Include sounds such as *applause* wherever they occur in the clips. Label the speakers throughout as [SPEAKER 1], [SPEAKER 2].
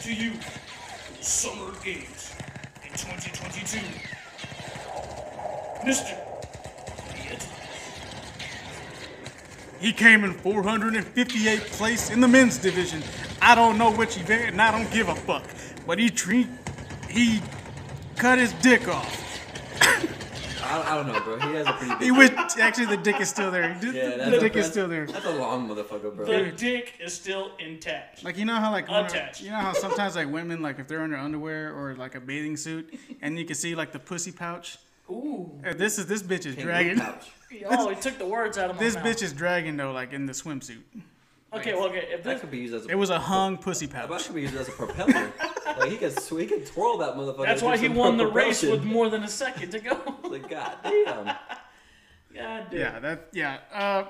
[SPEAKER 1] to you Summer Games in 2022. Mr. Idiot.
[SPEAKER 2] He came in 458th place in the men's division. I don't know which event, and I don't give a fuck. But he treat he cut his dick *laughs* off.
[SPEAKER 3] I, I don't know, bro. He has
[SPEAKER 1] *laughs*
[SPEAKER 3] a pretty big.
[SPEAKER 2] He went actually the dick is still there. The-
[SPEAKER 3] yeah, that's
[SPEAKER 2] the
[SPEAKER 3] a-
[SPEAKER 2] dick is
[SPEAKER 3] that's-
[SPEAKER 2] still there.
[SPEAKER 3] That's a long motherfucker, bro.
[SPEAKER 1] The dick is still intact.
[SPEAKER 2] Like you know how like women-
[SPEAKER 1] Untouched.
[SPEAKER 2] you know how sometimes like women like if they're in their underwear or like a bathing suit and you can see like the pussy pouch.
[SPEAKER 1] Ooh.
[SPEAKER 2] Uh, This is this bitch is
[SPEAKER 3] Kangaroo
[SPEAKER 2] dragging.
[SPEAKER 3] pouch.
[SPEAKER 1] Oh, he took the words out of my
[SPEAKER 2] This
[SPEAKER 1] mouth.
[SPEAKER 2] bitch is dragging though like in the swimsuit.
[SPEAKER 1] Okay, well, okay. If
[SPEAKER 3] That
[SPEAKER 1] this,
[SPEAKER 3] could be used as a.
[SPEAKER 2] It was a hung pussy
[SPEAKER 3] *laughs* That
[SPEAKER 2] pouch.
[SPEAKER 3] could be used as a propeller. like he could sw- he could twirl that motherfucker.
[SPEAKER 1] that's
[SPEAKER 3] to do
[SPEAKER 1] why he
[SPEAKER 3] some
[SPEAKER 1] won the race
[SPEAKER 3] propulsion.
[SPEAKER 1] with more than a second to go. *laughs*
[SPEAKER 3] *laughs* Like god damn.
[SPEAKER 1] God damn.
[SPEAKER 2] Yeah, that yeah. Uh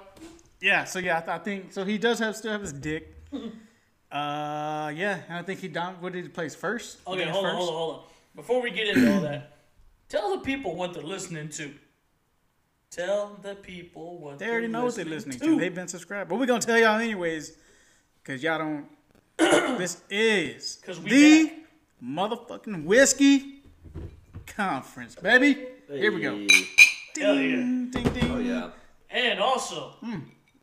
[SPEAKER 2] yeah, so yeah, I, th- I think so he does have still have
[SPEAKER 1] *laughs*
[SPEAKER 2] his dick. Uh yeah, and I think he dom- what did he place first? He
[SPEAKER 1] Okay,
[SPEAKER 2] finished
[SPEAKER 1] hold on,
[SPEAKER 2] first?
[SPEAKER 1] hold on, hold on. Before we get into all that, tell the people what they're listening to. Tell the people what
[SPEAKER 2] They already know what they're listening to. They've been subscribed. But we're gonna tell y'all anyways, cause y'all don't *coughs* this is
[SPEAKER 1] 'Cause we
[SPEAKER 2] the motherfucking whiskey conference, baby. Here we go.
[SPEAKER 3] Hey.
[SPEAKER 2] Ding,
[SPEAKER 1] Hell yeah.
[SPEAKER 2] ding, ding.
[SPEAKER 3] Oh yeah.
[SPEAKER 1] And also,
[SPEAKER 2] Hmm.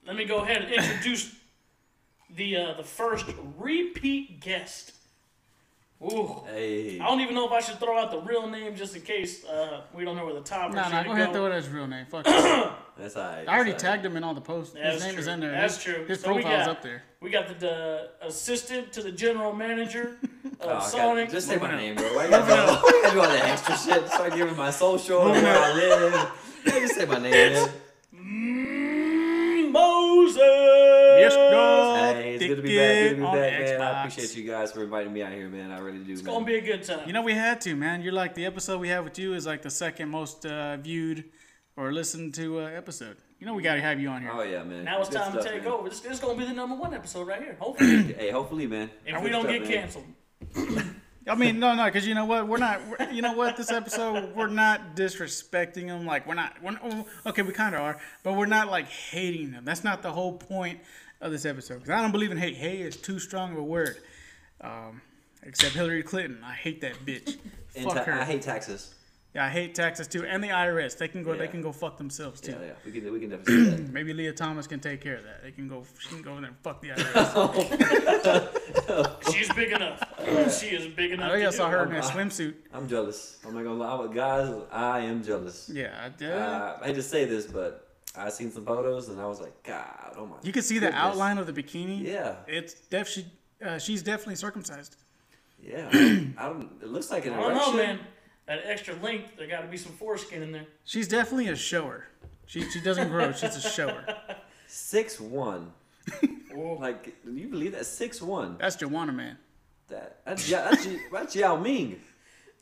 [SPEAKER 1] let me go ahead and introduce the uh, the first repeat guest. Ooh.
[SPEAKER 3] Hey.
[SPEAKER 1] I don't even know if I should throw out the real name just in case uh, we don't know where the top
[SPEAKER 2] No,
[SPEAKER 1] is.
[SPEAKER 2] no, go ahead and throw it as his real name. Fuck it.
[SPEAKER 3] That's alright.
[SPEAKER 2] I already
[SPEAKER 3] that's
[SPEAKER 2] tagged him in all the posts. His
[SPEAKER 1] That's
[SPEAKER 2] name is
[SPEAKER 1] true.
[SPEAKER 2] in there.
[SPEAKER 1] That's
[SPEAKER 2] his,
[SPEAKER 1] true.
[SPEAKER 2] His
[SPEAKER 1] So we
[SPEAKER 2] profile's
[SPEAKER 1] got-
[SPEAKER 2] up there.
[SPEAKER 1] We got the, the assistant to the general
[SPEAKER 2] *laughs*
[SPEAKER 1] manager of
[SPEAKER 3] alright. Oh, God,
[SPEAKER 1] Sonic.
[SPEAKER 3] Just say my
[SPEAKER 2] Moving
[SPEAKER 3] name, bro. Why you gotta do all- why you gotta *laughs* do all that extra shit? Start giving my social, where I live. Yeah, just say my name, man.
[SPEAKER 1] Mm, Moses.
[SPEAKER 2] Yes, go.
[SPEAKER 3] Hey, it's good to be back. Good to be
[SPEAKER 2] on
[SPEAKER 3] back, man. I
[SPEAKER 2] Xbox.
[SPEAKER 3] appreciate you guys for inviting me out here, man. I really do.
[SPEAKER 1] It's gonna be a good time.
[SPEAKER 2] You know, we had to, man. You're like, the episode we have with you is like the second most uh, viewed or listened to uh, episode. You know, we got to have you on here.
[SPEAKER 3] Oh yeah, man.
[SPEAKER 1] now it's
[SPEAKER 3] Good
[SPEAKER 1] time
[SPEAKER 3] stuff,
[SPEAKER 1] to take
[SPEAKER 3] man.
[SPEAKER 1] over. This, this is gonna be the number one episode right here.
[SPEAKER 3] *clears throat*
[SPEAKER 1] Hopefully,
[SPEAKER 3] Hey, hopefully, man.
[SPEAKER 1] if
[SPEAKER 3] Good
[SPEAKER 1] we don't
[SPEAKER 3] stuff,
[SPEAKER 1] get
[SPEAKER 3] man.
[SPEAKER 1] canceled.
[SPEAKER 2] I mean, no, no, because you know what? We're not, we're, you know what? This episode, we're not disrespecting them. Like, we're not, we're, not- okay, we kind of are, but we're not like hating them. That's not the whole point of this episode. Because I don't believe in hate. Hate is too strong of a word. Um, except Hillary Clinton. I hate that bitch.
[SPEAKER 3] And
[SPEAKER 2] Fuck
[SPEAKER 3] ta- I
[SPEAKER 2] her.
[SPEAKER 3] hate taxes.
[SPEAKER 2] Yeah, I hate taxes too, and the IRS. They can go. They
[SPEAKER 3] Yeah.
[SPEAKER 2] can go fuck themselves too.
[SPEAKER 3] Yeah, yeah. We can, we can definitely say that.
[SPEAKER 2] Maybe Leah Thomas can take care of that. They can go. She can go over there and
[SPEAKER 3] *laughs*
[SPEAKER 2] fuck the IRS.
[SPEAKER 1] She's big enough. she is big enough.
[SPEAKER 2] I
[SPEAKER 1] to
[SPEAKER 2] think I
[SPEAKER 1] do
[SPEAKER 2] saw
[SPEAKER 1] it.
[SPEAKER 2] her in that swimsuit.
[SPEAKER 3] I'm jealous. I'm not gonna lie, I'm- guys. I am jealous.
[SPEAKER 2] Yeah, I did.
[SPEAKER 3] Uh, I hate to say this, but I seen some photos and I was like, God, oh my.
[SPEAKER 2] you can see the
[SPEAKER 3] goodness.
[SPEAKER 2] outline of the bikini.
[SPEAKER 3] Yeah.
[SPEAKER 2] it's def. She, uh, she's definitely circumcised. *clears throat*
[SPEAKER 3] Yeah, I don't. It looks like an
[SPEAKER 1] I don't
[SPEAKER 3] erection.
[SPEAKER 1] know, man. That extra length, there got to be some foreskin in there.
[SPEAKER 2] She's definitely a shower. She she doesn't grow. she's a shower. *laughs*
[SPEAKER 3] Six one.
[SPEAKER 1] Oh.
[SPEAKER 3] Like, do you believe that six one?
[SPEAKER 2] That's Joanna man.
[SPEAKER 3] That that's, Ya- that's, Ya- that's Yao Ming.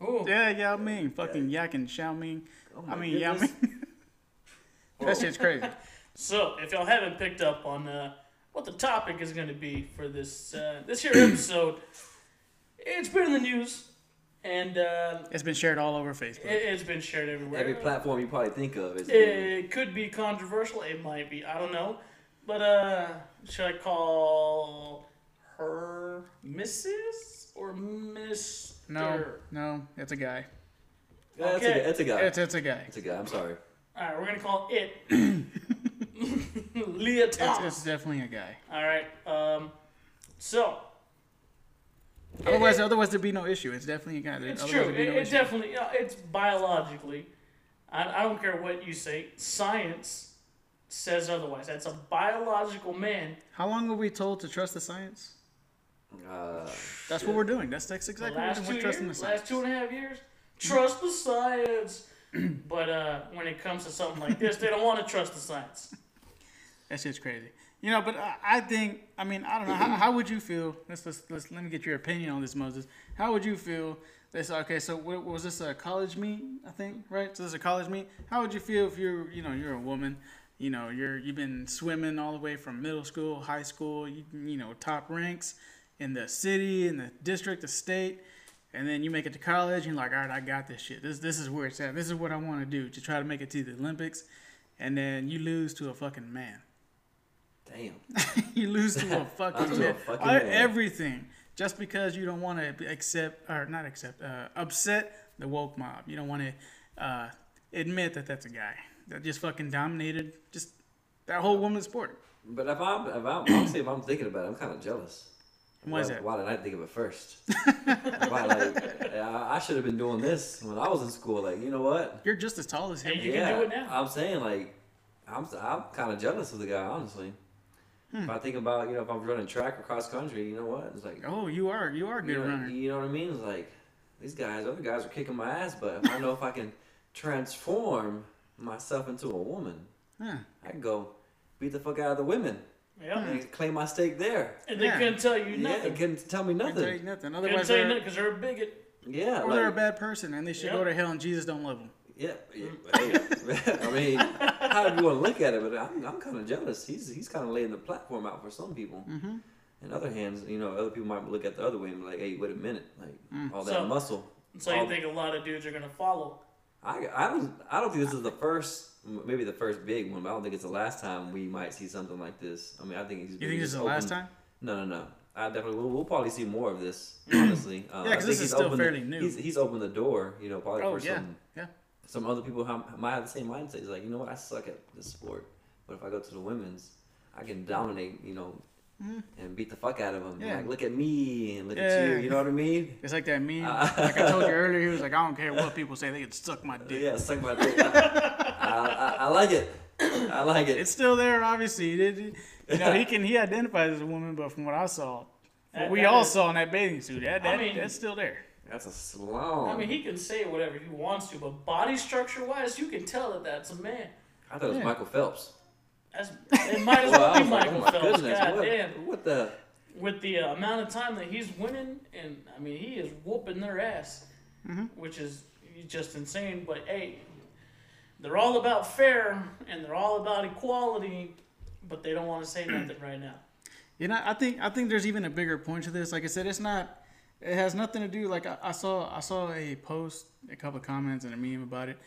[SPEAKER 1] Ooh.
[SPEAKER 2] Yeah, Yao Ming, fucking Yak and Xiao Ming.
[SPEAKER 3] Oh
[SPEAKER 2] I
[SPEAKER 3] my
[SPEAKER 2] mean Yao
[SPEAKER 3] goodness.
[SPEAKER 2] Ming. *laughs* that shit's crazy.
[SPEAKER 1] So, if y'all haven't picked up on uh, what the topic is going to be for this uh, this
[SPEAKER 3] *clears throat*
[SPEAKER 1] here episode, it's been in the news, and uh,
[SPEAKER 2] It's been shared all over Facebook.
[SPEAKER 1] it, has been shared everywhere.
[SPEAKER 3] Every platform you probably think of is.
[SPEAKER 1] It could be controversial. It might be. I don't know. But uh, should I call her Mrs. or Mister?
[SPEAKER 2] no, no, it's a guy.
[SPEAKER 3] that's,
[SPEAKER 1] okay.
[SPEAKER 3] a, that's a guy.
[SPEAKER 2] It's it's a guy.
[SPEAKER 3] That's a guy. I'm sorry.
[SPEAKER 1] All right, we're gonna call
[SPEAKER 2] *coughs*
[SPEAKER 1] it *laughs* Leah
[SPEAKER 2] It's,
[SPEAKER 1] Thomas.
[SPEAKER 2] it's definitely a guy.
[SPEAKER 1] All right. Um, so
[SPEAKER 2] Otherwise, otherwise there'd be no issue. It's definitely a guy. There-
[SPEAKER 1] it's
[SPEAKER 2] otherwise
[SPEAKER 1] true.
[SPEAKER 2] there'd
[SPEAKER 1] It,
[SPEAKER 2] be no
[SPEAKER 1] it
[SPEAKER 2] issue.
[SPEAKER 1] definitely. yeah, It's biologically. I, I don't care what you say. Science says otherwise. That's a biological man.
[SPEAKER 2] How long were we told to trust the science?
[SPEAKER 3] Uh,
[SPEAKER 2] That's what we're doing. That's, that's
[SPEAKER 1] The
[SPEAKER 2] exactly what
[SPEAKER 1] last
[SPEAKER 2] we're
[SPEAKER 1] two years,
[SPEAKER 2] doing. We're trusting the science.
[SPEAKER 1] last two and a half
[SPEAKER 2] *clears throat*
[SPEAKER 1] years, trust the science. but uh, when it comes to something like this, they don't want to trust the
[SPEAKER 2] *laughs*
[SPEAKER 1] science.
[SPEAKER 2] That shit's crazy. You know, but I, I think I mean I don't know. How, how would you feel? Let's, let's let's let me get your opinion on this, Moses. How would you feel? This okay? So what, was this a college meet? I think right. So this is a college meet. How would you feel if you're you know you're a woman? You know you're you've been swimming all the way from middle school, high school. You you know top ranks in the city, in the district, the state. And then you make it to college, and you're like, all right, I got this shit. This this is where it's at. This is what I want to do to try to make it to the Olympics. And then you lose to a fucking man
[SPEAKER 3] damn.
[SPEAKER 2] *laughs* you lose to a
[SPEAKER 3] Lost
[SPEAKER 2] fucking
[SPEAKER 3] to a
[SPEAKER 2] man.
[SPEAKER 3] fucking
[SPEAKER 2] Uh,
[SPEAKER 3] man.
[SPEAKER 2] Everything. just because you don't want to accept or not accept uh, upset the woke mob. You don't want to uh, admit that that's a guy that just fucking dominated just that whole women's sport.
[SPEAKER 3] But if I'm, if I'm honestly, if I'm thinking about it, I'm kind of jealous.
[SPEAKER 2] Why is that?
[SPEAKER 3] Why did I think of it first? why, like, I, I should have been doing this when I was in school. Like, you know what?
[SPEAKER 2] You're just as tall as him.
[SPEAKER 1] You can do it now.
[SPEAKER 3] I'm saying like, I'm I'm kind of jealous of the guy, honestly.
[SPEAKER 2] Hmm.
[SPEAKER 3] If I think about you know if I'm running track or cross country, you know what? It's like
[SPEAKER 2] Oh, you are you are a good
[SPEAKER 3] you know,
[SPEAKER 2] runner.
[SPEAKER 3] you know what I mean? It's like these guys, other guys are kicking my ass, but if I know if I can transform myself into a woman,
[SPEAKER 2] Huh.
[SPEAKER 3] I can go beat the fuck out of the women
[SPEAKER 1] Yeah.
[SPEAKER 3] and claim my stake there.
[SPEAKER 1] And they
[SPEAKER 2] Hmm, Yeah.
[SPEAKER 1] couldn't tell you
[SPEAKER 3] Yeah,
[SPEAKER 1] nothing.
[SPEAKER 3] it can tell me
[SPEAKER 2] Couldn't tell you
[SPEAKER 3] nothing.
[SPEAKER 2] nothing.
[SPEAKER 1] couldn't
[SPEAKER 2] Otherwise,
[SPEAKER 1] tell you
[SPEAKER 2] they're-
[SPEAKER 1] nothing because they're a bigot.
[SPEAKER 3] Yeah,
[SPEAKER 2] or they're a
[SPEAKER 3] like-
[SPEAKER 2] bad person and they should go
[SPEAKER 1] Yep.
[SPEAKER 2] to hell and Jesus don't love them.
[SPEAKER 3] Yeah, yeah, hey, *laughs* I mean, how do you want to look at it? But I'm, I'm kind of jealous. He's he's kind of laying the platform out for some people.
[SPEAKER 2] Mhm.
[SPEAKER 3] And other hands, you know, other people might look at the other way and be like, "Hey, wait a minute! Like all that
[SPEAKER 1] So-
[SPEAKER 3] muscle."
[SPEAKER 1] So you
[SPEAKER 3] all-
[SPEAKER 1] think a lot of dudes are gonna follow?
[SPEAKER 3] I, I don't I don't think this is the first maybe the first big one, but I don't think it's the last time we might see something like this. I mean, I think he's.
[SPEAKER 2] You think this is the last time?
[SPEAKER 3] No, no, no. I definitely we'll, we'll probably see more
[SPEAKER 2] *clears throat*
[SPEAKER 3] of this. Honestly, uh,
[SPEAKER 2] Yeah, 'cause
[SPEAKER 3] I
[SPEAKER 2] this
[SPEAKER 3] think
[SPEAKER 2] is
[SPEAKER 3] he's
[SPEAKER 2] still
[SPEAKER 3] opened-
[SPEAKER 2] fairly new.
[SPEAKER 3] He's, he's opened the door, you know, probably
[SPEAKER 2] Oh
[SPEAKER 3] for
[SPEAKER 2] yeah,
[SPEAKER 3] some
[SPEAKER 2] yeah.
[SPEAKER 3] some other people have, might have the same mindset. It's like, you know what, I suck at this sport, but if I go to the women's, I can dominate, you know, and beat the fuck out of them.
[SPEAKER 2] Hmm. Yeah.
[SPEAKER 3] Like, look at me and look at
[SPEAKER 2] Yeah.
[SPEAKER 3] you. You know what I
[SPEAKER 2] *laughs*
[SPEAKER 3] mean?
[SPEAKER 2] It's like that
[SPEAKER 3] *laughs*
[SPEAKER 2] meme.
[SPEAKER 3] Uh,
[SPEAKER 2] like I told you earlier, he was like, I don't care what people say, they could suck my dick.
[SPEAKER 3] Yeah, suck my dick. *laughs* I, I, I like it. *clears throat* I like it.
[SPEAKER 2] It's still there, obviously. He did- you
[SPEAKER 1] *laughs*
[SPEAKER 2] know, he can he identifies as a woman, but from what I saw, what
[SPEAKER 1] That-
[SPEAKER 2] we
[SPEAKER 1] that
[SPEAKER 2] all
[SPEAKER 1] is-
[SPEAKER 2] saw in that bathing suit, that,
[SPEAKER 1] I
[SPEAKER 2] that
[SPEAKER 1] mean-
[SPEAKER 2] that's still there.
[SPEAKER 3] That's a slong.
[SPEAKER 1] I mean, he can say whatever he wants to, but body structure wise, you can tell that that's a man.
[SPEAKER 3] I thought it was
[SPEAKER 2] Yeah.
[SPEAKER 3] Michael Phelps.
[SPEAKER 1] That's it. Might as well,
[SPEAKER 3] I
[SPEAKER 1] be
[SPEAKER 3] was like,
[SPEAKER 1] Michael
[SPEAKER 3] oh my
[SPEAKER 1] Phelps.
[SPEAKER 3] goodness,
[SPEAKER 1] God
[SPEAKER 3] what,
[SPEAKER 1] damn.
[SPEAKER 3] what the?
[SPEAKER 1] with the uh, amount of time that he's winning, and I mean, he is whooping their ass,
[SPEAKER 2] Mm-hmm.
[SPEAKER 1] which is just insane. But hey, they're all about fair and they're all about equality, but they don't want to
[SPEAKER 3] *clears throat*
[SPEAKER 1] say nothing right now.
[SPEAKER 2] You know, I think I think there's even a bigger point to this. Like I said, it's not. It has nothing to do. Like I, I saw I saw a post, a couple of comments, and a meme about it.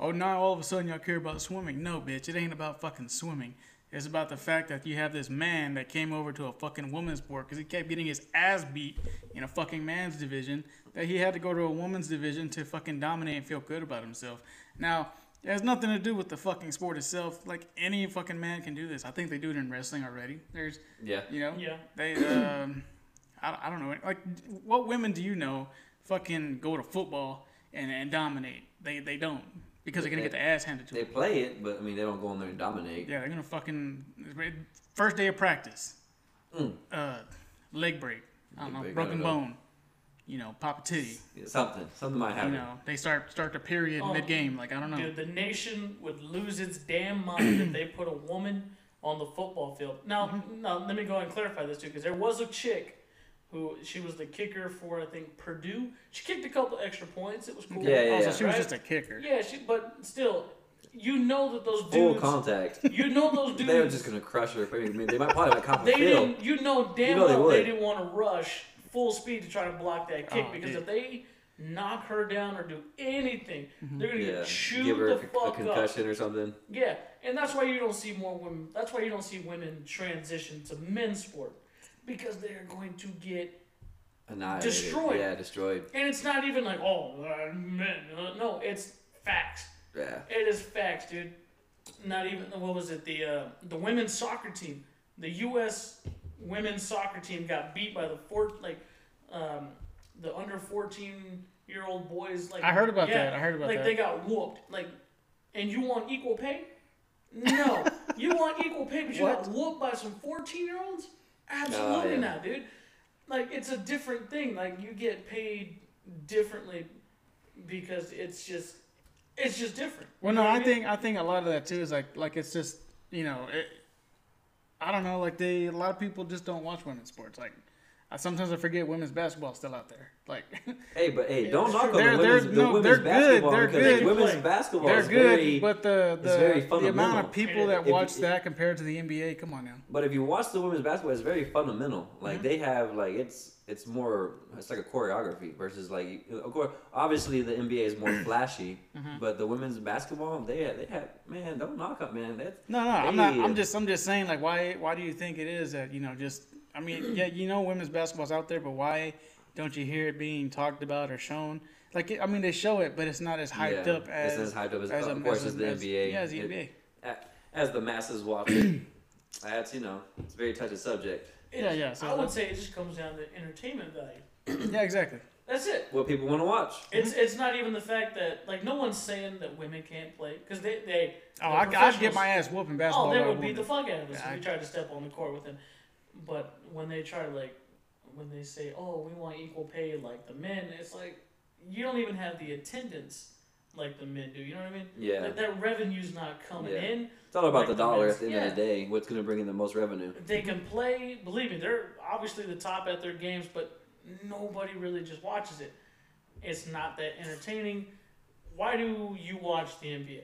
[SPEAKER 2] Oh, now all of a sudden y'all care about swimming? No, bitch, it ain't about fucking swimming. It's about the fact that you have this man that came over to a fucking woman's sport because he kept getting his ass beat in a fucking man's division that he had to go to a woman's division to fucking dominate and feel good about himself. Now, it has nothing to do with the fucking sport itself. Like any fucking man can do this. I think they do it in wrestling already. There's
[SPEAKER 3] Yeah.
[SPEAKER 2] you know?
[SPEAKER 1] Yeah.
[SPEAKER 2] They, um, *clears throat* I, I don't know. Like, what women do you know fucking go to football and, and dominate? They, they don't. Because they're going to get the ass handed to
[SPEAKER 3] They
[SPEAKER 2] them.
[SPEAKER 3] play it, but I mean, they don't go in there and dominate.
[SPEAKER 2] Yeah, they're going to fucking. First day of practice.
[SPEAKER 3] Mm.
[SPEAKER 2] Uh, leg break. I don't
[SPEAKER 3] Leg
[SPEAKER 2] know.
[SPEAKER 3] break, I
[SPEAKER 2] broken
[SPEAKER 3] don't know.
[SPEAKER 2] bone. You know, pop a titty.
[SPEAKER 3] Something, something might
[SPEAKER 2] You
[SPEAKER 3] happen.
[SPEAKER 2] know, they start start the period
[SPEAKER 1] Oh,
[SPEAKER 2] mid game. Like, I don't know.
[SPEAKER 1] Dude, the nation would lose its damn mind if they put a woman on the football field. Now,
[SPEAKER 3] Mm-hmm.
[SPEAKER 1] now let me go and clarify this too, because there was a chick who she was the kicker for I think Purdue. She kicked a couple extra points. It was cool.
[SPEAKER 3] Yeah, yeah,
[SPEAKER 2] also,
[SPEAKER 3] yeah.
[SPEAKER 2] Oh, she was
[SPEAKER 1] Right?
[SPEAKER 2] just a kicker.
[SPEAKER 1] Yeah, she, but still, you know that those
[SPEAKER 3] Full
[SPEAKER 1] dudes.
[SPEAKER 3] contact.
[SPEAKER 1] You know those dudes.
[SPEAKER 3] *laughs* They were just gonna crush her. I mean, they might probably like cop a
[SPEAKER 1] they
[SPEAKER 3] feel.
[SPEAKER 1] didn't. You know damn
[SPEAKER 3] You know they
[SPEAKER 1] well they,
[SPEAKER 3] would.
[SPEAKER 1] didn't want to rush full speed to try to block that kick
[SPEAKER 2] Oh,
[SPEAKER 1] because
[SPEAKER 2] dude.
[SPEAKER 1] if they knock her down or do anything,
[SPEAKER 2] Mm-hmm.
[SPEAKER 1] they're gonna
[SPEAKER 3] Yeah,
[SPEAKER 1] get chewed
[SPEAKER 3] give her
[SPEAKER 1] the
[SPEAKER 3] a, con- a
[SPEAKER 1] fuck up.
[SPEAKER 3] concussion or something.
[SPEAKER 1] Yeah, and that's why you don't see more women. That's why you don't see women transition to men's sport because they are going to get.
[SPEAKER 3] Annihilated.
[SPEAKER 1] Destroyed.
[SPEAKER 3] Yeah, destroyed.
[SPEAKER 1] And it's not even like oh uh, men. uh, No, it's facts.
[SPEAKER 3] Yeah.
[SPEAKER 1] It is facts, dude. Not even what was it the uh, the women's soccer team, the U.S. women's soccer team got beat by the four like um, the under fourteen year old boys. Like
[SPEAKER 2] I heard about that. I heard about
[SPEAKER 1] like
[SPEAKER 2] that.
[SPEAKER 1] they got whooped. Like, and you want equal pay? No,
[SPEAKER 2] *laughs*
[SPEAKER 1] you want equal pay, but you got whooped by some fourteen year olds? Absolutely
[SPEAKER 3] yeah.
[SPEAKER 1] not, dude. Like it's a different thing. Like you get paid differently because it's just it's just different.
[SPEAKER 2] Well,
[SPEAKER 1] You
[SPEAKER 2] no,
[SPEAKER 1] know what
[SPEAKER 2] I
[SPEAKER 1] mean?
[SPEAKER 2] think I think a lot of that too is like like it's just you know, it, I don't know, like they a lot of people just don't watch women's sports. Like I, sometimes I forget women's babasketball's still out there. Like *laughs*
[SPEAKER 3] Hey, but hey, don't knock on the
[SPEAKER 2] They're-
[SPEAKER 3] women's,
[SPEAKER 2] they're-
[SPEAKER 3] the
[SPEAKER 2] no,
[SPEAKER 3] women's
[SPEAKER 2] they're good,
[SPEAKER 3] basketball
[SPEAKER 2] they're
[SPEAKER 3] because
[SPEAKER 2] good.
[SPEAKER 3] women's
[SPEAKER 1] Like,
[SPEAKER 3] basketball
[SPEAKER 2] they're
[SPEAKER 3] is
[SPEAKER 2] good,
[SPEAKER 3] very.
[SPEAKER 2] but
[SPEAKER 3] But,
[SPEAKER 2] the
[SPEAKER 3] it's very
[SPEAKER 2] the, the amount
[SPEAKER 3] fundamental.
[SPEAKER 2] of people that
[SPEAKER 3] If-
[SPEAKER 2] watch
[SPEAKER 3] if-
[SPEAKER 2] that compared to the NBA, come on now.
[SPEAKER 3] if you watch the women's basketball, it's very fundamental.
[SPEAKER 2] Mm-hmm.
[SPEAKER 3] Like they have like it's it's more it's like a choreography versus like of course obviously the NBA
[SPEAKER 2] *clears throat*
[SPEAKER 3] is more flashy,
[SPEAKER 2] Mm-hmm.
[SPEAKER 3] but the women's basketball they they have man don't knock up man that's
[SPEAKER 2] No, no, I'm not.
[SPEAKER 3] Hey.
[SPEAKER 2] I'm just I'm just saying like why why do you think it is that you know just I mean, yeah, you know, women's basketball's out there, but why don't you hear it being talked about or shown? Like, it- I mean, they show it, but it's not as hyped
[SPEAKER 3] Yeah,
[SPEAKER 2] up
[SPEAKER 3] it's
[SPEAKER 2] as
[SPEAKER 3] not as hyped up as-
[SPEAKER 2] a-
[SPEAKER 3] of course, as the NBA.
[SPEAKER 2] Yeah, as the
[SPEAKER 3] It-
[SPEAKER 2] NBA.
[SPEAKER 3] A- As the masses watch it, *clears throat* that's you know, it's a very touchy subject.
[SPEAKER 2] Yeah, yeah, so
[SPEAKER 1] I would
[SPEAKER 2] that's-
[SPEAKER 1] say it just comes down to entertainment value.
[SPEAKER 2] yeah, exactly.
[SPEAKER 1] That's it.
[SPEAKER 3] What people want to watch.
[SPEAKER 1] It's
[SPEAKER 2] Mm-hmm.
[SPEAKER 1] it's not even the fact that like no one's saying that women can't play because they they
[SPEAKER 2] Oh,
[SPEAKER 1] they're
[SPEAKER 2] I, I'd get
[SPEAKER 1] professionals.
[SPEAKER 2] my ass whooping basketball.
[SPEAKER 1] Oh, they
[SPEAKER 2] by a
[SPEAKER 1] would beat
[SPEAKER 2] woman.
[SPEAKER 1] the fuck out of us
[SPEAKER 2] Yeah,
[SPEAKER 1] if we
[SPEAKER 2] I-
[SPEAKER 1] tried to step on the court with them. But when they try to like, when they say, "Oh, we want equal pay like the men," it's like you don't even have the attendance like the men do. You know what I mean?
[SPEAKER 3] Yeah.
[SPEAKER 1] Like that revenue's not coming
[SPEAKER 3] Yeah.
[SPEAKER 1] in.
[SPEAKER 3] It's all about the
[SPEAKER 1] Like the
[SPEAKER 3] dollar at
[SPEAKER 1] men's-
[SPEAKER 3] the end of the day. What's going to bring in the most revenue?
[SPEAKER 1] They can play. Believe me, they're obviously the top at their games, but nobody really just watches it. It's not that entertaining. Why do you watch the NBA?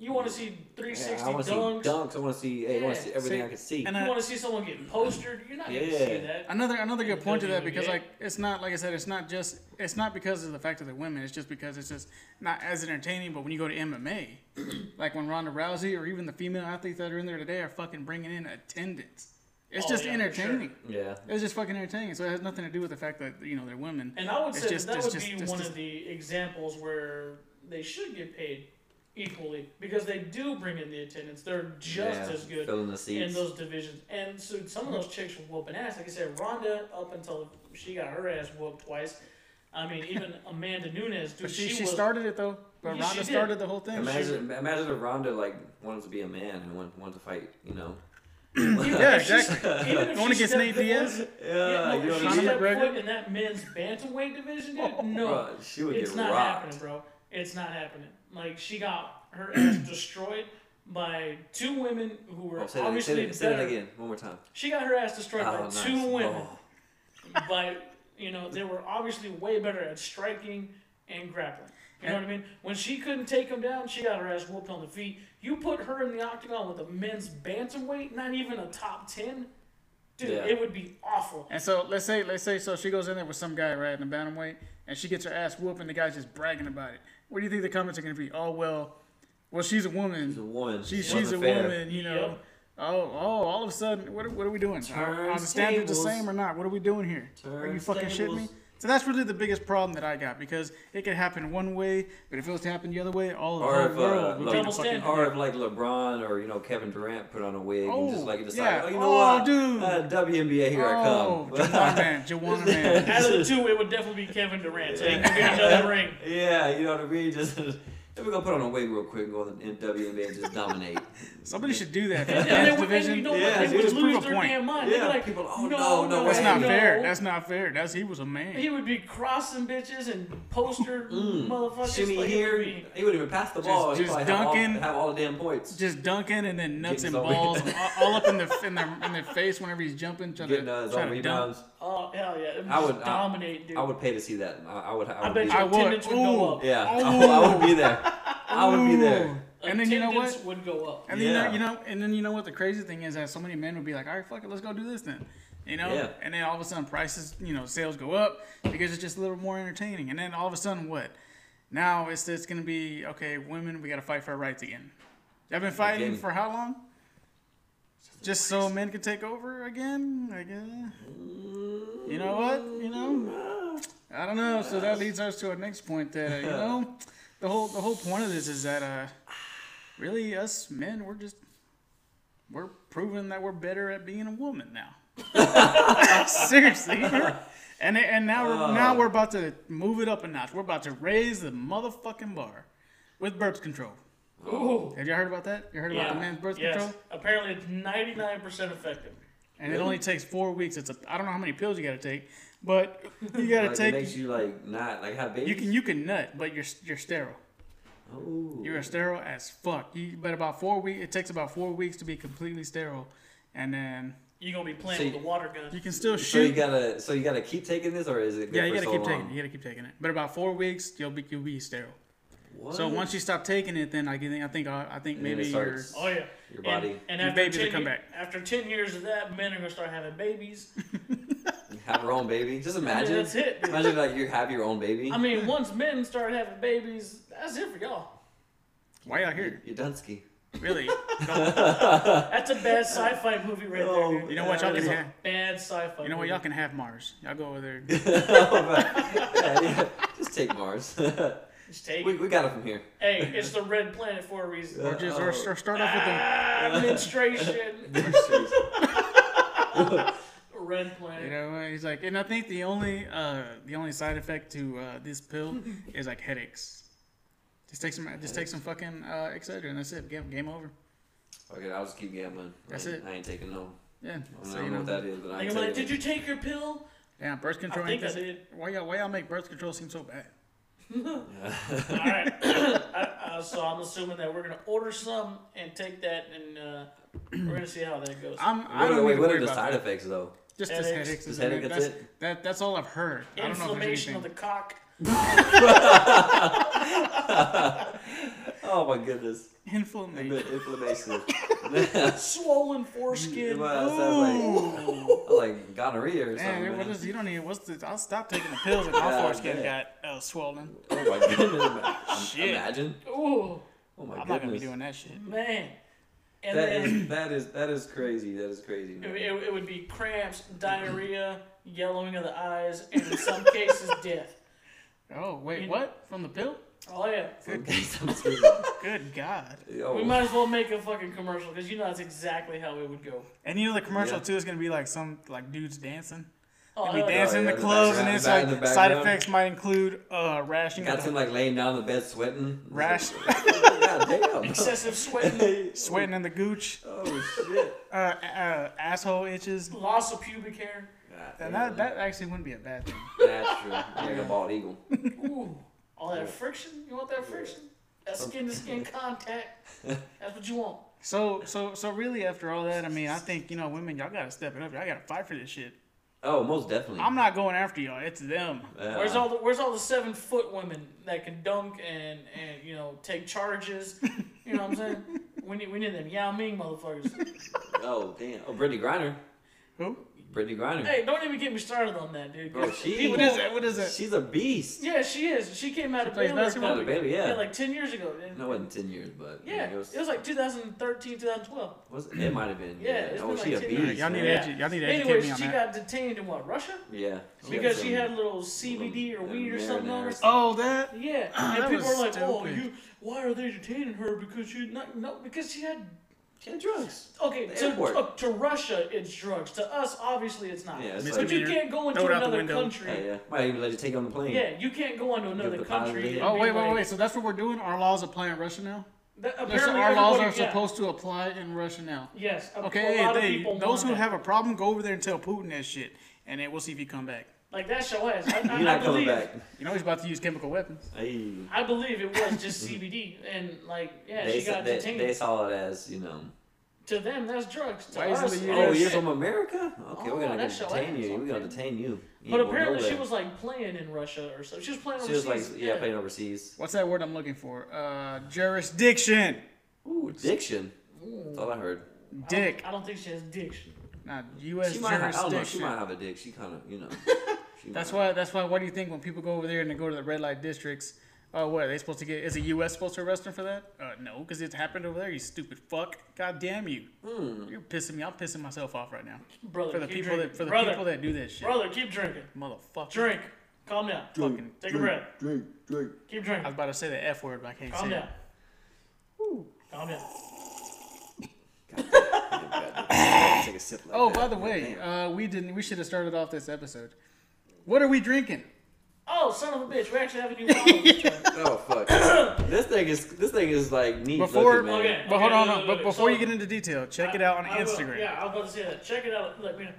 [SPEAKER 1] You want to see three
[SPEAKER 3] Yeah,
[SPEAKER 1] sixty
[SPEAKER 3] I want to see
[SPEAKER 1] dunks.
[SPEAKER 3] dunks. I want to see. Hey, I want
[SPEAKER 1] Yeah,
[SPEAKER 3] to see everything
[SPEAKER 2] see,
[SPEAKER 3] I can see.
[SPEAKER 2] and
[SPEAKER 1] You
[SPEAKER 2] I-
[SPEAKER 1] want to see someone get postered. You're not gonna see
[SPEAKER 3] Yeah.
[SPEAKER 1] that.
[SPEAKER 2] Another another good
[SPEAKER 1] the
[SPEAKER 2] point to
[SPEAKER 1] WNBA.
[SPEAKER 2] that because like it's not like I said it's not just it's not because of the fact that they're women it's just because it's just not as entertaining but when you go to MMA *clears throat* like when Ronda Rousey or even the female athletes that are in there today are fucking bringing in attendance it's
[SPEAKER 1] Oh,
[SPEAKER 2] just
[SPEAKER 1] yeah, for
[SPEAKER 2] entertaining
[SPEAKER 3] yeah,
[SPEAKER 2] it's just fucking entertaining so it has nothing to do with the fact that you know they're women
[SPEAKER 1] And I would
[SPEAKER 2] It's
[SPEAKER 1] say
[SPEAKER 2] just-
[SPEAKER 1] that, that
[SPEAKER 2] it's
[SPEAKER 1] would
[SPEAKER 2] just-
[SPEAKER 1] be
[SPEAKER 2] it's
[SPEAKER 1] one
[SPEAKER 2] just-
[SPEAKER 1] of the examples where they should get paid equally because they do bring in the attendance. They're just
[SPEAKER 3] yeah.
[SPEAKER 1] as good
[SPEAKER 3] Filling the
[SPEAKER 1] in
[SPEAKER 3] seats.
[SPEAKER 1] those divisions. And so some of those chicks were whooping ass. Like I said, Ronda, up until she got her ass whooped twice. I mean, even Amanda Nunes, dude,
[SPEAKER 2] but she,
[SPEAKER 1] she,
[SPEAKER 2] she,
[SPEAKER 1] was.
[SPEAKER 2] started it though but
[SPEAKER 1] Yeah, she
[SPEAKER 2] Ronda
[SPEAKER 1] did.
[SPEAKER 2] started the whole thing
[SPEAKER 3] Imagine, imagine if Ronda like wanted to be a man and wanted, wanted to fight. You know.
[SPEAKER 1] even
[SPEAKER 2] Yeah,
[SPEAKER 1] if she-
[SPEAKER 2] exactly.
[SPEAKER 1] even if
[SPEAKER 2] Going
[SPEAKER 1] she
[SPEAKER 2] against
[SPEAKER 1] stepped
[SPEAKER 2] Nate
[SPEAKER 1] foot-
[SPEAKER 2] Diaz?
[SPEAKER 1] Yeah,
[SPEAKER 3] Uh, you
[SPEAKER 1] no,
[SPEAKER 3] know
[SPEAKER 1] if she
[SPEAKER 3] what I
[SPEAKER 2] Conor
[SPEAKER 3] mean?
[SPEAKER 1] stepped
[SPEAKER 2] McGregor?
[SPEAKER 1] foot in that men's bantamweight division, dude. No,
[SPEAKER 3] Bruh, she would
[SPEAKER 1] it's
[SPEAKER 3] Oh, get
[SPEAKER 1] not
[SPEAKER 3] rocked.
[SPEAKER 1] happening, bro. It's not happening. Like she got her ass
[SPEAKER 3] *clears throat*
[SPEAKER 1] destroyed by two women who were
[SPEAKER 3] Oh, say, that,
[SPEAKER 1] obviously
[SPEAKER 3] say, that, say that
[SPEAKER 1] better.
[SPEAKER 3] again one more time.
[SPEAKER 1] She got her ass destroyed by
[SPEAKER 3] Oh, nice.
[SPEAKER 1] two women.
[SPEAKER 3] Oh,
[SPEAKER 1] by you know they were obviously way better at striking and grappling. You know what I mean? When she couldn't take him down, she got her ass whooped on the feet. You put her in the octagon with a men's bantamweight, not even a top ten, dude.
[SPEAKER 3] Yeah.
[SPEAKER 1] It would be awful.
[SPEAKER 2] and so let's say let's say so she goes in there with some guy right in the bantamweight and she gets her ass whooped and the guy's just bragging about it what do you think the comments are gonna be oh well well she's a woman
[SPEAKER 3] she's a woman.
[SPEAKER 2] She,
[SPEAKER 3] Wasn't
[SPEAKER 2] she's a
[SPEAKER 3] fair.
[SPEAKER 2] woman, you know.
[SPEAKER 1] Yep.
[SPEAKER 2] Oh, oh, all of a sudden, what are, what are we doing? Are,
[SPEAKER 3] Turn
[SPEAKER 2] are the standards
[SPEAKER 3] tables.
[SPEAKER 2] the same or not? What are we doing here? are
[SPEAKER 3] Turn
[SPEAKER 2] you fucking shitting me?
[SPEAKER 3] tables.
[SPEAKER 2] So that's really the biggest problem that I got because it could happen one way, but if it was to happen the other way, all the
[SPEAKER 3] Or
[SPEAKER 2] whole
[SPEAKER 3] if,
[SPEAKER 2] world
[SPEAKER 3] uh,
[SPEAKER 2] would
[SPEAKER 3] Le-
[SPEAKER 2] be in a
[SPEAKER 1] Double
[SPEAKER 2] fucking.
[SPEAKER 1] standard.
[SPEAKER 3] or if like LeBron or you know Kevin Durant put on a wig
[SPEAKER 2] Oh,
[SPEAKER 3] and just like decide,
[SPEAKER 2] yeah.
[SPEAKER 3] oh you know
[SPEAKER 2] Oh,
[SPEAKER 3] what,
[SPEAKER 2] dude.
[SPEAKER 3] Uh, WNBA here
[SPEAKER 2] Oh,
[SPEAKER 3] *laughs* I come.
[SPEAKER 2] Jawan man, Jawan
[SPEAKER 3] *laughs*
[SPEAKER 2] man.
[SPEAKER 1] Out of the two, it would definitely be Kevin Durant. So he could get another
[SPEAKER 3] *laughs*
[SPEAKER 1] ring.
[SPEAKER 3] Yeah, you know what I mean. Just *laughs* then we're gonna put on a wig real quick and go in WNBA and just dominate.
[SPEAKER 2] Somebody should do that. For the
[SPEAKER 1] And then they
[SPEAKER 2] men's
[SPEAKER 1] would, and you
[SPEAKER 2] division.
[SPEAKER 1] know what?
[SPEAKER 3] Yeah,
[SPEAKER 1] they
[SPEAKER 3] dude,
[SPEAKER 1] would
[SPEAKER 2] just prove a
[SPEAKER 1] lose their
[SPEAKER 2] point.
[SPEAKER 1] damn mind. They'd
[SPEAKER 3] Yeah,
[SPEAKER 1] be like,
[SPEAKER 3] people, oh,
[SPEAKER 1] no, no,
[SPEAKER 3] no, no,
[SPEAKER 2] That's not
[SPEAKER 1] no.
[SPEAKER 2] fair. That's not fair. That's he was a man.
[SPEAKER 1] He would be crossing bitches and poster motherfuckers.
[SPEAKER 3] Mm. Shimmy
[SPEAKER 1] like, it
[SPEAKER 3] here.
[SPEAKER 1] would be-
[SPEAKER 3] He wouldn't even pass the ball.
[SPEAKER 2] just
[SPEAKER 3] He'd probably
[SPEAKER 2] dunking.
[SPEAKER 3] Have all, have all the damn points.
[SPEAKER 2] Just dunking and then nuts and
[SPEAKER 3] Getting his
[SPEAKER 2] balls
[SPEAKER 3] own-
[SPEAKER 2] all, all up in the
[SPEAKER 3] *laughs*
[SPEAKER 2] in the in their face whenever he's jumping, trying
[SPEAKER 3] Getting
[SPEAKER 2] to
[SPEAKER 3] uh,
[SPEAKER 2] trying
[SPEAKER 3] all
[SPEAKER 2] to dunk.
[SPEAKER 3] rebounds.
[SPEAKER 1] Oh hell yeah! It would
[SPEAKER 3] I
[SPEAKER 1] just
[SPEAKER 3] would- I-
[SPEAKER 1] dominate, dude.
[SPEAKER 3] I would pay to see that. I, I would. I,
[SPEAKER 1] I
[SPEAKER 3] would
[SPEAKER 1] bet
[SPEAKER 3] be
[SPEAKER 1] you
[SPEAKER 2] I
[SPEAKER 1] your
[SPEAKER 2] would.
[SPEAKER 1] attendance would go
[SPEAKER 2] Ooh.
[SPEAKER 1] up.
[SPEAKER 3] Yeah,
[SPEAKER 2] Oh.
[SPEAKER 3] *laughs* I would be there. I would be there.
[SPEAKER 2] And then you know what?
[SPEAKER 1] Attendance would go up.
[SPEAKER 2] And then
[SPEAKER 3] Yeah.
[SPEAKER 2] you know, you know, and then you know what the crazy thing is that so many men would be like, all right, fuck it, let's go do this then, you know.
[SPEAKER 3] Yeah.
[SPEAKER 2] And then all of a sudden, prices, you know, sales go up because it's just a little more entertaining. And then all of a sudden, what? Now it's it's gonna be okay. Women, we gotta fight for our rights again. I've been fighting
[SPEAKER 3] Again.
[SPEAKER 2] for how long? Just so men can take over again, I guess. You know what? You know, I don't know. So that leads us to our next point. That uh, you know, the whole the whole point of this is that uh, really us men, we're just we're proving that we're better at being a woman now. *laughs* Seriously. And and now we're now we're about to move it up a notch. We're about to raise the motherfucking bar with birth control.
[SPEAKER 3] Oh.
[SPEAKER 1] Ooh.
[SPEAKER 2] Have you heard about that? You heard about the men's birth
[SPEAKER 1] yes.
[SPEAKER 2] control?
[SPEAKER 1] Apparently, it's ninety nine percent effective.
[SPEAKER 2] And it only takes four weeks. It's a I don't know how many pills you got to take, but
[SPEAKER 3] *laughs*
[SPEAKER 2] you got to
[SPEAKER 3] Like, it
[SPEAKER 2] take.
[SPEAKER 3] makes you like not like have babies.
[SPEAKER 2] You
[SPEAKER 3] Oh.
[SPEAKER 2] can you can nut, but you're you're sterile.
[SPEAKER 3] Ooh.
[SPEAKER 2] You're sterile as fuck. You but about four weeks. It takes about four weeks to be completely sterile, and then
[SPEAKER 1] You're gonna be playing
[SPEAKER 3] See-
[SPEAKER 1] with a water gun.
[SPEAKER 2] you can still
[SPEAKER 3] So you
[SPEAKER 2] shoot.
[SPEAKER 3] gotta, so you gotta keep taking this, or is it? Good
[SPEAKER 2] yeah, you
[SPEAKER 3] for
[SPEAKER 2] gotta
[SPEAKER 3] so
[SPEAKER 2] keep
[SPEAKER 3] long?
[SPEAKER 2] taking. it. You gotta keep taking it. But about four weeks, you'll be you'll be sterile.
[SPEAKER 3] What?
[SPEAKER 2] So once you stop taking it, then I think I think I think
[SPEAKER 3] And then
[SPEAKER 2] maybe
[SPEAKER 3] it
[SPEAKER 2] you're.
[SPEAKER 3] starts.
[SPEAKER 1] Oh yeah.
[SPEAKER 3] Your body.
[SPEAKER 1] And, and
[SPEAKER 2] Your
[SPEAKER 1] after
[SPEAKER 2] babies will
[SPEAKER 1] 10
[SPEAKER 2] come
[SPEAKER 1] ye-
[SPEAKER 2] back.
[SPEAKER 1] After ten years of that, men are gonna start having babies.
[SPEAKER 3] have your own baby. Just imagine.
[SPEAKER 1] that's it, dude.
[SPEAKER 3] Imagine like you have your own baby.
[SPEAKER 1] I
[SPEAKER 2] *laughs*
[SPEAKER 1] mean, once men start having babies, that's it for y'all.
[SPEAKER 2] Why y'all here?
[SPEAKER 3] You're Dunsky. *laughs*
[SPEAKER 2] Really?
[SPEAKER 1] That's a bad sci-fi movie right there. Dude.
[SPEAKER 2] Oh, You know what? Y'all
[SPEAKER 1] That
[SPEAKER 2] can
[SPEAKER 1] is a
[SPEAKER 2] have.
[SPEAKER 1] bad sci-fi.
[SPEAKER 2] You know what?
[SPEAKER 1] movie.
[SPEAKER 2] Y'all can have Mars. Y'all go over there.
[SPEAKER 3] yeah, yeah. Just take Mars. *laughs*
[SPEAKER 1] Just take
[SPEAKER 3] we,
[SPEAKER 1] it.
[SPEAKER 3] we got it from
[SPEAKER 2] *laughs*
[SPEAKER 3] here.
[SPEAKER 1] Hey, it's the red planet for a reason.
[SPEAKER 2] Or just or, or start off with the.
[SPEAKER 1] Ah, menstruation. red
[SPEAKER 2] You *laughs*
[SPEAKER 1] planet.
[SPEAKER 2] know, he's like, and I think the only uh, the only side effect to uh, this pill is like headaches. Just take some, just take some fucking uh, Excedrin. That's it. Game, game over.
[SPEAKER 3] okay, I'll just keep gambling.
[SPEAKER 2] That's
[SPEAKER 3] I,
[SPEAKER 2] it.
[SPEAKER 3] I ain't taking no.
[SPEAKER 2] Yeah.
[SPEAKER 3] I don't
[SPEAKER 2] So you
[SPEAKER 3] know what
[SPEAKER 2] know,
[SPEAKER 3] that is, but I
[SPEAKER 1] Like,
[SPEAKER 3] ain't
[SPEAKER 1] I'm like,
[SPEAKER 3] taking
[SPEAKER 1] did you take your pill?
[SPEAKER 2] damn, birth control.
[SPEAKER 1] I think
[SPEAKER 2] ain't
[SPEAKER 1] I
[SPEAKER 2] that-
[SPEAKER 1] did.
[SPEAKER 2] Why y'all, why y'all make birth control seem so bad?
[SPEAKER 1] All right. *coughs* I, uh, so I'm assuming that we're gonna order some and take that, and uh, we're gonna see how that goes.
[SPEAKER 2] I'm,
[SPEAKER 3] What,
[SPEAKER 2] I
[SPEAKER 3] are-
[SPEAKER 2] don't
[SPEAKER 3] wait,
[SPEAKER 2] even
[SPEAKER 3] what
[SPEAKER 2] worry
[SPEAKER 3] are the
[SPEAKER 2] about
[SPEAKER 3] side
[SPEAKER 2] that.
[SPEAKER 3] effects though?
[SPEAKER 2] Just
[SPEAKER 1] Headaches.
[SPEAKER 2] this headaches.
[SPEAKER 3] Just
[SPEAKER 2] is in
[SPEAKER 3] headache,
[SPEAKER 2] it.
[SPEAKER 3] that's
[SPEAKER 2] that's, That, that's all I've heard. I don't know if there's
[SPEAKER 1] Inflammation of the
[SPEAKER 2] anything.
[SPEAKER 1] cock.
[SPEAKER 3] Oh my goodness,
[SPEAKER 2] Inflammation.
[SPEAKER 3] *laughs*
[SPEAKER 2] *laughs*
[SPEAKER 3] the inflammation.
[SPEAKER 1] Swollen foreskin.
[SPEAKER 2] Mm,
[SPEAKER 3] Well, it sounds like, like gonorrhea or something.
[SPEAKER 2] Man,
[SPEAKER 3] man.
[SPEAKER 2] what is, you don't need. What's the? I'll stop taking the pills if my
[SPEAKER 3] *laughs* God
[SPEAKER 2] foreskin
[SPEAKER 3] damn.
[SPEAKER 2] got uh, swollen.
[SPEAKER 3] Oh my
[SPEAKER 2] *laughs*
[SPEAKER 3] goodness!
[SPEAKER 2] Shit.
[SPEAKER 3] Imagine.
[SPEAKER 1] Ooh,
[SPEAKER 3] Oh my
[SPEAKER 2] I'm
[SPEAKER 3] goodness.
[SPEAKER 2] not gonna be doing that shit.
[SPEAKER 1] man. And
[SPEAKER 3] That
[SPEAKER 1] then
[SPEAKER 3] is that is that is crazy. That is crazy.
[SPEAKER 1] it,
[SPEAKER 3] man.
[SPEAKER 1] it, it would be cramps, diarrhea, yellowing of the eyes, and in some cases *laughs* death.
[SPEAKER 2] Oh wait,
[SPEAKER 1] You-
[SPEAKER 2] what? From the pill?
[SPEAKER 1] Oh yeah.
[SPEAKER 3] *laughs* Okay, so I'm serious.
[SPEAKER 2] Good God!
[SPEAKER 3] Yo,
[SPEAKER 1] We might as well make a fucking commercial because you know that's exactly how it would go.
[SPEAKER 2] And you know the commercial
[SPEAKER 3] Yeah.
[SPEAKER 2] too is gonna be like some like dudes dancing.
[SPEAKER 1] Oh,
[SPEAKER 2] Be
[SPEAKER 1] hell yeah.
[SPEAKER 2] dancing in
[SPEAKER 3] yeah,
[SPEAKER 2] the
[SPEAKER 3] the
[SPEAKER 2] clubs, and
[SPEAKER 3] background-
[SPEAKER 2] it's
[SPEAKER 3] back in the
[SPEAKER 2] like side
[SPEAKER 3] background.
[SPEAKER 2] effects might include uh rashing,
[SPEAKER 3] got
[SPEAKER 2] of the-
[SPEAKER 3] him like laying down in the bed sweating.
[SPEAKER 2] *laughs*
[SPEAKER 3] *laughs*
[SPEAKER 2] rash,
[SPEAKER 3] God
[SPEAKER 2] *laughs*
[SPEAKER 3] damn.
[SPEAKER 1] excessive sweating,
[SPEAKER 2] sweating in the gooch,
[SPEAKER 3] Oh shit.
[SPEAKER 2] uh, uh asshole itches.
[SPEAKER 1] loss of pubic hair.
[SPEAKER 3] God
[SPEAKER 2] And
[SPEAKER 3] damn.
[SPEAKER 2] that that actually wouldn't be a bad thing.
[SPEAKER 3] That's true. Like a bald eagle.
[SPEAKER 2] *laughs*
[SPEAKER 1] Ooh, all that friction. You want that friction? That skin to
[SPEAKER 3] *laughs*
[SPEAKER 1] skin contact. That's what you want.
[SPEAKER 3] Uh-huh.
[SPEAKER 2] So so so really, after all that, I mean, I think you know, women, y'all gotta step it up. Y'all gotta fight for this shit.
[SPEAKER 3] Oh, most definitely.
[SPEAKER 2] I'm not going after y'all. It's them.
[SPEAKER 3] Yeah.
[SPEAKER 1] Where's all the Where's all the seven foot women that can dunk and and you know take charges? You know what I'm
[SPEAKER 3] *laughs*
[SPEAKER 1] saying? We need we need them Yao Ming motherfuckers.
[SPEAKER 3] Oh damn. Oh, Brittany Griner.
[SPEAKER 2] Who?
[SPEAKER 3] Brittany Griner.
[SPEAKER 1] Hey, don't even get me started on that, dude.
[SPEAKER 3] Bro, Oh, she-
[SPEAKER 1] People-
[SPEAKER 2] What is that? What is that?
[SPEAKER 3] She's a beast.
[SPEAKER 1] Yeah, she is. She came out of
[SPEAKER 2] plays
[SPEAKER 1] Baylor.
[SPEAKER 2] basketball?
[SPEAKER 1] probably-
[SPEAKER 3] Out of Baylor, yeah.
[SPEAKER 1] like ten years ago. And-
[SPEAKER 3] No, it wasn't ten years, but
[SPEAKER 1] yeah, it was, like 2013, 2012.
[SPEAKER 3] was it? it might have been.
[SPEAKER 1] Yeah, it's
[SPEAKER 3] Oh,
[SPEAKER 1] been
[SPEAKER 3] she
[SPEAKER 1] like
[SPEAKER 3] a
[SPEAKER 1] 10
[SPEAKER 3] beast.
[SPEAKER 1] years.
[SPEAKER 2] Y'all need to
[SPEAKER 3] man.
[SPEAKER 1] Yeah.
[SPEAKER 2] educate. Y'all need to educate
[SPEAKER 1] Anyways,
[SPEAKER 2] me on
[SPEAKER 1] she
[SPEAKER 2] that.
[SPEAKER 1] got detained in what Russia
[SPEAKER 3] Yeah.
[SPEAKER 1] because
[SPEAKER 3] got
[SPEAKER 1] she had
[SPEAKER 3] some-
[SPEAKER 1] a little CBD or
[SPEAKER 3] little
[SPEAKER 1] weed or something on her.
[SPEAKER 3] marinara.
[SPEAKER 2] oh, that. *clears throat*
[SPEAKER 1] Yeah,
[SPEAKER 2] that
[SPEAKER 1] and people
[SPEAKER 2] was
[SPEAKER 1] are like, "Oh,
[SPEAKER 2] stupid.
[SPEAKER 1] you? Why are they detaining her? Because she not no because she had
[SPEAKER 3] she had drugs.
[SPEAKER 1] okay
[SPEAKER 3] The
[SPEAKER 1] to,
[SPEAKER 3] airport.
[SPEAKER 1] uh, to Russia it's drugs to us obviously it's not.
[SPEAKER 3] Yeah, it's
[SPEAKER 1] but you
[SPEAKER 2] Misdemeanor.
[SPEAKER 1] can't go into
[SPEAKER 2] Throw it out the
[SPEAKER 1] another
[SPEAKER 2] window.
[SPEAKER 1] country.
[SPEAKER 3] Hey, yeah. Might even let you take it on the plane.
[SPEAKER 1] Yeah, you can't go into another
[SPEAKER 3] the
[SPEAKER 1] country.
[SPEAKER 3] positive.
[SPEAKER 1] and
[SPEAKER 2] Oh
[SPEAKER 1] be
[SPEAKER 2] wait, wait,
[SPEAKER 1] like-
[SPEAKER 2] wait. So that's what we're doing. Our laws apply in Russia now.
[SPEAKER 1] That,
[SPEAKER 2] That's-
[SPEAKER 1] apparently
[SPEAKER 2] Our laws are
[SPEAKER 1] everybody- yeah.
[SPEAKER 2] supposed to apply in Russia now.
[SPEAKER 1] Yes. a-
[SPEAKER 2] Okay,
[SPEAKER 1] A lot of
[SPEAKER 2] hey,
[SPEAKER 1] people
[SPEAKER 2] they, those
[SPEAKER 1] want
[SPEAKER 2] who
[SPEAKER 1] that.
[SPEAKER 2] have a problem, go over there and tell Putin that shit, and then we'll see if you come back.
[SPEAKER 1] like that show has. I, I,
[SPEAKER 3] You're not
[SPEAKER 1] I
[SPEAKER 3] coming
[SPEAKER 1] believe.
[SPEAKER 3] back.
[SPEAKER 2] You know he's about to use chemical weapons.
[SPEAKER 3] Hey.
[SPEAKER 1] I believe it was just CBD, and like yeah,
[SPEAKER 3] they,
[SPEAKER 1] she got
[SPEAKER 3] said they,
[SPEAKER 1] detained.
[SPEAKER 3] they saw it as, you know,
[SPEAKER 1] to them, that's drugs. To
[SPEAKER 2] Why isn't
[SPEAKER 1] us,
[SPEAKER 2] the
[SPEAKER 1] it
[SPEAKER 3] oh,
[SPEAKER 1] is-
[SPEAKER 3] you're from America? Okay,
[SPEAKER 1] Oh,
[SPEAKER 3] we're gonna
[SPEAKER 1] that's your
[SPEAKER 3] detain
[SPEAKER 1] ass,
[SPEAKER 3] you. We're gonna
[SPEAKER 1] okay.
[SPEAKER 3] detain you. You
[SPEAKER 1] But
[SPEAKER 3] ain't going
[SPEAKER 1] apparently she
[SPEAKER 3] nowhere.
[SPEAKER 1] was like playing in Russia or something. She was playing
[SPEAKER 3] She was
[SPEAKER 1] overseas.
[SPEAKER 3] like, yeah, playing overseas.
[SPEAKER 2] What's that word I'm looking for? Uh, jurisdiction.
[SPEAKER 3] Ooh, addiction. That's all I heard.
[SPEAKER 2] Dick.
[SPEAKER 1] I don't think she has addiction.
[SPEAKER 2] Not U.S.
[SPEAKER 3] She might have, I don't know, she
[SPEAKER 2] jurisdiction.
[SPEAKER 3] might have a dick. She kind
[SPEAKER 2] *laughs*
[SPEAKER 3] of, you know. She
[SPEAKER 2] That's
[SPEAKER 3] might-
[SPEAKER 2] why. That's why. Why do you think when people go over there and they go to the red light districts? Oh, what are they supposed to get? Is the U.S. supposed to arrest them for that? Uh, no, because it happened over there. You stupid fuck! God damn you! You're pissing me. I'm pissing myself off right now.
[SPEAKER 1] Hmm. Brother,
[SPEAKER 2] For the
[SPEAKER 1] keep
[SPEAKER 2] people
[SPEAKER 1] drinking.
[SPEAKER 2] that for the
[SPEAKER 1] brother,
[SPEAKER 2] people that do this shit,
[SPEAKER 1] brother, keep drinking.
[SPEAKER 2] motherfucker.
[SPEAKER 1] Drink. Calm down.
[SPEAKER 2] Fucking.
[SPEAKER 1] Take a breath.
[SPEAKER 3] Drink, drink.
[SPEAKER 1] Keep
[SPEAKER 2] I was
[SPEAKER 1] drinking.
[SPEAKER 2] about to say the f word, but I can't
[SPEAKER 1] Calm
[SPEAKER 2] say
[SPEAKER 1] down.
[SPEAKER 2] it.
[SPEAKER 1] Calm down.
[SPEAKER 3] Take a sip like
[SPEAKER 2] Oh,
[SPEAKER 3] that.
[SPEAKER 2] by the way,
[SPEAKER 3] Damn.
[SPEAKER 2] uh, we didn't. We should have started off this episode. What are we drinking?
[SPEAKER 1] Oh, son of a bitch! We actually have a new
[SPEAKER 2] *laughs*
[SPEAKER 1] bottle. this time.
[SPEAKER 3] *laughs* oh fuck. this thing is this thing is like neat
[SPEAKER 2] Before-
[SPEAKER 3] looking, man.
[SPEAKER 1] Okay.
[SPEAKER 2] But hold on,
[SPEAKER 1] wait, wait,
[SPEAKER 2] but
[SPEAKER 1] wait, so-
[SPEAKER 2] before you get into detail, check it out on
[SPEAKER 1] I will.
[SPEAKER 2] Instagram.
[SPEAKER 1] Yeah, I was about to say that. Check it out. Look,
[SPEAKER 2] *laughs*
[SPEAKER 1] man.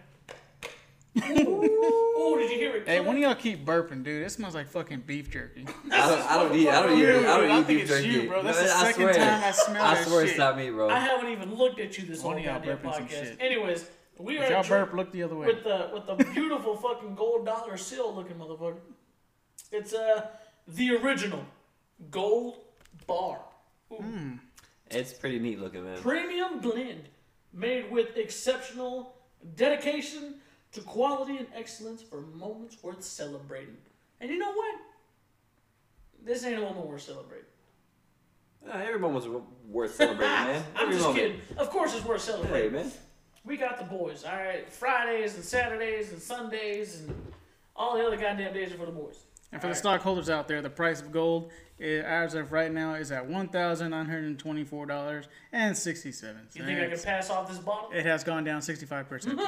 [SPEAKER 1] Ooh, did you hear it?
[SPEAKER 2] Hey, one of y'all keep burping, dude. It smells like fucking beef
[SPEAKER 1] *laughs*
[SPEAKER 2] jerky.
[SPEAKER 3] I don't, I don't eat. I don't eat.
[SPEAKER 2] Dude,
[SPEAKER 3] I
[SPEAKER 2] I
[SPEAKER 3] don't eat
[SPEAKER 2] think
[SPEAKER 3] beef
[SPEAKER 2] it's you,
[SPEAKER 3] jerky.
[SPEAKER 2] bro. That's
[SPEAKER 3] No,
[SPEAKER 2] the second
[SPEAKER 3] swear.
[SPEAKER 2] time I smell
[SPEAKER 3] I
[SPEAKER 2] that
[SPEAKER 3] swear
[SPEAKER 2] shit.
[SPEAKER 3] it's not me, bro.
[SPEAKER 1] I haven't even looked at you this whole
[SPEAKER 2] One of y'all
[SPEAKER 1] goddamn
[SPEAKER 2] burping some shit.
[SPEAKER 1] podcast. Anyways, we
[SPEAKER 2] If
[SPEAKER 1] are
[SPEAKER 2] y'all
[SPEAKER 1] drink-
[SPEAKER 2] burp, look the other way.
[SPEAKER 1] with the with the beautiful fucking gold dollar seal looking motherfucker. It's uh the original gold bar
[SPEAKER 3] It's pretty neat looking, man.
[SPEAKER 1] premium blend made with exceptional dedication to quality and excellence for moments worth celebrating. And you know what? This ain't a moment worth celebrating.
[SPEAKER 3] Uh, everyone was worth
[SPEAKER 2] *laughs*
[SPEAKER 3] celebrating, man.
[SPEAKER 1] I'm
[SPEAKER 3] Every
[SPEAKER 1] just
[SPEAKER 3] moment.
[SPEAKER 1] kidding. Of course, it's worth celebrating.
[SPEAKER 3] Hey, man.
[SPEAKER 1] We got the boys, all right. Fridays and Saturdays and Sundays and all the other goddamn days are for the boys.
[SPEAKER 2] And for the
[SPEAKER 1] Alright.
[SPEAKER 2] stockholders out there, the price of gold is, as of right now is at one thousand nine hundred twenty-four dollars and sixty-seven
[SPEAKER 1] You think I can
[SPEAKER 2] cents.
[SPEAKER 1] pass off this bottle?
[SPEAKER 2] It has gone down
[SPEAKER 1] *laughs*
[SPEAKER 2] sixty-five percent.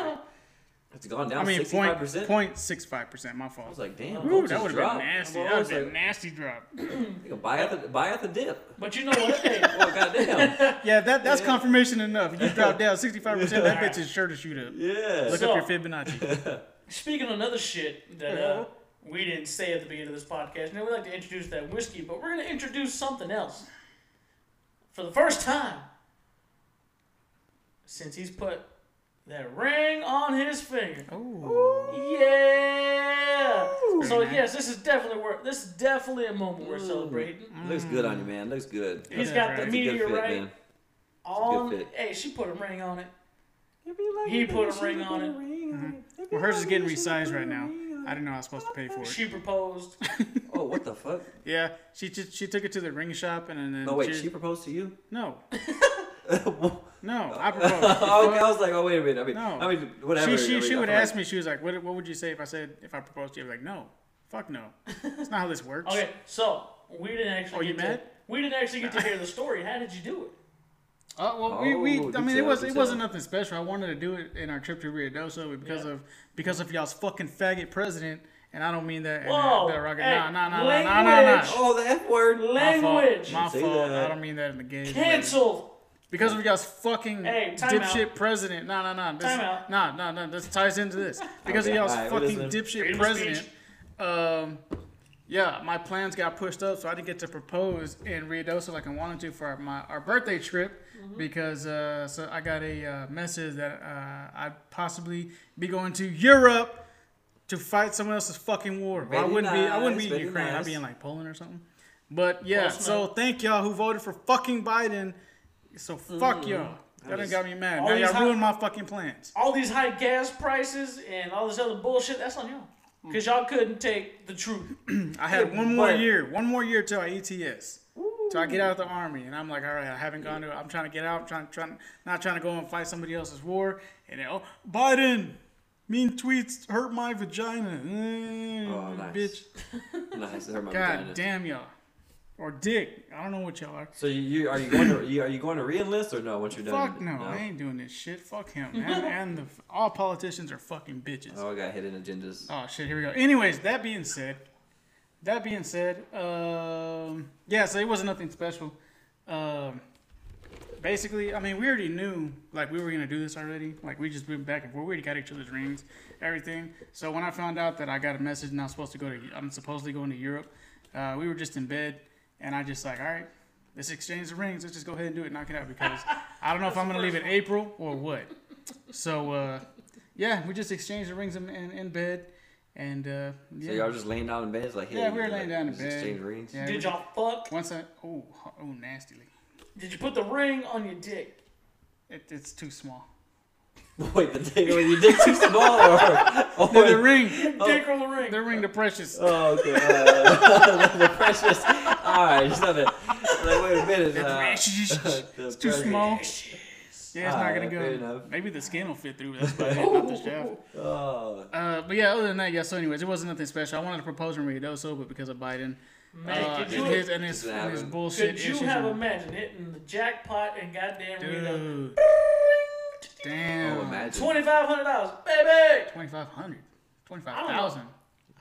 [SPEAKER 3] It's gone
[SPEAKER 2] I
[SPEAKER 3] down
[SPEAKER 2] mean, point
[SPEAKER 3] 65%.
[SPEAKER 2] point six five percent. My fault.
[SPEAKER 3] I was like, damn.
[SPEAKER 2] Ooh,
[SPEAKER 3] Ooh,
[SPEAKER 2] that would have been nasty. That would have been nasty
[SPEAKER 3] *laughs*
[SPEAKER 2] drop.
[SPEAKER 3] buy at the buy at the
[SPEAKER 2] *laughs*
[SPEAKER 3] dip.
[SPEAKER 1] *laughs* But you know what? Hey,
[SPEAKER 3] Oh goddamn.
[SPEAKER 2] Yeah, that, that's confirmation enough. You
[SPEAKER 3] *laughs*
[SPEAKER 2] drop down 65%, that
[SPEAKER 1] Alright.
[SPEAKER 2] bitch is sure to shoot up.
[SPEAKER 3] yeah.
[SPEAKER 2] Look up your
[SPEAKER 3] *laughs*
[SPEAKER 2] Fibonacci.
[SPEAKER 1] Speaking of another shit that uh, we didn't say at the beginning of this podcast, now we like to introduce that whiskey, but we're going to introduce something else. For the first time since he's put that ring on his finger.
[SPEAKER 2] Ooh.
[SPEAKER 1] Yeah. So
[SPEAKER 2] pretty nice.
[SPEAKER 1] yes, this is definitely worth. This is definitely a moment we're celebrating.
[SPEAKER 3] Looks good on you, man. Looks good.
[SPEAKER 1] He's got
[SPEAKER 2] Yeah,
[SPEAKER 1] the
[SPEAKER 2] right.
[SPEAKER 3] Mm-hmm. It's a good fit,
[SPEAKER 1] meteorite
[SPEAKER 3] man.
[SPEAKER 1] on.
[SPEAKER 3] fit.
[SPEAKER 1] Hey, she put a ring on it. He put a ring on it.
[SPEAKER 2] Well, hers is getting resized right now. I didn't know I was supposed to pay for it.
[SPEAKER 1] She proposed.
[SPEAKER 3] Oh, what
[SPEAKER 2] *laughs*
[SPEAKER 3] the fuck?
[SPEAKER 2] Yeah, she just she took it to the ring shop and then
[SPEAKER 3] No, wait.
[SPEAKER 2] she,
[SPEAKER 3] She proposed
[SPEAKER 2] *laughs*
[SPEAKER 3] to you?
[SPEAKER 2] no
[SPEAKER 3] oh, *laughs*
[SPEAKER 2] no I proposed.
[SPEAKER 3] okay. I was like, oh wait a minute. I mean,
[SPEAKER 2] No.
[SPEAKER 3] I mean, whatever.
[SPEAKER 2] she she,
[SPEAKER 3] I mean,
[SPEAKER 2] she
[SPEAKER 3] I
[SPEAKER 2] would
[SPEAKER 3] feel like-
[SPEAKER 2] ask me. She was like, "What what would you say if I said if I proposed to you?" I was like, "No,
[SPEAKER 1] *laughs*
[SPEAKER 2] fuck no. That's not how this works."
[SPEAKER 1] Okay, so we didn't actually.
[SPEAKER 2] Are you
[SPEAKER 1] get to-
[SPEAKER 2] mad?
[SPEAKER 1] we didn't actually get to hear the story. How did you do it?
[SPEAKER 2] Uh, well, we, we
[SPEAKER 3] Oh,
[SPEAKER 2] I mean it
[SPEAKER 3] detail,
[SPEAKER 2] was it
[SPEAKER 3] detail.
[SPEAKER 2] wasn't nothing special. I wanted to do it in our trip to Rio Doso but because
[SPEAKER 1] Yeah.
[SPEAKER 2] of because of y'all's fucking faggot president, and I don't mean that. in a-
[SPEAKER 1] Whoa,
[SPEAKER 2] that rocket.
[SPEAKER 1] hey,
[SPEAKER 2] Nah, nah, nah, nah, nah, nah, nah.
[SPEAKER 1] language.
[SPEAKER 3] Oh, the
[SPEAKER 2] *laughs*
[SPEAKER 3] F word.
[SPEAKER 2] My fault.
[SPEAKER 1] Language.
[SPEAKER 2] My
[SPEAKER 3] Say
[SPEAKER 2] fault.
[SPEAKER 3] that.
[SPEAKER 2] I don't mean that in the game.
[SPEAKER 1] Cancelled.
[SPEAKER 2] Because of y'all's fucking
[SPEAKER 1] Hey, time
[SPEAKER 2] dipshit president. Nah, nah, nah. This,
[SPEAKER 1] Time out.
[SPEAKER 2] Nah, nah, nah. This ties into this.
[SPEAKER 1] *laughs*
[SPEAKER 2] Because
[SPEAKER 3] Okay,
[SPEAKER 2] of y'all's
[SPEAKER 3] alright, we're
[SPEAKER 2] fucking
[SPEAKER 3] listening.
[SPEAKER 2] dipshit
[SPEAKER 1] Freedom of
[SPEAKER 2] president. Um, yeah, my plans got pushed up, so I didn't get to propose in Rio Doce like I wanted to for my our birthday trip
[SPEAKER 1] Mm-hmm.
[SPEAKER 2] because uh, so I got a uh, message that uh, I'd possibly be going to Europe to fight someone else's fucking war. Well, I
[SPEAKER 3] Very
[SPEAKER 2] wouldn't be. I wouldn't be
[SPEAKER 3] nice,
[SPEAKER 2] in
[SPEAKER 3] very
[SPEAKER 2] Ukraine. I'd be
[SPEAKER 3] nice.
[SPEAKER 2] in like Poland or something. But yeah,
[SPEAKER 1] Close
[SPEAKER 2] so
[SPEAKER 1] enough.
[SPEAKER 2] thank y'all who voted for fucking Biden. So fuck y'all. That done
[SPEAKER 3] was-
[SPEAKER 2] got me mad.
[SPEAKER 1] all
[SPEAKER 2] Now
[SPEAKER 1] these
[SPEAKER 2] y'all
[SPEAKER 1] hot-
[SPEAKER 2] ruined my fucking plans.
[SPEAKER 1] all these high gas prices and all this other bullshit, that's on y'all.
[SPEAKER 2] Mm.
[SPEAKER 1] Because y'all couldn't take the truth.
[SPEAKER 2] I had one more
[SPEAKER 3] but-
[SPEAKER 2] year, one more year till I E ETS. So I get out of the army, and I'm like, all right, I haven't gone to. I'm trying to get out. I'm trying, trying, not trying to go and fight somebody else's war. And then, oh, Biden, mean tweets hurt my vagina. Mm,
[SPEAKER 3] Oh, nice.
[SPEAKER 2] Bitch,
[SPEAKER 3] Nice. Never mind.
[SPEAKER 2] god
[SPEAKER 3] Vagina.
[SPEAKER 2] damn y'all, or dick. I don't know what y'all are.
[SPEAKER 3] So you, you are you going to you, are you going to reenlist or no? Once you're done.
[SPEAKER 2] Fuck no, I ain't doing this shit. Fuck him, man. and the, all politicians are fucking bitches.
[SPEAKER 3] Oh, I got hidden agendas.
[SPEAKER 2] Oh shit, here we go. Anyways, that being said, that being said, um, yeah, so it wasn't nothing special. Um, basically, I mean, we already knew like we were gonna do this already. Like we just went back and forth. We already got each other's rings, everything. So when I found out that I got a message and I was supposed to go to, I'm supposedly going to Europe. Uh, we were just in bed, and I just like, all right, let's exchange the rings. Let's just go ahead and do it, knock it out because I don't know if I'm gonna leave in April or what. So uh, yeah, we just exchanged the rings in, in, in bed, and uh, yeah.
[SPEAKER 3] So y'all were just laying down in bed. It's like hey,
[SPEAKER 2] Yeah, we were
[SPEAKER 3] like,
[SPEAKER 2] laying down in
[SPEAKER 3] just
[SPEAKER 2] bed.
[SPEAKER 3] Exchange rings.
[SPEAKER 2] Yeah.
[SPEAKER 1] Did y'all fuck?
[SPEAKER 2] Once I oh oh nastily,
[SPEAKER 1] Did you put the ring on your dick?
[SPEAKER 2] it, it's too
[SPEAKER 3] *laughs*
[SPEAKER 2] small.
[SPEAKER 3] *laughs* Wait, the dick. Wait, your dick too
[SPEAKER 2] *laughs*
[SPEAKER 3] small or? Oh,
[SPEAKER 2] The, the
[SPEAKER 3] wait.
[SPEAKER 2] ring,
[SPEAKER 1] Dick or the ring?
[SPEAKER 2] the ring, the precious. *laughs*
[SPEAKER 3] *laughs* Oh, *laughs* okay. Uh, the precious. All right, just have it. Like, wait a minute.
[SPEAKER 2] The
[SPEAKER 3] Uh,
[SPEAKER 2] precious.
[SPEAKER 3] the
[SPEAKER 2] it's too
[SPEAKER 3] precious.
[SPEAKER 2] small.
[SPEAKER 1] Yes.
[SPEAKER 2] Yeah, it's not
[SPEAKER 3] Alright,
[SPEAKER 2] gonna
[SPEAKER 3] fair
[SPEAKER 2] go.
[SPEAKER 3] enough.
[SPEAKER 2] Maybe the skin will fit through. That's about it, not the
[SPEAKER 3] *laughs*
[SPEAKER 2] shaft.
[SPEAKER 3] Oh,
[SPEAKER 2] Uh, but yeah, other than that, yeah. So, anyways, it wasn't nothing special. I wanted to propose in Rio Doso, but because of Biden
[SPEAKER 1] Man,
[SPEAKER 2] uh, and
[SPEAKER 1] could you,
[SPEAKER 2] his and his,
[SPEAKER 3] Didn't
[SPEAKER 2] and his
[SPEAKER 3] happen.
[SPEAKER 2] bullshit
[SPEAKER 1] could you
[SPEAKER 2] issues,
[SPEAKER 1] have
[SPEAKER 2] and-
[SPEAKER 1] imagined hitting the jackpot and goddamn Rita?
[SPEAKER 2] dude, damn,
[SPEAKER 3] oh, imagine.
[SPEAKER 1] $2,500, baby!
[SPEAKER 2] twenty five hundred, twenty
[SPEAKER 1] I
[SPEAKER 2] five
[SPEAKER 1] don't
[SPEAKER 2] thousand.
[SPEAKER 1] know.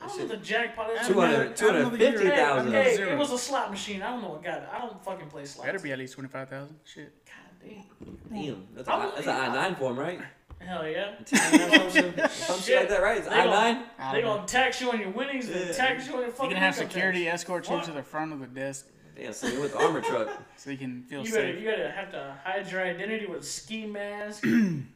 [SPEAKER 1] I don't know the jackpot is.
[SPEAKER 2] Add another- add another year.
[SPEAKER 3] 250,000.
[SPEAKER 1] Hey, hey,
[SPEAKER 2] Zero.
[SPEAKER 1] it was a slot machine. I don't know what got it. I don't fucking play slots.
[SPEAKER 2] Better be at least twenty five thousand. Shit.
[SPEAKER 1] God
[SPEAKER 3] Damn, that's a I- that's an I nine form, right?
[SPEAKER 1] damn. Hell
[SPEAKER 3] *laughs*
[SPEAKER 1] yeah.
[SPEAKER 3] Some shit like that, right? It's
[SPEAKER 1] They
[SPEAKER 3] I
[SPEAKER 1] don't-
[SPEAKER 3] nine.
[SPEAKER 2] I
[SPEAKER 1] They
[SPEAKER 2] don't know.
[SPEAKER 1] gonna tax you on your winnings and
[SPEAKER 3] Yeah.
[SPEAKER 1] tax you on your
[SPEAKER 2] You
[SPEAKER 1] fucking.
[SPEAKER 2] can have
[SPEAKER 1] income
[SPEAKER 2] security
[SPEAKER 1] tax.
[SPEAKER 2] escort you
[SPEAKER 1] What?
[SPEAKER 2] to the front of the desk
[SPEAKER 3] Yeah, so you with the armor truck. *laughs*
[SPEAKER 2] so you can feel
[SPEAKER 1] You gotta,
[SPEAKER 2] safe.
[SPEAKER 1] you gotta have to hide your identity with a ski
[SPEAKER 2] *clears throat*
[SPEAKER 1] mask.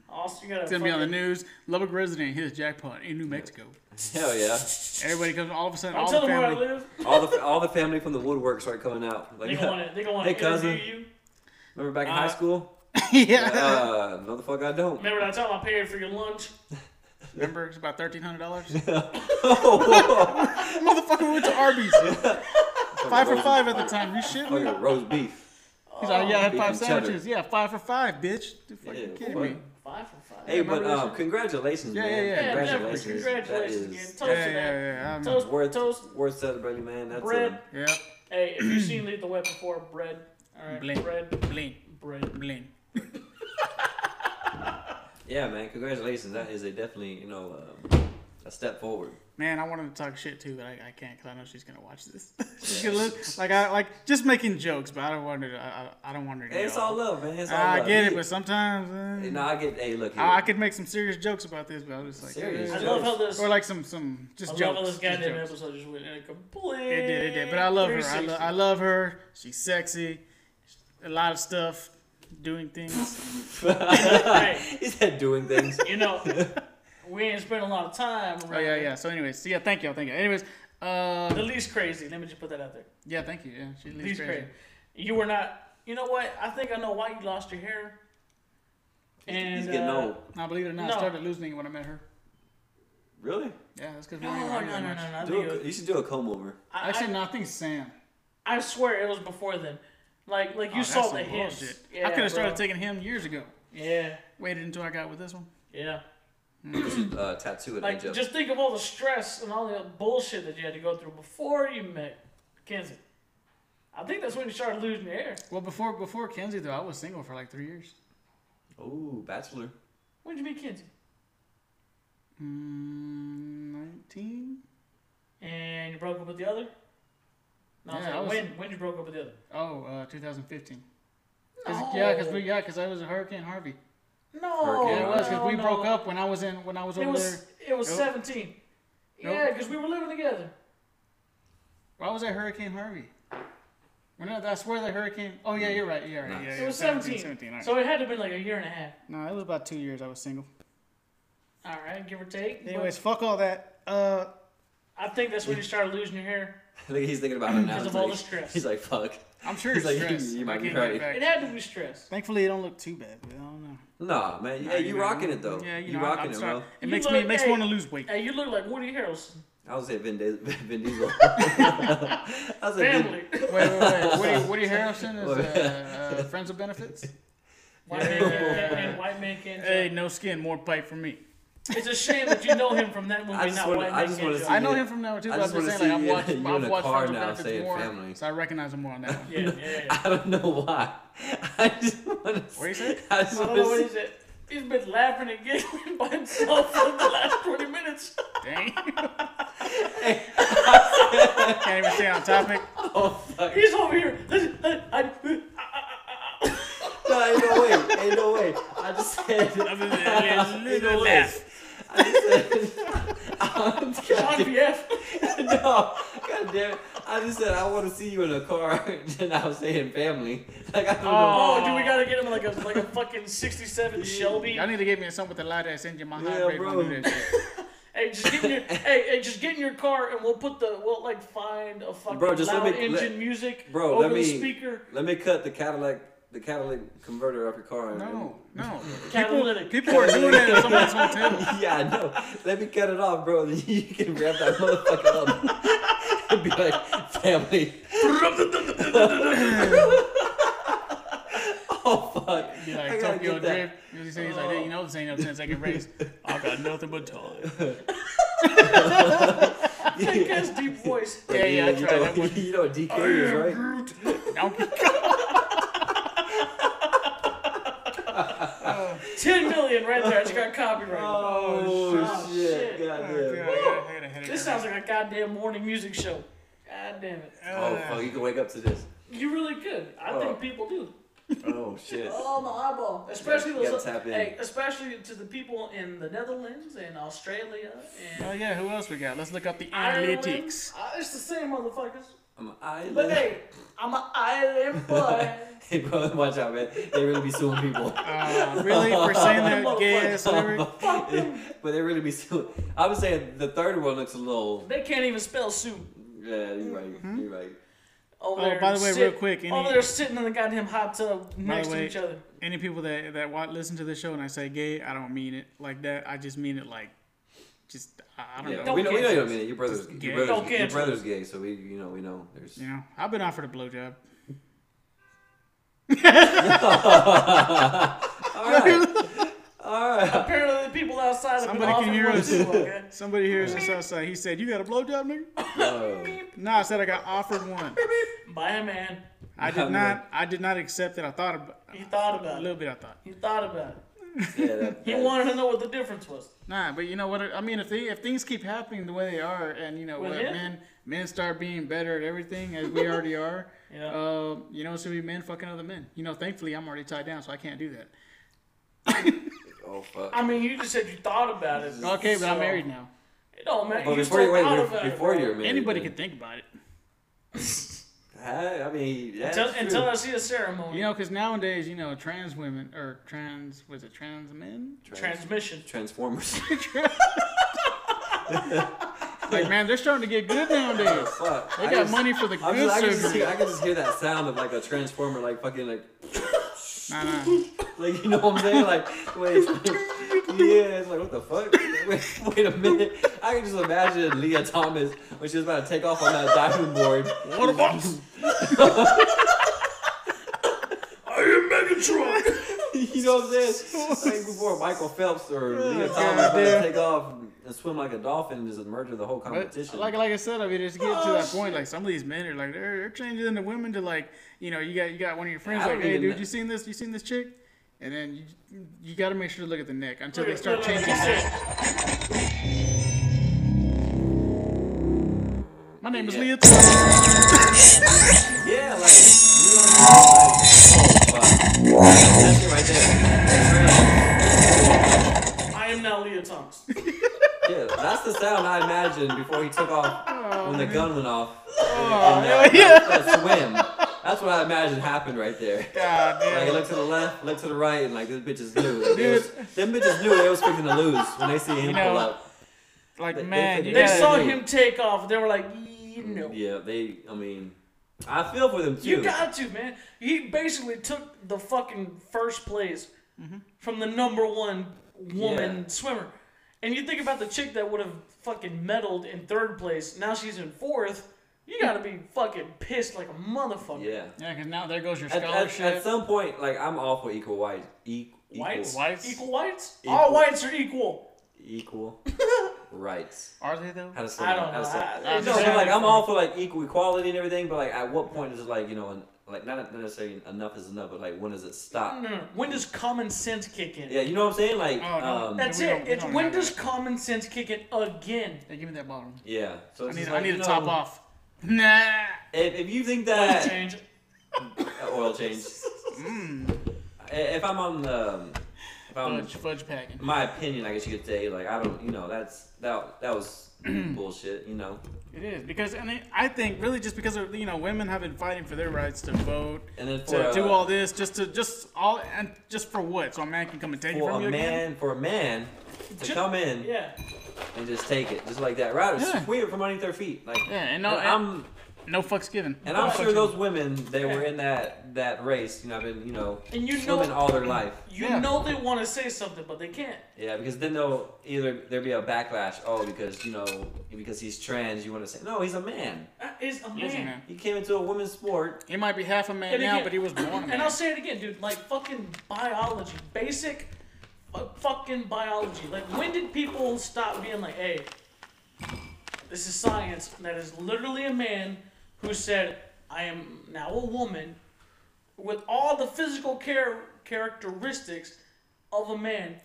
[SPEAKER 1] also, you gotta.
[SPEAKER 2] It's gonna be on the news. Lubbock resident hits jackpot in New Mexico.
[SPEAKER 3] Hell yeah.
[SPEAKER 2] Everybody comes all of a sudden.
[SPEAKER 1] I'm
[SPEAKER 2] All the
[SPEAKER 1] telling them where I
[SPEAKER 2] family.
[SPEAKER 1] live.
[SPEAKER 3] All the all the family from the woodwork start coming out.
[SPEAKER 1] They
[SPEAKER 3] Like, *laughs*
[SPEAKER 1] gonna wanna, they gonna wanna
[SPEAKER 3] Hey,
[SPEAKER 1] interview
[SPEAKER 3] cousin.
[SPEAKER 1] you.
[SPEAKER 3] remember back in
[SPEAKER 2] Uh,
[SPEAKER 3] high school?
[SPEAKER 2] *laughs* yeah.
[SPEAKER 3] Uh, no, the fuck I don't.
[SPEAKER 1] Remember that time I paid for your lunch?
[SPEAKER 2] Remember, it's about thirteen hundred dollars. *laughs*
[SPEAKER 3] *laughs*
[SPEAKER 1] *laughs*
[SPEAKER 3] Oh,
[SPEAKER 2] Motherfucker, we went to Arby's.
[SPEAKER 3] whoa.
[SPEAKER 2] Five for five at the time. You shit.
[SPEAKER 3] Fucking roast beef.
[SPEAKER 2] He's like, yeah, I had
[SPEAKER 3] Beef
[SPEAKER 2] five
[SPEAKER 3] and cheddar.
[SPEAKER 2] sandwiches. Yeah, five for five, bitch. You fucking
[SPEAKER 3] Yeah,
[SPEAKER 2] kidding
[SPEAKER 3] what?
[SPEAKER 2] me?
[SPEAKER 1] Five for five.
[SPEAKER 3] Hey, but
[SPEAKER 2] remember
[SPEAKER 3] um,
[SPEAKER 2] this-
[SPEAKER 3] congratulations,
[SPEAKER 2] Yeah,
[SPEAKER 3] man.
[SPEAKER 2] yeah, yeah.
[SPEAKER 1] yeah, definitely.
[SPEAKER 3] Congratulations.
[SPEAKER 1] Congratulations
[SPEAKER 3] That
[SPEAKER 1] again.
[SPEAKER 3] is
[SPEAKER 1] Toast
[SPEAKER 2] Yeah,
[SPEAKER 1] to
[SPEAKER 2] yeah,
[SPEAKER 1] that.
[SPEAKER 2] yeah. I'm-
[SPEAKER 1] Toast,
[SPEAKER 3] worth
[SPEAKER 1] toast,
[SPEAKER 3] worth celebrating, man. That's uh,
[SPEAKER 1] bread.
[SPEAKER 2] Yeah,
[SPEAKER 1] Hey, if you've
[SPEAKER 2] *clears throat*
[SPEAKER 1] seen Lead the Way before, bread. All right,
[SPEAKER 2] Blink.
[SPEAKER 1] bread,
[SPEAKER 2] bling,
[SPEAKER 1] bread.
[SPEAKER 2] bling.
[SPEAKER 3] A, yeah, man. Congratulations. That is a definitely you know um, a step forward.
[SPEAKER 2] Man, I wanted to talk shit too, but I, I can't because I know she's gonna watch this. *laughs* She's gonna look like I like just making jokes, but I don't want her. To, I, I, I don't want her. To
[SPEAKER 3] Hey, it's
[SPEAKER 2] know.
[SPEAKER 3] all love, man. It's all
[SPEAKER 2] I
[SPEAKER 3] love.
[SPEAKER 2] get it,
[SPEAKER 3] You-
[SPEAKER 2] but sometimes uh,
[SPEAKER 3] Hey, No, I get. Hey, look. Here. *laughs*
[SPEAKER 2] I, I could make some serious jokes about this, but I was just like,
[SPEAKER 3] Serious
[SPEAKER 1] I
[SPEAKER 2] eh,
[SPEAKER 1] love how this.
[SPEAKER 2] or like some some just
[SPEAKER 1] I love
[SPEAKER 2] jokes.
[SPEAKER 1] how this
[SPEAKER 2] just
[SPEAKER 1] goddamn
[SPEAKER 2] jokes.
[SPEAKER 1] episode just went in a complete.
[SPEAKER 2] It did, it did. But I love her. I,
[SPEAKER 3] *laughs*
[SPEAKER 2] lo- I love her. She's sexy. A lot of stuff,
[SPEAKER 1] *laughs*
[SPEAKER 2] doing things.
[SPEAKER 1] Hey.
[SPEAKER 3] he said
[SPEAKER 1] *laughs*
[SPEAKER 3] doing things.
[SPEAKER 1] You know, we ain't spent a lot of time.
[SPEAKER 2] Oh yeah, yeah. So anyways, so yeah, thank y'all, thank you. all Anyways,
[SPEAKER 1] The
[SPEAKER 2] uh,
[SPEAKER 1] least crazy. Let me just put that out there.
[SPEAKER 2] yeah, thank you. Yeah, she leaves
[SPEAKER 1] Least
[SPEAKER 2] crazy.
[SPEAKER 1] crazy. You were not. You know what? I think I know why you lost your hair. And
[SPEAKER 3] He's getting
[SPEAKER 1] uh,
[SPEAKER 3] old.
[SPEAKER 2] Now, believe it or not,
[SPEAKER 1] No.
[SPEAKER 2] I started losing it when I met her.
[SPEAKER 3] Really?
[SPEAKER 2] Yeah, that's because we
[SPEAKER 1] No,
[SPEAKER 2] were
[SPEAKER 1] no, no, Oh, no, no, no. I,
[SPEAKER 3] Do
[SPEAKER 1] think it
[SPEAKER 3] a,
[SPEAKER 1] was,
[SPEAKER 3] you should do a comb over.
[SPEAKER 1] I,
[SPEAKER 2] Actually,
[SPEAKER 1] I,
[SPEAKER 2] no, I think Sam.
[SPEAKER 1] I swear it was before then. Like, like you
[SPEAKER 2] Oh, that's
[SPEAKER 1] saw
[SPEAKER 2] some
[SPEAKER 1] the hints.
[SPEAKER 2] bullshit.
[SPEAKER 1] Yeah,
[SPEAKER 2] I could have started
[SPEAKER 1] bro.
[SPEAKER 2] taking him years ago.
[SPEAKER 1] Yeah,
[SPEAKER 2] Waited until I got with this one.
[SPEAKER 1] yeah.
[SPEAKER 3] Uh, tattoo an
[SPEAKER 1] Like,
[SPEAKER 3] edge up.
[SPEAKER 1] just think of all the stress and all the bullshit that you had to go through before you met Kenzie. I think that's when you started losing your hair.
[SPEAKER 2] Well, before before Kenzie though, I was single for like three years.
[SPEAKER 3] Ooh, bachelor. *laughs*
[SPEAKER 1] When did you meet Kenzie?
[SPEAKER 2] Mm, Nineteen.
[SPEAKER 1] And you broke up with the other? No, I'm
[SPEAKER 2] Yeah,
[SPEAKER 1] saying,
[SPEAKER 2] I was-
[SPEAKER 1] when when you broke up with the other?
[SPEAKER 2] Oh, uh, 2015. Cause,
[SPEAKER 1] Oh.
[SPEAKER 2] Yeah, because we yeah, because I was a Hurricane Harvey.
[SPEAKER 1] No,
[SPEAKER 3] Hurricane
[SPEAKER 2] Yeah, it was because
[SPEAKER 1] Oh, no,
[SPEAKER 2] we
[SPEAKER 1] no.
[SPEAKER 2] broke up when I was in when I was
[SPEAKER 1] It
[SPEAKER 2] over
[SPEAKER 1] was
[SPEAKER 2] there.
[SPEAKER 1] it was
[SPEAKER 2] Nope.
[SPEAKER 1] seventeen.
[SPEAKER 2] Nope.
[SPEAKER 1] Yeah, because we were living together.
[SPEAKER 2] Why was I Hurricane Harvey? When I, I swear the hurricane. Oh yeah, you're right. Yeah, right. Yeah,
[SPEAKER 3] Nice.
[SPEAKER 2] yeah,
[SPEAKER 1] It was seventeen.
[SPEAKER 2] 17 all right.
[SPEAKER 1] So it had to be like a year and a half.
[SPEAKER 2] no, it was about two years I was single.
[SPEAKER 1] All right, give or take. But
[SPEAKER 2] Anyways, fuck all that. Uh,
[SPEAKER 1] I think that's when you started losing your hair.
[SPEAKER 3] I think he's thinking about it now.
[SPEAKER 1] Because of
[SPEAKER 3] He's
[SPEAKER 1] all
[SPEAKER 3] like,
[SPEAKER 1] the stress.
[SPEAKER 3] He's like, fuck.
[SPEAKER 2] I'm sure
[SPEAKER 3] He's
[SPEAKER 2] it's
[SPEAKER 3] like,
[SPEAKER 2] stress.
[SPEAKER 3] you
[SPEAKER 2] if
[SPEAKER 3] might
[SPEAKER 2] I
[SPEAKER 3] be
[SPEAKER 2] can't get
[SPEAKER 3] right.
[SPEAKER 2] back.
[SPEAKER 1] It had to be stress.
[SPEAKER 2] Thankfully, it don't look too bad. But I don't know.
[SPEAKER 3] Nah, man. Hey, you,
[SPEAKER 2] know,
[SPEAKER 3] rocking it though.
[SPEAKER 2] Yeah, you,
[SPEAKER 3] you,
[SPEAKER 2] know,
[SPEAKER 3] rocking
[SPEAKER 2] I'm
[SPEAKER 3] it,
[SPEAKER 2] sorry.
[SPEAKER 3] bro.
[SPEAKER 2] It
[SPEAKER 1] You
[SPEAKER 2] makes
[SPEAKER 1] look-
[SPEAKER 2] me it makes
[SPEAKER 1] hey.
[SPEAKER 2] me want to lose weight.
[SPEAKER 1] Hey, you look like Woody Harrelson.
[SPEAKER 3] I was at Vin, Dis- *laughs* Vin Diesel. I was at Vin.
[SPEAKER 1] Family. *laughs*
[SPEAKER 2] Wait, wait, *laughs* wait. Woody, Woody Harrelson is uh, uh, friends with benefits.
[SPEAKER 1] White man can't and white man can't jump.
[SPEAKER 2] *laughs* Hey, no skin, more pipe for me.
[SPEAKER 1] It's a shame that you know him from that movie,
[SPEAKER 3] I just
[SPEAKER 1] not
[SPEAKER 3] wanna-
[SPEAKER 1] white
[SPEAKER 3] I
[SPEAKER 1] man
[SPEAKER 3] just
[SPEAKER 1] can't
[SPEAKER 3] wanna
[SPEAKER 1] jump.
[SPEAKER 2] I know
[SPEAKER 3] Yeah.
[SPEAKER 2] him from that too, but
[SPEAKER 3] I
[SPEAKER 2] I'm
[SPEAKER 3] just wanna
[SPEAKER 2] just saying like I've
[SPEAKER 3] see you-
[SPEAKER 2] watched
[SPEAKER 3] you in
[SPEAKER 2] I've
[SPEAKER 3] a
[SPEAKER 2] watched
[SPEAKER 3] car
[SPEAKER 2] Friends with
[SPEAKER 3] now
[SPEAKER 2] Benefits
[SPEAKER 3] saying
[SPEAKER 2] more,
[SPEAKER 3] family.
[SPEAKER 2] so I recognize him more on *laughs* that. one.
[SPEAKER 1] Yeah, yeah, yeah.
[SPEAKER 3] *laughs* I don't know why. I just want to.
[SPEAKER 2] What you say?
[SPEAKER 3] *laughs* I just
[SPEAKER 1] I don't
[SPEAKER 3] want
[SPEAKER 1] know what
[SPEAKER 3] to.
[SPEAKER 1] he said. He's been laughing and giggling by himself for the last 20 minutes.
[SPEAKER 2] *laughs* Dang. Can't even stay on topic.
[SPEAKER 3] Oh fuck!
[SPEAKER 1] He's over here. I,
[SPEAKER 3] No, ain't no way. Ain't no way. I
[SPEAKER 1] *laughs*
[SPEAKER 3] just said. *laughs* Ain't no way. I just said. *laughs* I'm
[SPEAKER 1] Sean
[SPEAKER 3] God *laughs*
[SPEAKER 1] F.
[SPEAKER 3] damn, no, God damn it. I just said I want to see you in a car, *laughs* and I was saying family. *laughs* Like I don't know.
[SPEAKER 1] Oh, dude, we gotta get him like a like a fucking 67 Shelby.
[SPEAKER 2] Y'all need to get me something with a lot that's in your mind.
[SPEAKER 3] Yeah,
[SPEAKER 2] Yeah,
[SPEAKER 3] bro.
[SPEAKER 2] bro.
[SPEAKER 1] Hey, just get in
[SPEAKER 3] *laughs*
[SPEAKER 1] your hey, hey, just get in your car and we'll put the we'll like find a fucking
[SPEAKER 3] Bro, just let
[SPEAKER 1] loud
[SPEAKER 3] me- let-
[SPEAKER 1] engine music
[SPEAKER 3] Bro,
[SPEAKER 1] over
[SPEAKER 3] let
[SPEAKER 1] the
[SPEAKER 3] me-
[SPEAKER 1] speaker.
[SPEAKER 3] Let me cut the Cadillac, the Cadillac converter off your car. and-
[SPEAKER 2] No, no. People,
[SPEAKER 1] Catalytic.
[SPEAKER 2] people are doing it in someone's hotel.
[SPEAKER 3] *laughs* Yeah, I know. Let me cut it off, bro. *laughs* Then you can wrap that motherfucker up. *laughs* and be like, family. *laughs* oh fuck.
[SPEAKER 2] Be like
[SPEAKER 3] I gotta
[SPEAKER 2] Tokyo
[SPEAKER 3] get that.
[SPEAKER 2] Drift. You say he's like, hey, you know this ain't no 10 second race. I got nothing but time.
[SPEAKER 1] Thick
[SPEAKER 3] *laughs*
[SPEAKER 1] ass deep voice.
[SPEAKER 2] Yeah, yeah, I
[SPEAKER 3] you,
[SPEAKER 2] tried
[SPEAKER 3] know,
[SPEAKER 2] that one.
[SPEAKER 3] you know what DK is,
[SPEAKER 2] Oh,
[SPEAKER 3] right?
[SPEAKER 2] Donkey
[SPEAKER 1] Ten million right there. I just got
[SPEAKER 3] *laughs*
[SPEAKER 1] copyrighted.
[SPEAKER 3] Oh,
[SPEAKER 1] Oh,
[SPEAKER 3] shit.
[SPEAKER 1] shit.
[SPEAKER 3] Goddamn.
[SPEAKER 1] This sounds like a goddamn morning music show. God damn it.
[SPEAKER 3] Oh
[SPEAKER 2] Uh,
[SPEAKER 3] fuck, you can wake up to this.
[SPEAKER 1] You really could. I
[SPEAKER 3] Oh.
[SPEAKER 1] think people do.
[SPEAKER 3] Oh shit.
[SPEAKER 1] Oh my eyeball. Especially
[SPEAKER 3] You gotta
[SPEAKER 1] those
[SPEAKER 3] tap in.
[SPEAKER 1] hey, especially to the people in the Netherlands and Australia and
[SPEAKER 2] Oh yeah, who else we got? Let's look up the
[SPEAKER 1] Ireland.
[SPEAKER 2] analytics.
[SPEAKER 1] Uh, It's the same motherfuckers.
[SPEAKER 3] I'm an island.
[SPEAKER 1] But hey, I'm an
[SPEAKER 3] *laughs*
[SPEAKER 1] island boy.
[SPEAKER 3] Hey, bro, watch out, man. They really be suing people. *laughs*
[SPEAKER 2] Uh, really, for saying that gay ass lyric?
[SPEAKER 1] Fuck them.
[SPEAKER 3] but they really be suing. I'm saying the third one looks a little.
[SPEAKER 1] They can't even spell soup.
[SPEAKER 3] Yeah, you're right.
[SPEAKER 2] Hmm?
[SPEAKER 3] You're right.
[SPEAKER 1] Over
[SPEAKER 2] Oh,
[SPEAKER 1] there
[SPEAKER 2] by the way,
[SPEAKER 1] sit-
[SPEAKER 2] real quick, any-
[SPEAKER 1] over there sitting in the goddamn hot tub next
[SPEAKER 2] way-
[SPEAKER 1] to each other.
[SPEAKER 2] Any people that that wa- listen to the show and I say gay, I don't mean it like that. I just mean it like, just I I don't
[SPEAKER 3] Yeah,
[SPEAKER 2] know.
[SPEAKER 3] we know, we know you
[SPEAKER 1] cancel
[SPEAKER 3] don't mean it. Your brother's
[SPEAKER 2] Just
[SPEAKER 3] gay.
[SPEAKER 2] gay.
[SPEAKER 3] Your brother's,
[SPEAKER 1] Don't
[SPEAKER 3] your
[SPEAKER 1] cancel.
[SPEAKER 3] brother's gay, so we you know we know. There's
[SPEAKER 2] You know, I've been offered a blowjob.
[SPEAKER 3] All right. All right.
[SPEAKER 1] Apparently, the people outside have
[SPEAKER 2] Somebody
[SPEAKER 1] been
[SPEAKER 2] can
[SPEAKER 1] offering
[SPEAKER 2] hear
[SPEAKER 1] one
[SPEAKER 2] us.
[SPEAKER 1] too, okay?
[SPEAKER 2] Somebody hears us outside. uh, He said, "You got a blowjob, nigga?"
[SPEAKER 3] Yo.
[SPEAKER 2] Nah, I said I got offered
[SPEAKER 3] *laughs*
[SPEAKER 2] one.
[SPEAKER 1] By a man.
[SPEAKER 2] I did not. I did not accept it. I thought about
[SPEAKER 1] He thought
[SPEAKER 2] a
[SPEAKER 1] about it.
[SPEAKER 2] little bit. I thought.
[SPEAKER 1] He thought about it.
[SPEAKER 3] Yeah, that,
[SPEAKER 1] He
[SPEAKER 3] that-
[SPEAKER 1] wanted to know what the difference was.
[SPEAKER 2] Nah, but you know what? I mean, if they, if things keep happening the way they are, and you know,
[SPEAKER 1] With
[SPEAKER 2] what,
[SPEAKER 1] him?
[SPEAKER 2] men men start being better at everything as we already are,
[SPEAKER 1] Yeah.
[SPEAKER 2] um, you know, it's gonna be men fucking other men. You know, thankfully, I'm already tied down, so I can't do that.
[SPEAKER 3] Oh fuck.
[SPEAKER 1] I mean, you just said you thought about it.
[SPEAKER 2] Okay, but I'm
[SPEAKER 1] so-
[SPEAKER 2] married now.
[SPEAKER 1] It don't matter.
[SPEAKER 3] But
[SPEAKER 1] you
[SPEAKER 3] before you
[SPEAKER 1] still
[SPEAKER 3] wait,
[SPEAKER 1] thought
[SPEAKER 3] wait,
[SPEAKER 1] about it,
[SPEAKER 3] before
[SPEAKER 1] bro.
[SPEAKER 3] you're married,
[SPEAKER 2] Anybody
[SPEAKER 3] then-
[SPEAKER 2] could think about it.
[SPEAKER 3] I, I mean, that's
[SPEAKER 1] Until, until
[SPEAKER 3] true.
[SPEAKER 1] I see a ceremony.
[SPEAKER 2] You know, because nowadays, you know, trans women or trans was it trans men?
[SPEAKER 3] Trans-
[SPEAKER 1] transmission.
[SPEAKER 2] *laughs*
[SPEAKER 3] Transformers.
[SPEAKER 2] Like man, they're starting to get good nowadays.
[SPEAKER 3] Fuck.
[SPEAKER 2] They
[SPEAKER 3] I
[SPEAKER 2] got
[SPEAKER 3] just-
[SPEAKER 2] money for the
[SPEAKER 3] I'm
[SPEAKER 2] good
[SPEAKER 3] just, I, can just
[SPEAKER 2] surgery.
[SPEAKER 3] hear, I can just hear that sound of like a transformer, like fucking like,
[SPEAKER 2] Nah, nah.
[SPEAKER 3] like you know what I'm saying? *laughs* Like, wait, yeah, it's like what the fuck? *laughs* Wait, wait a minute. I can just imagine Leah Thomas when she was about to take off on that diving board.
[SPEAKER 2] *laughs* What a boss!
[SPEAKER 1] I am *laughs* Megatron.
[SPEAKER 3] *laughs* You know what I'm saying?
[SPEAKER 2] *laughs*
[SPEAKER 3] Like before Michael Phelps or Leah Thomas
[SPEAKER 2] God
[SPEAKER 3] about to
[SPEAKER 2] damn.
[SPEAKER 3] take off and swim like a dolphin and just murder the whole
[SPEAKER 2] But
[SPEAKER 3] competition. Oh,
[SPEAKER 2] like like I said, I mean, just get to that point. Like some of these men are like they're, they're changing into women to like you know you got you got one of your friends
[SPEAKER 3] I
[SPEAKER 2] like
[SPEAKER 3] don't
[SPEAKER 2] hey
[SPEAKER 3] even
[SPEAKER 2] dude
[SPEAKER 3] know.
[SPEAKER 2] you seen this you seen this chick, and then you you got to make sure to look at the neck until they
[SPEAKER 1] Look,
[SPEAKER 2] start
[SPEAKER 1] look, look,
[SPEAKER 2] changing.
[SPEAKER 1] he
[SPEAKER 2] sex.
[SPEAKER 1] said,
[SPEAKER 2] My name is
[SPEAKER 3] Yeah.
[SPEAKER 2] Leah. Thomas. *laughs*
[SPEAKER 3] Yeah, like, you know what I'm saying? Like, oh, fuck. That shit right there.
[SPEAKER 1] I am now Leah Thomas.
[SPEAKER 3] Yeah, that's the sound I imagined before he took off
[SPEAKER 2] Oh,
[SPEAKER 3] when the gun went off. and, uh, that swim. That's what I imagined happened right there.
[SPEAKER 2] God
[SPEAKER 3] Like,
[SPEAKER 2] damn.
[SPEAKER 3] he looked to the left, looked to the right, and like, this bitch is new. Like, they was- them bitches knew they was freaking to lose when they see him
[SPEAKER 2] You know,
[SPEAKER 3] pull up.
[SPEAKER 2] Like
[SPEAKER 3] They- they
[SPEAKER 2] man,
[SPEAKER 3] figured-
[SPEAKER 2] you
[SPEAKER 1] They
[SPEAKER 2] gotta-
[SPEAKER 1] saw
[SPEAKER 3] do. Mm,
[SPEAKER 1] him take off. They were like, "Ye- no.
[SPEAKER 3] Yeah, they, I mean, I feel for them too.
[SPEAKER 1] You got to, man. He basically took the fucking first place from the number one woman
[SPEAKER 3] Mm-hmm. Yeah.
[SPEAKER 1] swimmer. And you think about the chick that would have fucking medaled in third place. Now she's in fourth. You got to be fucking pissed like a motherfucker.
[SPEAKER 3] yeah.
[SPEAKER 2] Yeah, because now there goes your
[SPEAKER 3] At, at, at
[SPEAKER 2] scholarship.
[SPEAKER 3] some point, like, I'm all for equal white. E- equal,
[SPEAKER 1] Whites?
[SPEAKER 2] Whites?
[SPEAKER 1] Equal whites?
[SPEAKER 3] Equal.
[SPEAKER 1] All whites are equal.
[SPEAKER 3] Equal rights.
[SPEAKER 2] Are they though?
[SPEAKER 3] How to say
[SPEAKER 1] I don't
[SPEAKER 3] how
[SPEAKER 1] know.
[SPEAKER 3] to
[SPEAKER 1] I,
[SPEAKER 3] say-
[SPEAKER 1] I,
[SPEAKER 2] I'm
[SPEAKER 3] No,
[SPEAKER 2] just
[SPEAKER 1] don't
[SPEAKER 3] so,
[SPEAKER 2] saying-
[SPEAKER 3] like I'm all for like equal equality and everything, but like at what point is it like you know and, like not not necessarily enough is enough, but like when does it stop?
[SPEAKER 1] No, no, no. When does common sense kick in?
[SPEAKER 3] Yeah, you know what I'm saying? Like
[SPEAKER 2] Oh, no.
[SPEAKER 3] um,
[SPEAKER 1] That's
[SPEAKER 2] We don't-
[SPEAKER 1] it.
[SPEAKER 2] we
[SPEAKER 1] It's
[SPEAKER 2] don't
[SPEAKER 1] when
[SPEAKER 2] have
[SPEAKER 1] does common sense kick in again?
[SPEAKER 2] Hey, give me that bottom.
[SPEAKER 3] yeah. So
[SPEAKER 2] I
[SPEAKER 3] it's
[SPEAKER 2] need
[SPEAKER 3] just
[SPEAKER 2] I
[SPEAKER 3] like,
[SPEAKER 2] need
[SPEAKER 3] you
[SPEAKER 2] to top
[SPEAKER 3] know,
[SPEAKER 2] off. Nah.
[SPEAKER 3] If, if you think
[SPEAKER 1] Let's
[SPEAKER 3] that
[SPEAKER 1] change.
[SPEAKER 3] Uh, *laughs* oil change, I- if I'm on um, if I'm
[SPEAKER 2] Fudge fudge packing.
[SPEAKER 3] my opinion, I guess you could say like I don't you know that's that that was bullshit. You know,
[SPEAKER 2] It is because and I- I think really just because of, you know women have been fighting for their rights to vote
[SPEAKER 3] and then for
[SPEAKER 2] to
[SPEAKER 3] uh,
[SPEAKER 2] do all this just to just all and just for what? So a man can come and take it
[SPEAKER 3] for
[SPEAKER 2] from you
[SPEAKER 3] a
[SPEAKER 2] again?
[SPEAKER 3] man for a man to
[SPEAKER 1] Ju-
[SPEAKER 3] come in.
[SPEAKER 1] Yeah.
[SPEAKER 3] and just take it, just like that. Right,
[SPEAKER 2] Yeah.
[SPEAKER 3] sweep it from underneath their feet. Like,
[SPEAKER 2] Yeah, and no-
[SPEAKER 3] I'm,
[SPEAKER 2] No fucks given.
[SPEAKER 3] and
[SPEAKER 2] No
[SPEAKER 3] I'm
[SPEAKER 2] fucks
[SPEAKER 3] sure
[SPEAKER 2] given.
[SPEAKER 3] those women they were in that that race. You know, I've been, you know,
[SPEAKER 1] And you
[SPEAKER 3] swimming
[SPEAKER 1] know-
[SPEAKER 3] all their life.
[SPEAKER 1] You
[SPEAKER 2] Yeah.
[SPEAKER 1] know they want to say something, but they can't.
[SPEAKER 3] Yeah, because then they'll either there will be a backlash. Oh, because you know, because he's trans, you want to say no, he's a man.
[SPEAKER 1] That is a man.
[SPEAKER 2] Yes, man.
[SPEAKER 3] He came into a women's sport.
[SPEAKER 2] He might be half a man
[SPEAKER 1] And
[SPEAKER 2] now,
[SPEAKER 1] again-
[SPEAKER 2] but
[SPEAKER 1] *clears throat*
[SPEAKER 2] he was born a
[SPEAKER 1] And
[SPEAKER 2] man.
[SPEAKER 1] I'll say it again, dude. Like fucking biology, basic fu- fucking biology. Like when did people stop being like, "Hey, this is science." That is literally a man who said, "I am now a woman with all the physical care characteristics of a man,"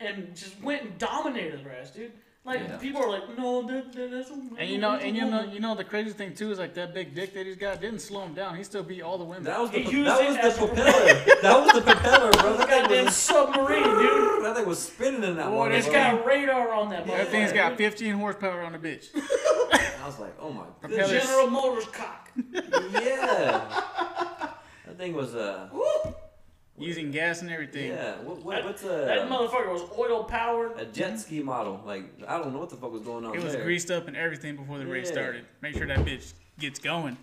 [SPEAKER 1] and just went and dominated the rest, dude. Like
[SPEAKER 3] Yeah.
[SPEAKER 1] people are like, "No, that, that, that's a woman."
[SPEAKER 2] And you know,
[SPEAKER 1] that's a
[SPEAKER 2] and you know,
[SPEAKER 1] woman."
[SPEAKER 2] you know, the crazy thing too is like that big dick that he's got didn't slow him down. He still beat all the women.
[SPEAKER 3] That was the,
[SPEAKER 1] He used
[SPEAKER 3] that
[SPEAKER 1] it
[SPEAKER 3] was
[SPEAKER 1] as
[SPEAKER 3] the
[SPEAKER 1] a-
[SPEAKER 3] propeller.
[SPEAKER 1] *laughs*
[SPEAKER 3] that was the propeller, bro. That thing
[SPEAKER 1] goddamn
[SPEAKER 3] was, *laughs*
[SPEAKER 1] submarine, dude.
[SPEAKER 3] that thing was spinning in that
[SPEAKER 2] Boy,
[SPEAKER 3] water.
[SPEAKER 2] this
[SPEAKER 1] It's
[SPEAKER 3] bro.
[SPEAKER 1] got radar on that.
[SPEAKER 2] that thing's
[SPEAKER 1] motherfucker,
[SPEAKER 3] *laughs*
[SPEAKER 2] got
[SPEAKER 1] dude.
[SPEAKER 2] 15 horsepower on the bitch.
[SPEAKER 3] I was like, oh my
[SPEAKER 2] Propeller.
[SPEAKER 3] goodness.
[SPEAKER 1] General Motors cock.
[SPEAKER 3] Yeah. that thing was uh.
[SPEAKER 2] Using gas and everything.
[SPEAKER 3] Yeah, what, what,
[SPEAKER 1] That,
[SPEAKER 3] what's
[SPEAKER 1] that
[SPEAKER 3] a,
[SPEAKER 1] motherfucker was oil powered.
[SPEAKER 3] a jet ski model? Like, I don't know what the fuck was going on
[SPEAKER 2] It was
[SPEAKER 3] there.
[SPEAKER 2] greased up and everything before the race
[SPEAKER 3] Yeah.
[SPEAKER 2] started. Make sure that bitch gets going.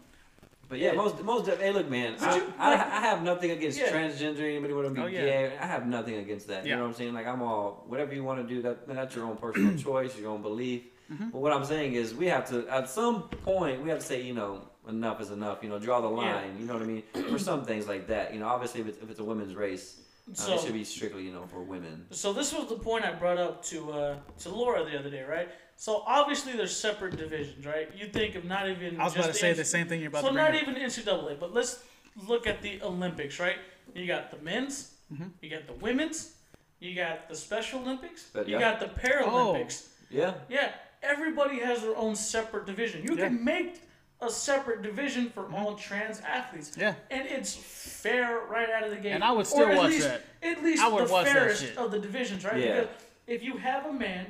[SPEAKER 3] But yeah, most, most of, hey, look, man, I,
[SPEAKER 1] you-
[SPEAKER 3] I, I have nothing against
[SPEAKER 1] Yeah.
[SPEAKER 3] transgender, anybody want to be
[SPEAKER 2] Oh, yeah.
[SPEAKER 3] gay. I have nothing against that. You
[SPEAKER 2] Yeah.
[SPEAKER 3] know what I'm saying? Like, I'm all, whatever you want to do, that, that's your own personal choice, your own belief. But what I'm saying is, we have to, at some point, we have to say, you know, enough is enough. You know, draw the
[SPEAKER 1] Yeah.
[SPEAKER 3] line. You know what I mean? For some things like that, you know, obviously if it's, if it's a women's race, uh,
[SPEAKER 1] So-
[SPEAKER 3] it should be strictly you know for women.
[SPEAKER 1] So this was the point I brought up to uh, to Laura the other day, right? So obviously there's separate divisions, right? You think of not even
[SPEAKER 2] I was
[SPEAKER 1] just
[SPEAKER 2] about to say
[SPEAKER 1] N-
[SPEAKER 2] the same thing you're about
[SPEAKER 1] So
[SPEAKER 2] to bring
[SPEAKER 1] not
[SPEAKER 2] up.
[SPEAKER 1] even NCAA, but let's look at the Olympics, right? You got the men's,
[SPEAKER 2] Mm-hmm.
[SPEAKER 1] you got the women's, you got the Special Olympics,
[SPEAKER 3] But
[SPEAKER 1] you
[SPEAKER 3] yeah.
[SPEAKER 1] got the
[SPEAKER 2] Oh.
[SPEAKER 1] Paralympics.
[SPEAKER 3] Yeah.
[SPEAKER 1] Yeah, everybody has their own separate division. You
[SPEAKER 2] Yeah.
[SPEAKER 1] can make a separate division for all trans athletes.
[SPEAKER 2] Yeah.
[SPEAKER 1] And it's fair right out of the gate.
[SPEAKER 2] And I would
[SPEAKER 1] Or
[SPEAKER 2] still
[SPEAKER 1] at
[SPEAKER 2] watch
[SPEAKER 1] least,
[SPEAKER 2] that.
[SPEAKER 1] At least
[SPEAKER 2] I would
[SPEAKER 1] the
[SPEAKER 2] watch that
[SPEAKER 1] fairest
[SPEAKER 2] shit.
[SPEAKER 1] of the divisions, right?
[SPEAKER 3] Yeah.
[SPEAKER 1] Because if you have a man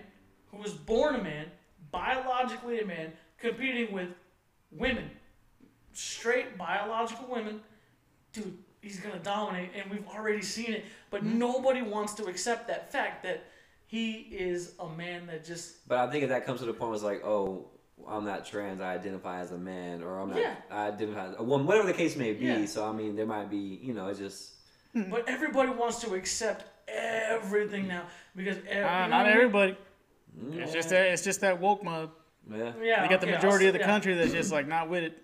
[SPEAKER 1] who was born a man, biologically a man, competing with women, straight biological women, dude, he's gonna dominate, and we've already seen it. But
[SPEAKER 2] Mm-hmm.
[SPEAKER 1] nobody wants to accept that fact that he is a man that just
[SPEAKER 3] But I think if that comes to the point, where it's like, oh, I'm not trans. I identify as a man, or I'm not.
[SPEAKER 1] Yeah.
[SPEAKER 3] I identify as a woman. Whatever the case may be.
[SPEAKER 1] Yeah.
[SPEAKER 3] So I mean, there might be. You know, it's just.
[SPEAKER 1] But everybody wants to accept everything now because ev-
[SPEAKER 2] Uh,
[SPEAKER 1] you know
[SPEAKER 2] not
[SPEAKER 1] what I mean?
[SPEAKER 2] everybody. It's just that it's just that woke mob.
[SPEAKER 3] Yeah.
[SPEAKER 1] Yeah,
[SPEAKER 2] You got the
[SPEAKER 1] okay, I'll
[SPEAKER 2] majority
[SPEAKER 1] say-
[SPEAKER 2] of the
[SPEAKER 1] yeah.
[SPEAKER 2] country that's just like not with it.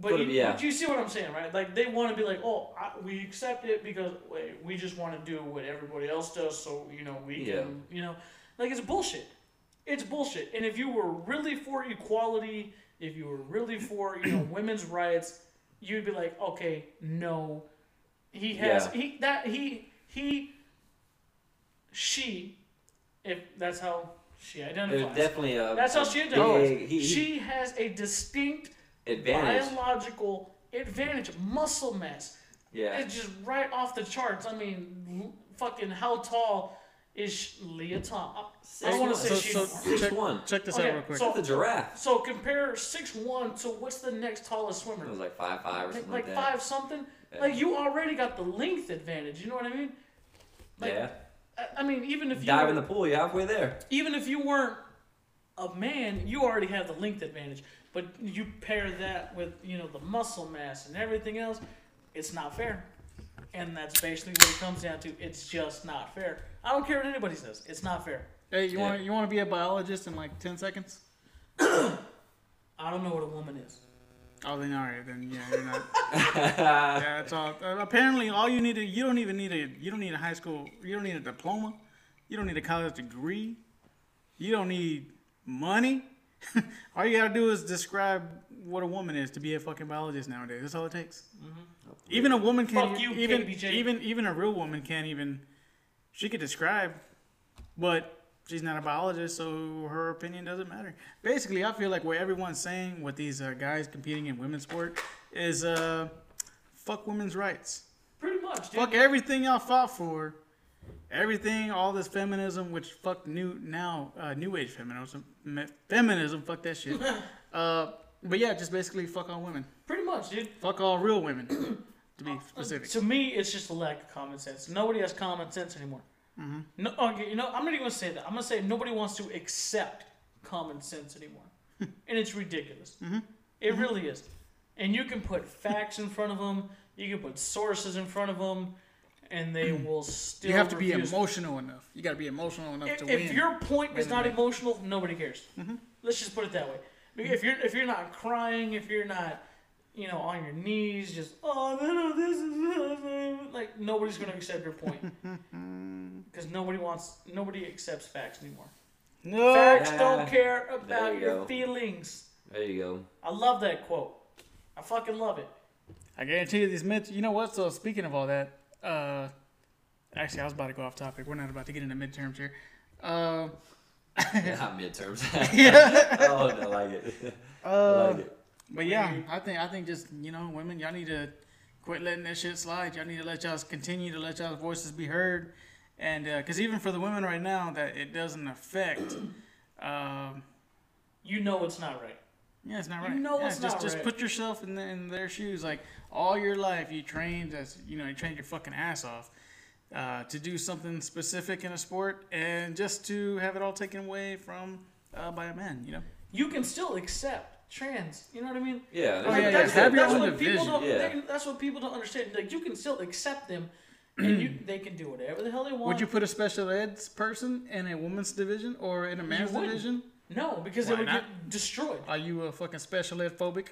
[SPEAKER 1] But you,
[SPEAKER 3] Yeah.
[SPEAKER 1] but you see what I'm saying, right? Like they want to be like, oh, I, we accept it because wait, we just want to do what everybody else does, so you know we
[SPEAKER 3] Yeah.
[SPEAKER 1] can, you know, like it's bullshit. It's bullshit. And if you were really for equality, if you were really for
[SPEAKER 3] *clears throat*
[SPEAKER 1] you know women's rights, you'd be like, okay, no, he has
[SPEAKER 3] Yeah.
[SPEAKER 1] he that he he she, if that's how she
[SPEAKER 3] There's
[SPEAKER 1] identifies.
[SPEAKER 3] definitely a.
[SPEAKER 1] That's how
[SPEAKER 3] a
[SPEAKER 1] she
[SPEAKER 3] big-
[SPEAKER 1] identifies.
[SPEAKER 3] he- he-
[SPEAKER 1] she has a distinct
[SPEAKER 3] advantage.
[SPEAKER 1] biological advantage, muscle mass.
[SPEAKER 3] Yeah.
[SPEAKER 1] It's just right off the charts. I mean, l- fucking how tall is Leah Tom? I don't want to say
[SPEAKER 2] So,
[SPEAKER 1] she's.
[SPEAKER 2] so check,
[SPEAKER 3] 6'1".
[SPEAKER 2] check this
[SPEAKER 1] Okay,
[SPEAKER 2] out real quick.
[SPEAKER 1] so-
[SPEAKER 3] the giraffe.
[SPEAKER 1] so compare six one to what's the next tallest swimmer?
[SPEAKER 3] It was like five five or
[SPEAKER 1] like
[SPEAKER 3] something
[SPEAKER 1] like
[SPEAKER 3] like, that.
[SPEAKER 1] five something. Like you already got the length advantage. You know what I mean? like-
[SPEAKER 3] yeah.
[SPEAKER 1] I, I mean, even if you
[SPEAKER 3] Dive in
[SPEAKER 1] were-
[SPEAKER 3] the pool. You're halfway there. *laughs*
[SPEAKER 1] even if you weren't a man, you already have the length advantage. But you pair that with you know the muscle mass and everything else, it's not fair. And that's basically what it comes down to. It's just not fair. I don't care what anybody says. It's not fair.
[SPEAKER 2] hey, you
[SPEAKER 3] Yeah.
[SPEAKER 2] want you want to be a biologist in like ten seconds?
[SPEAKER 1] I don't know what a woman is.
[SPEAKER 2] Oh, then all right, then yeah, you're not. *laughs* yeah, that's all. Uh, apparently, all you need to you don't even need a you don't need a high school you don't need a diploma, you don't need a college degree, you don't need money. *laughs* all you gotta do is describe what a woman is to be a fucking biologist nowadays. That's all it takes. Even a woman can
[SPEAKER 1] Mm-hmm. Fuck you,
[SPEAKER 2] even
[SPEAKER 1] KBJ.
[SPEAKER 2] even even a real woman can't even she could describe, but she's not a biologist, so her opinion doesn't matter. Basically, I feel like what everyone's saying with these uh, guys competing in women's sport is uh, fuck women's rights.
[SPEAKER 1] Pretty much, dude.
[SPEAKER 2] Fuck everything y'all fought for. Everything, all this feminism, which fuck new now, uh, new age feminism, me- feminism, fuck
[SPEAKER 1] *laughs*
[SPEAKER 2] that shit. uh, but yeah, just basically fuck all women,
[SPEAKER 1] Pretty much, dude.
[SPEAKER 2] fuck all real women,
[SPEAKER 1] *coughs*
[SPEAKER 2] to be specific.
[SPEAKER 1] To me, it's just a lack of common sense. Nobody has common sense anymore.
[SPEAKER 2] Mm-hmm.
[SPEAKER 1] No, okay, you know, I'm not even gonna say that. I'm gonna say nobody wants to accept common sense
[SPEAKER 2] *laughs*
[SPEAKER 1] anymore, and it's ridiculous.
[SPEAKER 2] Mm-hmm.
[SPEAKER 1] It really is. And you can put facts in front of them. You can put sources in front of them, and they will still.
[SPEAKER 2] Mm-hmm. You have to be
[SPEAKER 1] refuse.
[SPEAKER 2] emotional enough. You got to be emotional enough
[SPEAKER 1] If,
[SPEAKER 2] to
[SPEAKER 1] if
[SPEAKER 2] win.
[SPEAKER 1] your point is
[SPEAKER 2] Win,
[SPEAKER 1] not
[SPEAKER 2] win.
[SPEAKER 1] emotional, nobody cares.
[SPEAKER 3] Mm-hmm.
[SPEAKER 1] Let's just put it that way. Be- If you're if you're not crying, if you're not, you know, on your knees, just oh no, this is *laughs* like nobody's gonna accept your
[SPEAKER 3] *laughs*
[SPEAKER 1] point because nobody wants nobody accepts facts anymore.
[SPEAKER 2] no,
[SPEAKER 1] Facts
[SPEAKER 3] Oh, Yeah.
[SPEAKER 1] don't care about
[SPEAKER 3] you
[SPEAKER 1] your
[SPEAKER 3] go.
[SPEAKER 1] feelings.
[SPEAKER 3] There
[SPEAKER 1] *laughs*
[SPEAKER 3] you go.
[SPEAKER 1] I love that quote. I fucking love it.
[SPEAKER 2] I guarantee you these mid. You know what? So speaking of all that, uh, actually, I was about to go off topic. We're not about to get into midterms here. Uh,
[SPEAKER 3] Not midterms. yeah. *laughs* oh, I like it. I like
[SPEAKER 1] Uh,
[SPEAKER 3] it.
[SPEAKER 2] But yeah, I think I think just you know, women, y'all need to quit letting that shit slide. Y'all need to let y'all continue to let y'all's voices be heard, and because even for the women right now, that it doesn't affect. *clears throat* um,
[SPEAKER 1] You know it's not right.
[SPEAKER 2] yeah, it's not right.
[SPEAKER 1] know
[SPEAKER 2] yeah,
[SPEAKER 1] it's
[SPEAKER 2] just
[SPEAKER 1] not
[SPEAKER 2] just
[SPEAKER 1] right.
[SPEAKER 2] put yourself in, the, in their shoes. Like all your life, you trained as you know, you trained your fucking ass off uh, to do something specific in a sport, and just to have it all taken away from uh, by a man. You know,
[SPEAKER 1] You can still accept trans. You know what I mean?
[SPEAKER 3] Yeah.
[SPEAKER 2] Oh,
[SPEAKER 1] Like,
[SPEAKER 2] yeah,
[SPEAKER 1] that's, what,
[SPEAKER 2] yeah. Have your
[SPEAKER 1] that's
[SPEAKER 2] own
[SPEAKER 1] what people
[SPEAKER 2] division.
[SPEAKER 1] don't.
[SPEAKER 3] Yeah.
[SPEAKER 1] They, that's what people don't understand. Like you can still accept them,
[SPEAKER 2] *clears throat*
[SPEAKER 1] and you they can do whatever the hell they want.
[SPEAKER 2] would you put a special eds person in a women's division or in a man's
[SPEAKER 1] wouldn't.
[SPEAKER 2] division?
[SPEAKER 1] No, because
[SPEAKER 2] Why
[SPEAKER 1] they would
[SPEAKER 2] not?
[SPEAKER 1] get destroyed.
[SPEAKER 2] Are you a fucking special ed phobic?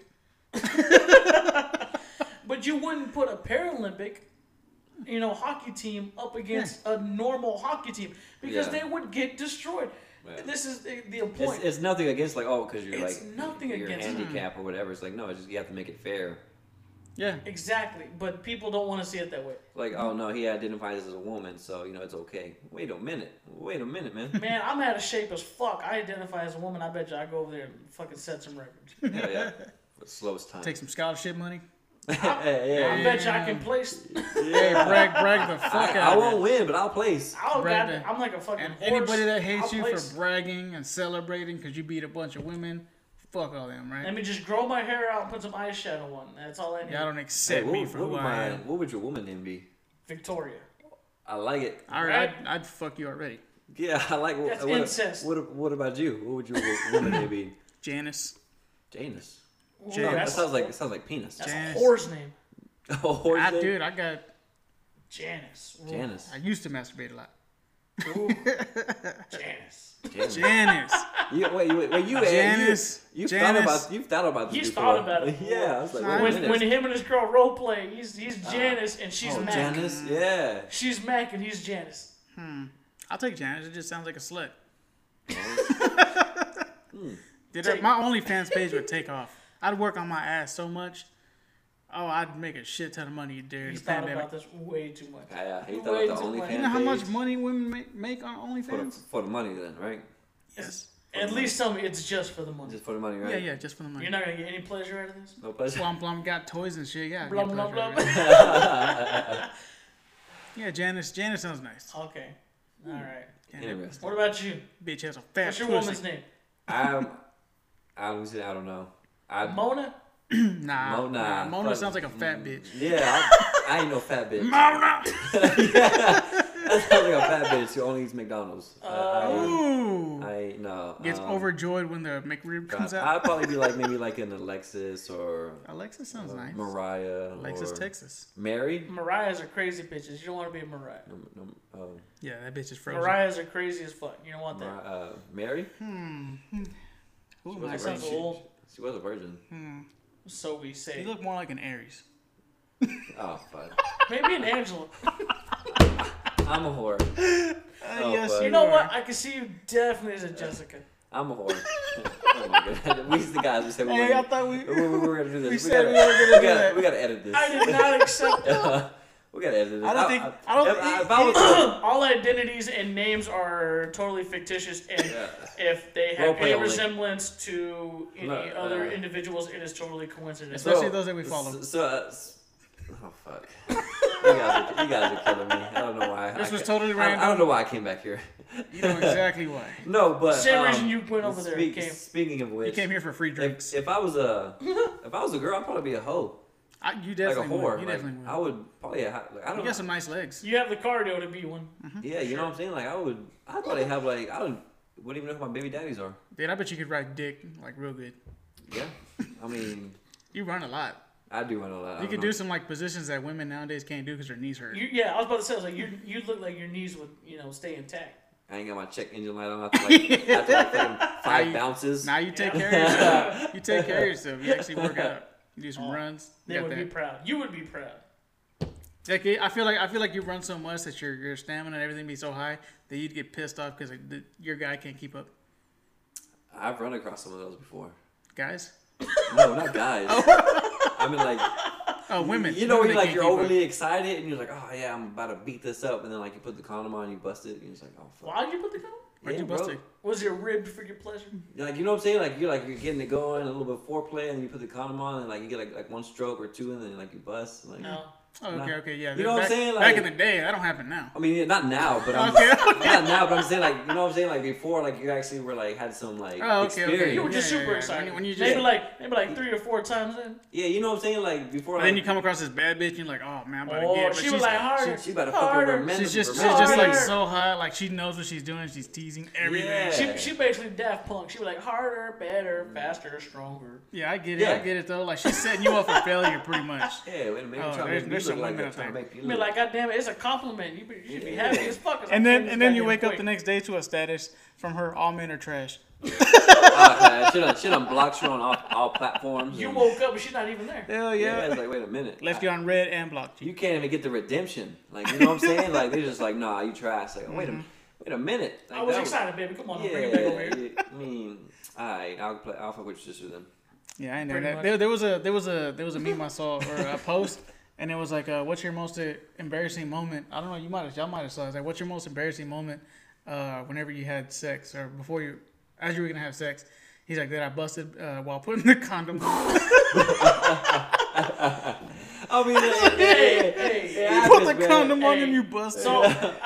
[SPEAKER 1] But you wouldn't put a Paralympic, you know, hockey team up against a normal hockey team because
[SPEAKER 3] Yeah.
[SPEAKER 1] they would get destroyed.
[SPEAKER 3] Yeah.
[SPEAKER 1] This is the, the point.
[SPEAKER 3] It's, it's nothing against like oh because you're
[SPEAKER 1] It's
[SPEAKER 3] like
[SPEAKER 1] nothing
[SPEAKER 3] you're
[SPEAKER 1] against them.
[SPEAKER 3] handicap or whatever. It's like no, it's just you have to make it fair.
[SPEAKER 2] Yeah.
[SPEAKER 1] exactly, but people don't want to see it that way.
[SPEAKER 3] Like oh no, he identifies as a woman, so you know it's okay. Wait a minute, wait a
[SPEAKER 1] *laughs*
[SPEAKER 3] minute, man.
[SPEAKER 1] Man, I'm out of shape as fuck. I identify as a woman. I bet you I go over there and fucking set some records.
[SPEAKER 3] Hell yeah, but slowest time. *laughs*
[SPEAKER 2] Take some scholarship money.
[SPEAKER 3] yeah, yeah,
[SPEAKER 1] I
[SPEAKER 3] yeah.
[SPEAKER 1] bet you I can place.
[SPEAKER 2] Hey, brag, brag the fuck
[SPEAKER 3] I,
[SPEAKER 2] out.
[SPEAKER 3] I
[SPEAKER 2] of
[SPEAKER 3] won't
[SPEAKER 2] it.
[SPEAKER 3] win, but I'll place.
[SPEAKER 1] I'll
[SPEAKER 2] Brad,
[SPEAKER 1] goddamn- I'm like a fucking
[SPEAKER 2] And
[SPEAKER 1] horse.
[SPEAKER 2] anybody that hates
[SPEAKER 1] I'll
[SPEAKER 2] you
[SPEAKER 1] place-
[SPEAKER 2] for bragging and celebrating because you beat a bunch of women, fuck all them, right?
[SPEAKER 1] Let me just grow my hair out and put some eyeshadow on. That's all I need.
[SPEAKER 2] Y'all don't accept
[SPEAKER 3] what,
[SPEAKER 2] me
[SPEAKER 3] would-
[SPEAKER 2] for
[SPEAKER 3] what
[SPEAKER 2] who
[SPEAKER 3] would
[SPEAKER 2] I
[SPEAKER 3] my-
[SPEAKER 2] am.
[SPEAKER 3] what would your woman name be?
[SPEAKER 1] Victoria.
[SPEAKER 3] I like it.
[SPEAKER 2] All right,
[SPEAKER 1] Right?
[SPEAKER 2] I'd, I'd fuck you already,
[SPEAKER 3] Yeah, I like.
[SPEAKER 1] That's
[SPEAKER 3] what,
[SPEAKER 1] incest.
[SPEAKER 3] What, what, about you? What would your wo- woman name be?
[SPEAKER 2] Janice.
[SPEAKER 3] Janus.
[SPEAKER 1] Ooh,
[SPEAKER 2] Jan-
[SPEAKER 3] That
[SPEAKER 1] that's,
[SPEAKER 3] sounds like it sounds like penis.
[SPEAKER 1] that's
[SPEAKER 3] *laughs*
[SPEAKER 2] Janice.
[SPEAKER 1] a whore's name.
[SPEAKER 3] Oh, horse
[SPEAKER 2] I,
[SPEAKER 3] name?
[SPEAKER 2] dude, I got.
[SPEAKER 1] Janice. Ooh,
[SPEAKER 3] Janus.
[SPEAKER 2] I used to masturbate a lot.
[SPEAKER 1] ooh. Janice.
[SPEAKER 3] Janus.
[SPEAKER 2] Janice.
[SPEAKER 3] You, wait, you- wait, wait, you,
[SPEAKER 2] Janice.
[SPEAKER 3] you, you've thought
[SPEAKER 2] Janice.
[SPEAKER 3] about, you've thought about this
[SPEAKER 1] He's
[SPEAKER 3] before.
[SPEAKER 1] thought about it before.
[SPEAKER 3] *laughs* Yeah, I was like,
[SPEAKER 2] Nah,
[SPEAKER 3] wait a
[SPEAKER 1] When,
[SPEAKER 3] minute.
[SPEAKER 1] when him and his girl role play, he's he's Janice and she's
[SPEAKER 3] oh,
[SPEAKER 1] Mac.
[SPEAKER 3] Janice, yeah.
[SPEAKER 1] She's Mac and he's Janice.
[SPEAKER 2] I'll take Janice. It just sounds like a
[SPEAKER 3] *laughs*
[SPEAKER 2] slut. Did
[SPEAKER 1] Take-
[SPEAKER 2] I, my OnlyFans page would take off. I'd work on my ass so much. Oh, I'd make a shit ton of money during
[SPEAKER 1] He's
[SPEAKER 2] the
[SPEAKER 1] thought about
[SPEAKER 2] pandemic.
[SPEAKER 1] this way too much.
[SPEAKER 3] Yeah, yeah, he
[SPEAKER 1] Way
[SPEAKER 3] thought about the
[SPEAKER 1] too
[SPEAKER 3] OnlyFans
[SPEAKER 1] much.
[SPEAKER 2] You know how much
[SPEAKER 3] page
[SPEAKER 2] money women make, make on
[SPEAKER 3] for the,
[SPEAKER 2] OnlyFans?
[SPEAKER 3] for the money then, right?
[SPEAKER 2] Yes.
[SPEAKER 1] At least tell me it's just for the money.
[SPEAKER 3] Just for the money, right?
[SPEAKER 2] Yeah, yeah, just for the money.
[SPEAKER 1] You're not gonna get any pleasure out of this.
[SPEAKER 3] No pleasure.
[SPEAKER 2] Blum Blum got toys and shit. Yeah, I
[SPEAKER 1] Blah
[SPEAKER 2] get
[SPEAKER 1] blah
[SPEAKER 2] pleasure
[SPEAKER 1] blah.
[SPEAKER 2] out of it. *laughs* Yeah, Janice. Janice sounds
[SPEAKER 3] Oh,
[SPEAKER 2] nice.
[SPEAKER 1] *laughs* okay. All right.
[SPEAKER 2] Janice,
[SPEAKER 3] *laughs* Interesting.
[SPEAKER 1] What about you?
[SPEAKER 2] bitch has a fat
[SPEAKER 1] What's your
[SPEAKER 2] pussy.
[SPEAKER 1] woman's name?
[SPEAKER 3] I'm, I'm, I don't know. I,
[SPEAKER 1] Mona.
[SPEAKER 2] Nah,
[SPEAKER 3] Mona.
[SPEAKER 2] nah, Mona
[SPEAKER 3] Fuck. Mm.
[SPEAKER 2] sounds like a fat bitch.
[SPEAKER 3] yeah, I, I ain't no fat bitch. *laughs*
[SPEAKER 2] Mona.
[SPEAKER 3] That sounds like a fat bitch who only eats McDonald's. I-
[SPEAKER 1] Oh.
[SPEAKER 2] Ooh.
[SPEAKER 3] I, I, no.
[SPEAKER 2] Gets
[SPEAKER 3] um,
[SPEAKER 2] overjoyed when the McRib comes out.
[SPEAKER 3] I'd probably be like maybe like an Alexis or
[SPEAKER 2] Alexis sounds
[SPEAKER 3] or
[SPEAKER 2] nice.
[SPEAKER 3] Uh, Mariah.
[SPEAKER 2] Alexis,
[SPEAKER 3] or
[SPEAKER 2] Texas.
[SPEAKER 3] Mary.
[SPEAKER 1] Mariah's are crazy bitches. You don't want to be a Mariah.
[SPEAKER 3] No, no, oh,
[SPEAKER 2] Yeah, that bitch is frozen.
[SPEAKER 1] Mariah's are crazy as fuck. You don't want
[SPEAKER 3] Mar-
[SPEAKER 1] that.
[SPEAKER 3] uh, Mary.
[SPEAKER 2] Who
[SPEAKER 3] She
[SPEAKER 2] am I?
[SPEAKER 1] That
[SPEAKER 3] was a
[SPEAKER 1] sounds
[SPEAKER 3] virgin.
[SPEAKER 1] old.
[SPEAKER 3] She was a virgin.
[SPEAKER 2] Hmm.
[SPEAKER 1] So we
[SPEAKER 2] You
[SPEAKER 1] say.
[SPEAKER 2] look more like an Aries.
[SPEAKER 3] Oh fuck.
[SPEAKER 1] Maybe an
[SPEAKER 2] *laughs*
[SPEAKER 1] Angela.
[SPEAKER 3] I'm a whore. Oh, yes, but-
[SPEAKER 1] You know what? I can see you definitely as a
[SPEAKER 2] *laughs*
[SPEAKER 1] Jessica.
[SPEAKER 3] I'm a whore. *laughs* oh my god. We the guys who said we,
[SPEAKER 2] Hey, I
[SPEAKER 3] were,
[SPEAKER 2] thought we.
[SPEAKER 3] we, we were gonna do
[SPEAKER 2] *laughs*
[SPEAKER 3] this.
[SPEAKER 2] We said
[SPEAKER 3] gotta,
[SPEAKER 2] we were gonna do
[SPEAKER 3] gotta,
[SPEAKER 2] that.
[SPEAKER 3] We gotta edit this.
[SPEAKER 1] I did
[SPEAKER 3] *laughs*
[SPEAKER 1] not accept *clears throat* that.
[SPEAKER 3] we gotta edit this.
[SPEAKER 2] I don't think- I don't
[SPEAKER 3] If,
[SPEAKER 2] think- *laughs*
[SPEAKER 3] if I was
[SPEAKER 1] All identities and names are totally fictitious, and
[SPEAKER 3] Yeah.
[SPEAKER 1] if they
[SPEAKER 3] Role
[SPEAKER 1] have
[SPEAKER 3] play
[SPEAKER 1] any
[SPEAKER 3] only.
[SPEAKER 1] resemblance to any
[SPEAKER 3] No,
[SPEAKER 1] other
[SPEAKER 3] uh,
[SPEAKER 1] individuals, it is totally coincidence.
[SPEAKER 2] Especially those that we
[SPEAKER 3] s-
[SPEAKER 2] follow.
[SPEAKER 3] So, uh, s- oh fuck. you, guys are, you guys are killing me. I don't know why.
[SPEAKER 2] This
[SPEAKER 3] I
[SPEAKER 2] was
[SPEAKER 3] ca-
[SPEAKER 2] totally
[SPEAKER 3] I- I,
[SPEAKER 2] random.
[SPEAKER 3] don't know why I came back here.
[SPEAKER 2] You know exactly why.
[SPEAKER 3] No, but
[SPEAKER 1] Same
[SPEAKER 3] um,
[SPEAKER 1] reason you went over there,
[SPEAKER 3] speak-
[SPEAKER 1] came.
[SPEAKER 3] Speaking of which,
[SPEAKER 2] You came here for free
[SPEAKER 3] if,
[SPEAKER 2] drinks.
[SPEAKER 3] if I was
[SPEAKER 2] *laughs*
[SPEAKER 3] a if I was a girl, I'd probably be a hoe,
[SPEAKER 2] I, you
[SPEAKER 3] like a
[SPEAKER 2] definitely
[SPEAKER 3] whore.
[SPEAKER 2] would. You
[SPEAKER 3] Like,
[SPEAKER 2] definitely would.
[SPEAKER 3] I would probably. ha- Like, I
[SPEAKER 2] you
[SPEAKER 3] don't.
[SPEAKER 2] got some nice legs.
[SPEAKER 1] You have the cardio to be one.
[SPEAKER 3] yeah, you know what I'm saying. Like I would. I probably have like I don't. Wouldn't even know who my baby daddies are.
[SPEAKER 2] Dude, I bet you could ride dick like real good.
[SPEAKER 3] Yeah.
[SPEAKER 2] *laughs*
[SPEAKER 3] I mean,
[SPEAKER 2] You run a lot.
[SPEAKER 3] I do want to lie.
[SPEAKER 2] You could do some like positions that women nowadays can't do because their knees hurt.
[SPEAKER 1] You, yeah, I was about to say, I was like, you, you look like your knees would, you know, stay intact.
[SPEAKER 3] I ain't got my check engine light
[SPEAKER 2] *laughs*
[SPEAKER 3] on after like, after like fucking
[SPEAKER 2] Now you-
[SPEAKER 3] five bounces.
[SPEAKER 2] Now you take care of yourself. you take care of yourself. You actually work out. You do some runs. You
[SPEAKER 1] They
[SPEAKER 2] got
[SPEAKER 1] would be
[SPEAKER 2] that.
[SPEAKER 1] proud. You would be proud.
[SPEAKER 2] Like, I feel like I feel like you run so much that your your stamina and everything be so high that you'd get pissed off because like, the- your guy can't keep up.
[SPEAKER 3] I've run across some of those before.
[SPEAKER 2] Guys,
[SPEAKER 3] No,
[SPEAKER 2] *laughs*
[SPEAKER 3] not guys. I mean, like
[SPEAKER 2] oh women.
[SPEAKER 3] you know, when
[SPEAKER 2] Women that
[SPEAKER 3] you're like
[SPEAKER 2] can't
[SPEAKER 3] you're
[SPEAKER 2] keep up.
[SPEAKER 3] overly excited and you're like, oh yeah, I'm about to beat this up, and then like you put the condom on, you bust it, and you're just like, oh fuck.
[SPEAKER 1] Why'd you put the condom?
[SPEAKER 2] Why'd
[SPEAKER 3] Yeah,
[SPEAKER 2] you bust
[SPEAKER 3] bro.
[SPEAKER 2] it?
[SPEAKER 1] Was it ribbed for your pleasure?
[SPEAKER 3] Like you know what I'm saying? Like you're like you're getting it going, a little bit foreplay, and then you put the condom on, and like you get like, like one stroke or two, and then like you bust. Like
[SPEAKER 1] No.
[SPEAKER 2] Oh, okay,
[SPEAKER 3] Nah.
[SPEAKER 2] okay, yeah.
[SPEAKER 3] You know what I'm
[SPEAKER 2] back,
[SPEAKER 3] saying?
[SPEAKER 2] back
[SPEAKER 3] Like-
[SPEAKER 2] in the day, that don't happen now.
[SPEAKER 3] I mean, yeah, not now, but I'm
[SPEAKER 2] Okay.
[SPEAKER 3] *laughs* not now, but I'm saying like you know what I'm saying? Like before, like you actually were like had some like
[SPEAKER 2] Oh, okay, okay.
[SPEAKER 3] experience.
[SPEAKER 1] You were just
[SPEAKER 2] Yeah, yeah,
[SPEAKER 1] super
[SPEAKER 2] yeah.
[SPEAKER 1] excited.
[SPEAKER 2] When- when you
[SPEAKER 1] maybe
[SPEAKER 2] just-
[SPEAKER 1] like maybe like three or four times in.
[SPEAKER 3] Yeah, you know what I'm saying? Like before,
[SPEAKER 2] But
[SPEAKER 3] like
[SPEAKER 2] then you come across this bad bitch and you're like, oh man, I'm about
[SPEAKER 1] Oh,
[SPEAKER 2] to get. it," but
[SPEAKER 1] she
[SPEAKER 2] she's-
[SPEAKER 1] was like harder.
[SPEAKER 3] she, she about to fucking
[SPEAKER 1] harder.
[SPEAKER 3] remember.
[SPEAKER 2] She's just she's
[SPEAKER 1] Oh,
[SPEAKER 3] remember-
[SPEAKER 2] just like
[SPEAKER 1] yeah.
[SPEAKER 2] so hot, like she knows what she's doing. She's teasing everything.
[SPEAKER 3] Yeah.
[SPEAKER 1] She, she basically Daft Punk. She was like harder, better, faster, stronger.
[SPEAKER 2] Yeah, I get it. I
[SPEAKER 3] Yeah.
[SPEAKER 2] get it though. Like she's setting you up for failure pretty
[SPEAKER 3] *laughs*
[SPEAKER 2] much.
[SPEAKER 3] yeah, wait a minute.
[SPEAKER 2] Oh,
[SPEAKER 3] trying to
[SPEAKER 2] there's-
[SPEAKER 3] make me
[SPEAKER 2] there's
[SPEAKER 3] look
[SPEAKER 2] some
[SPEAKER 3] like
[SPEAKER 2] women
[SPEAKER 3] I'm
[SPEAKER 2] out
[SPEAKER 3] trying to
[SPEAKER 2] there.
[SPEAKER 3] make you
[SPEAKER 1] I mean,
[SPEAKER 3] look
[SPEAKER 1] like, goddamn it, it's a compliment. You, be, you should be happy as fuck. 'cause
[SPEAKER 2] And
[SPEAKER 1] I
[SPEAKER 2] then
[SPEAKER 1] came
[SPEAKER 2] and then you
[SPEAKER 1] goddamn
[SPEAKER 2] wake up
[SPEAKER 1] quick.
[SPEAKER 2] the next day to a status from her all men are trash. *laughs*
[SPEAKER 3] Oh, okay. She done, she done blocks you on all, all platforms.
[SPEAKER 1] You
[SPEAKER 3] and-
[SPEAKER 1] woke up and she's not even there.
[SPEAKER 2] Hell
[SPEAKER 3] Yeah,
[SPEAKER 2] yeah.
[SPEAKER 3] it's like wait a minute.
[SPEAKER 2] Left you on red and blocked you.
[SPEAKER 3] you can't even get the redemption. Like you know what I'm saying? Like they're just like, nah, you trash. Like wait a wait a minute. Like,
[SPEAKER 1] Mm-hmm. I was
[SPEAKER 3] that
[SPEAKER 1] excited, baby. Come on,
[SPEAKER 3] Yeah,
[SPEAKER 1] bring it back over here.
[SPEAKER 3] yeah, I mean, alright, I'll play. I'll fuck with your sister then.
[SPEAKER 2] Yeah, I ain't never
[SPEAKER 1] Pretty
[SPEAKER 2] that.
[SPEAKER 1] much.
[SPEAKER 2] There, there was a there was a there was a meme I saw or a post, and it was like, uh, "What's your most uh, embarrassing moment?" I don't know. You might have y'all might have saw. it. It's like, "What's your most embarrassing moment?" Uh, whenever you had sex or before you, as you were gonna have sex, he's like, "That I busted uh, while putting the condom." *laughs* on."
[SPEAKER 3] I mean, *laughs* yeah, yeah,
[SPEAKER 1] Hey,
[SPEAKER 3] yeah,
[SPEAKER 1] hey,
[SPEAKER 3] *laughs* yeah, Oh,
[SPEAKER 1] hey.
[SPEAKER 3] I
[SPEAKER 2] Put the
[SPEAKER 3] just-
[SPEAKER 2] condom on
[SPEAKER 1] Hey.
[SPEAKER 2] and you busted.
[SPEAKER 1] So I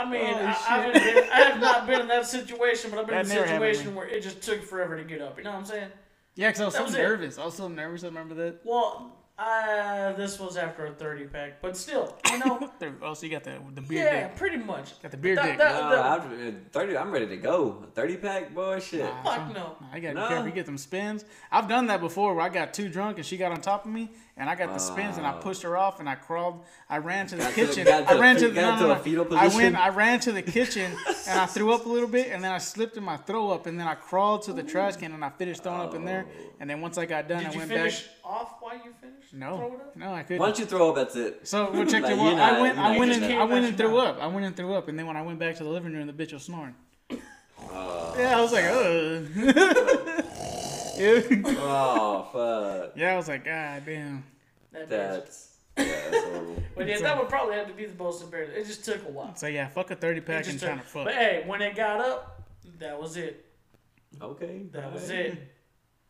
[SPEAKER 1] mean,
[SPEAKER 2] Holy
[SPEAKER 1] I,
[SPEAKER 2] shit.
[SPEAKER 1] I've been, I have not been in that situation, but I've been
[SPEAKER 2] That
[SPEAKER 1] in a
[SPEAKER 2] never happened to me.
[SPEAKER 1] situation where it just took forever to get up. You know what I'm saying?
[SPEAKER 2] yeah, because I was
[SPEAKER 1] That
[SPEAKER 2] so
[SPEAKER 1] was it.
[SPEAKER 2] nervous. I was so nervous. I remember that.
[SPEAKER 1] Well, uh, this was after a 30 pack, but still, you
[SPEAKER 2] *laughs*
[SPEAKER 1] know,
[SPEAKER 2] There- Oh, so you got the the beer
[SPEAKER 1] yeah,
[SPEAKER 2] dick.
[SPEAKER 1] pretty much.
[SPEAKER 2] Got the beer
[SPEAKER 1] That-
[SPEAKER 2] dick.
[SPEAKER 1] that-
[SPEAKER 3] Nah, I'm, 30, I'm ready to go. A 30 pack, boy, shit.
[SPEAKER 2] Nah,
[SPEAKER 1] Fuck
[SPEAKER 2] so-
[SPEAKER 1] no.
[SPEAKER 2] nah, I gotta
[SPEAKER 3] No.
[SPEAKER 2] be careful. You get them spins. I've done that before where I got too drunk and she got on top of me and I got the spins and I
[SPEAKER 3] Wow.
[SPEAKER 2] pushed her off and I crawled. I ran to the
[SPEAKER 3] Got to the-
[SPEAKER 2] kitchen.
[SPEAKER 3] got to
[SPEAKER 2] I
[SPEAKER 3] a
[SPEAKER 2] ran
[SPEAKER 3] fe-
[SPEAKER 2] to the
[SPEAKER 3] got
[SPEAKER 2] no,
[SPEAKER 3] to
[SPEAKER 2] no,
[SPEAKER 3] a
[SPEAKER 2] no.
[SPEAKER 3] fetal
[SPEAKER 2] I
[SPEAKER 3] position?
[SPEAKER 2] went. I ran to the kitchen and I threw up a little bit and then I slipped in my throw up and then I crawled to the trash can and I finished throwing up in there
[SPEAKER 3] Oh.
[SPEAKER 2] and then once I got done
[SPEAKER 1] Did
[SPEAKER 2] I
[SPEAKER 1] you
[SPEAKER 2] went
[SPEAKER 1] finish
[SPEAKER 2] back.
[SPEAKER 1] off while you finished?
[SPEAKER 2] No,
[SPEAKER 1] throwing up?
[SPEAKER 2] no, I couldn't.
[SPEAKER 3] Once you throw up,
[SPEAKER 1] *laughs*
[SPEAKER 3] that's it.
[SPEAKER 2] So we'll check
[SPEAKER 3] Like,
[SPEAKER 2] the
[SPEAKER 3] you're
[SPEAKER 2] one. I
[SPEAKER 3] not-
[SPEAKER 2] went.
[SPEAKER 3] you're
[SPEAKER 2] I went
[SPEAKER 3] not
[SPEAKER 1] gonna get
[SPEAKER 2] and I went
[SPEAKER 1] that
[SPEAKER 2] and threw
[SPEAKER 1] shot.
[SPEAKER 2] up. I went and threw up, and then when I went back to the living room, the bitch was snoring.
[SPEAKER 3] Oh.
[SPEAKER 2] yeah, I was like, ugh. *laughs* yeah.
[SPEAKER 3] Oh, fuck.
[SPEAKER 2] yeah, I was like, god damn.
[SPEAKER 1] That bitch.
[SPEAKER 3] That's, yeah, that's horrible.
[SPEAKER 1] But yeah, that would probably have to be the most embarrassing. It just took a while.
[SPEAKER 2] So yeah, fuck a thirty
[SPEAKER 1] It
[SPEAKER 2] pack and
[SPEAKER 1] just
[SPEAKER 2] trying
[SPEAKER 1] took,
[SPEAKER 2] to fuck.
[SPEAKER 1] but hey, when it got up, that was it.
[SPEAKER 3] Okay.
[SPEAKER 1] That was
[SPEAKER 3] alright.
[SPEAKER 1] it.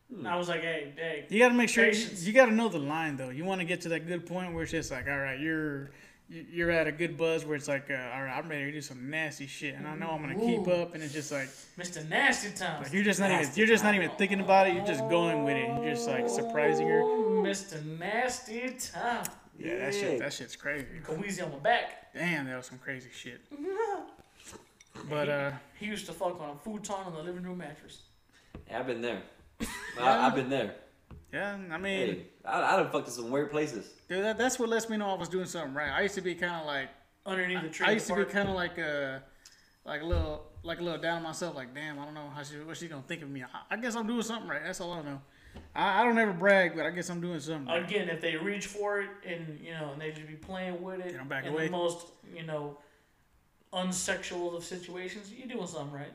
[SPEAKER 1] And I was like, hey, hey,
[SPEAKER 2] You gotta make sure you,
[SPEAKER 1] Patience.
[SPEAKER 2] you gotta know the line though. You want to get to that good point where it's just like, all right, you're you- you're at a good buzz where it's like, uh, all right, I'm ready to do some nasty shit, and I know I'm gonna keep
[SPEAKER 1] Ooh.
[SPEAKER 2] up, and it's just like.
[SPEAKER 1] Mr. Nasty Times.
[SPEAKER 2] Like, You're just not even you're just not even thinking about it. You're just going with it. You're just like surprising her.
[SPEAKER 1] Oh, Mr. Nasty Times.
[SPEAKER 2] Yeah, that shit that shit's crazy.
[SPEAKER 1] Go easy on my back.
[SPEAKER 2] Damn, that was some crazy shit. But uh,
[SPEAKER 1] He used to fuck on a futon on the living room mattress.
[SPEAKER 3] Yeah, I've been there. I, I've been there.
[SPEAKER 2] yeah, I mean,
[SPEAKER 3] Hey, I, I done fucked in some weird places.
[SPEAKER 2] dude, that, that's what lets me know I was doing something right. I used to be kind of like
[SPEAKER 1] Underneath the tree.
[SPEAKER 2] I
[SPEAKER 1] in
[SPEAKER 2] used
[SPEAKER 1] the
[SPEAKER 2] to be
[SPEAKER 1] park.
[SPEAKER 2] kind of like a like a little like a little down on myself. Like, damn, I don't know how she what she gonna think of me. I, I guess I'm doing something right. That's all I know. I, I don't ever brag, but I guess I'm doing something. Right.
[SPEAKER 1] Again, if they reach for it and you know, and they just be playing with it
[SPEAKER 2] Get 'em back
[SPEAKER 1] in
[SPEAKER 2] away.
[SPEAKER 1] the most you know unsexual of situations, you doing something right.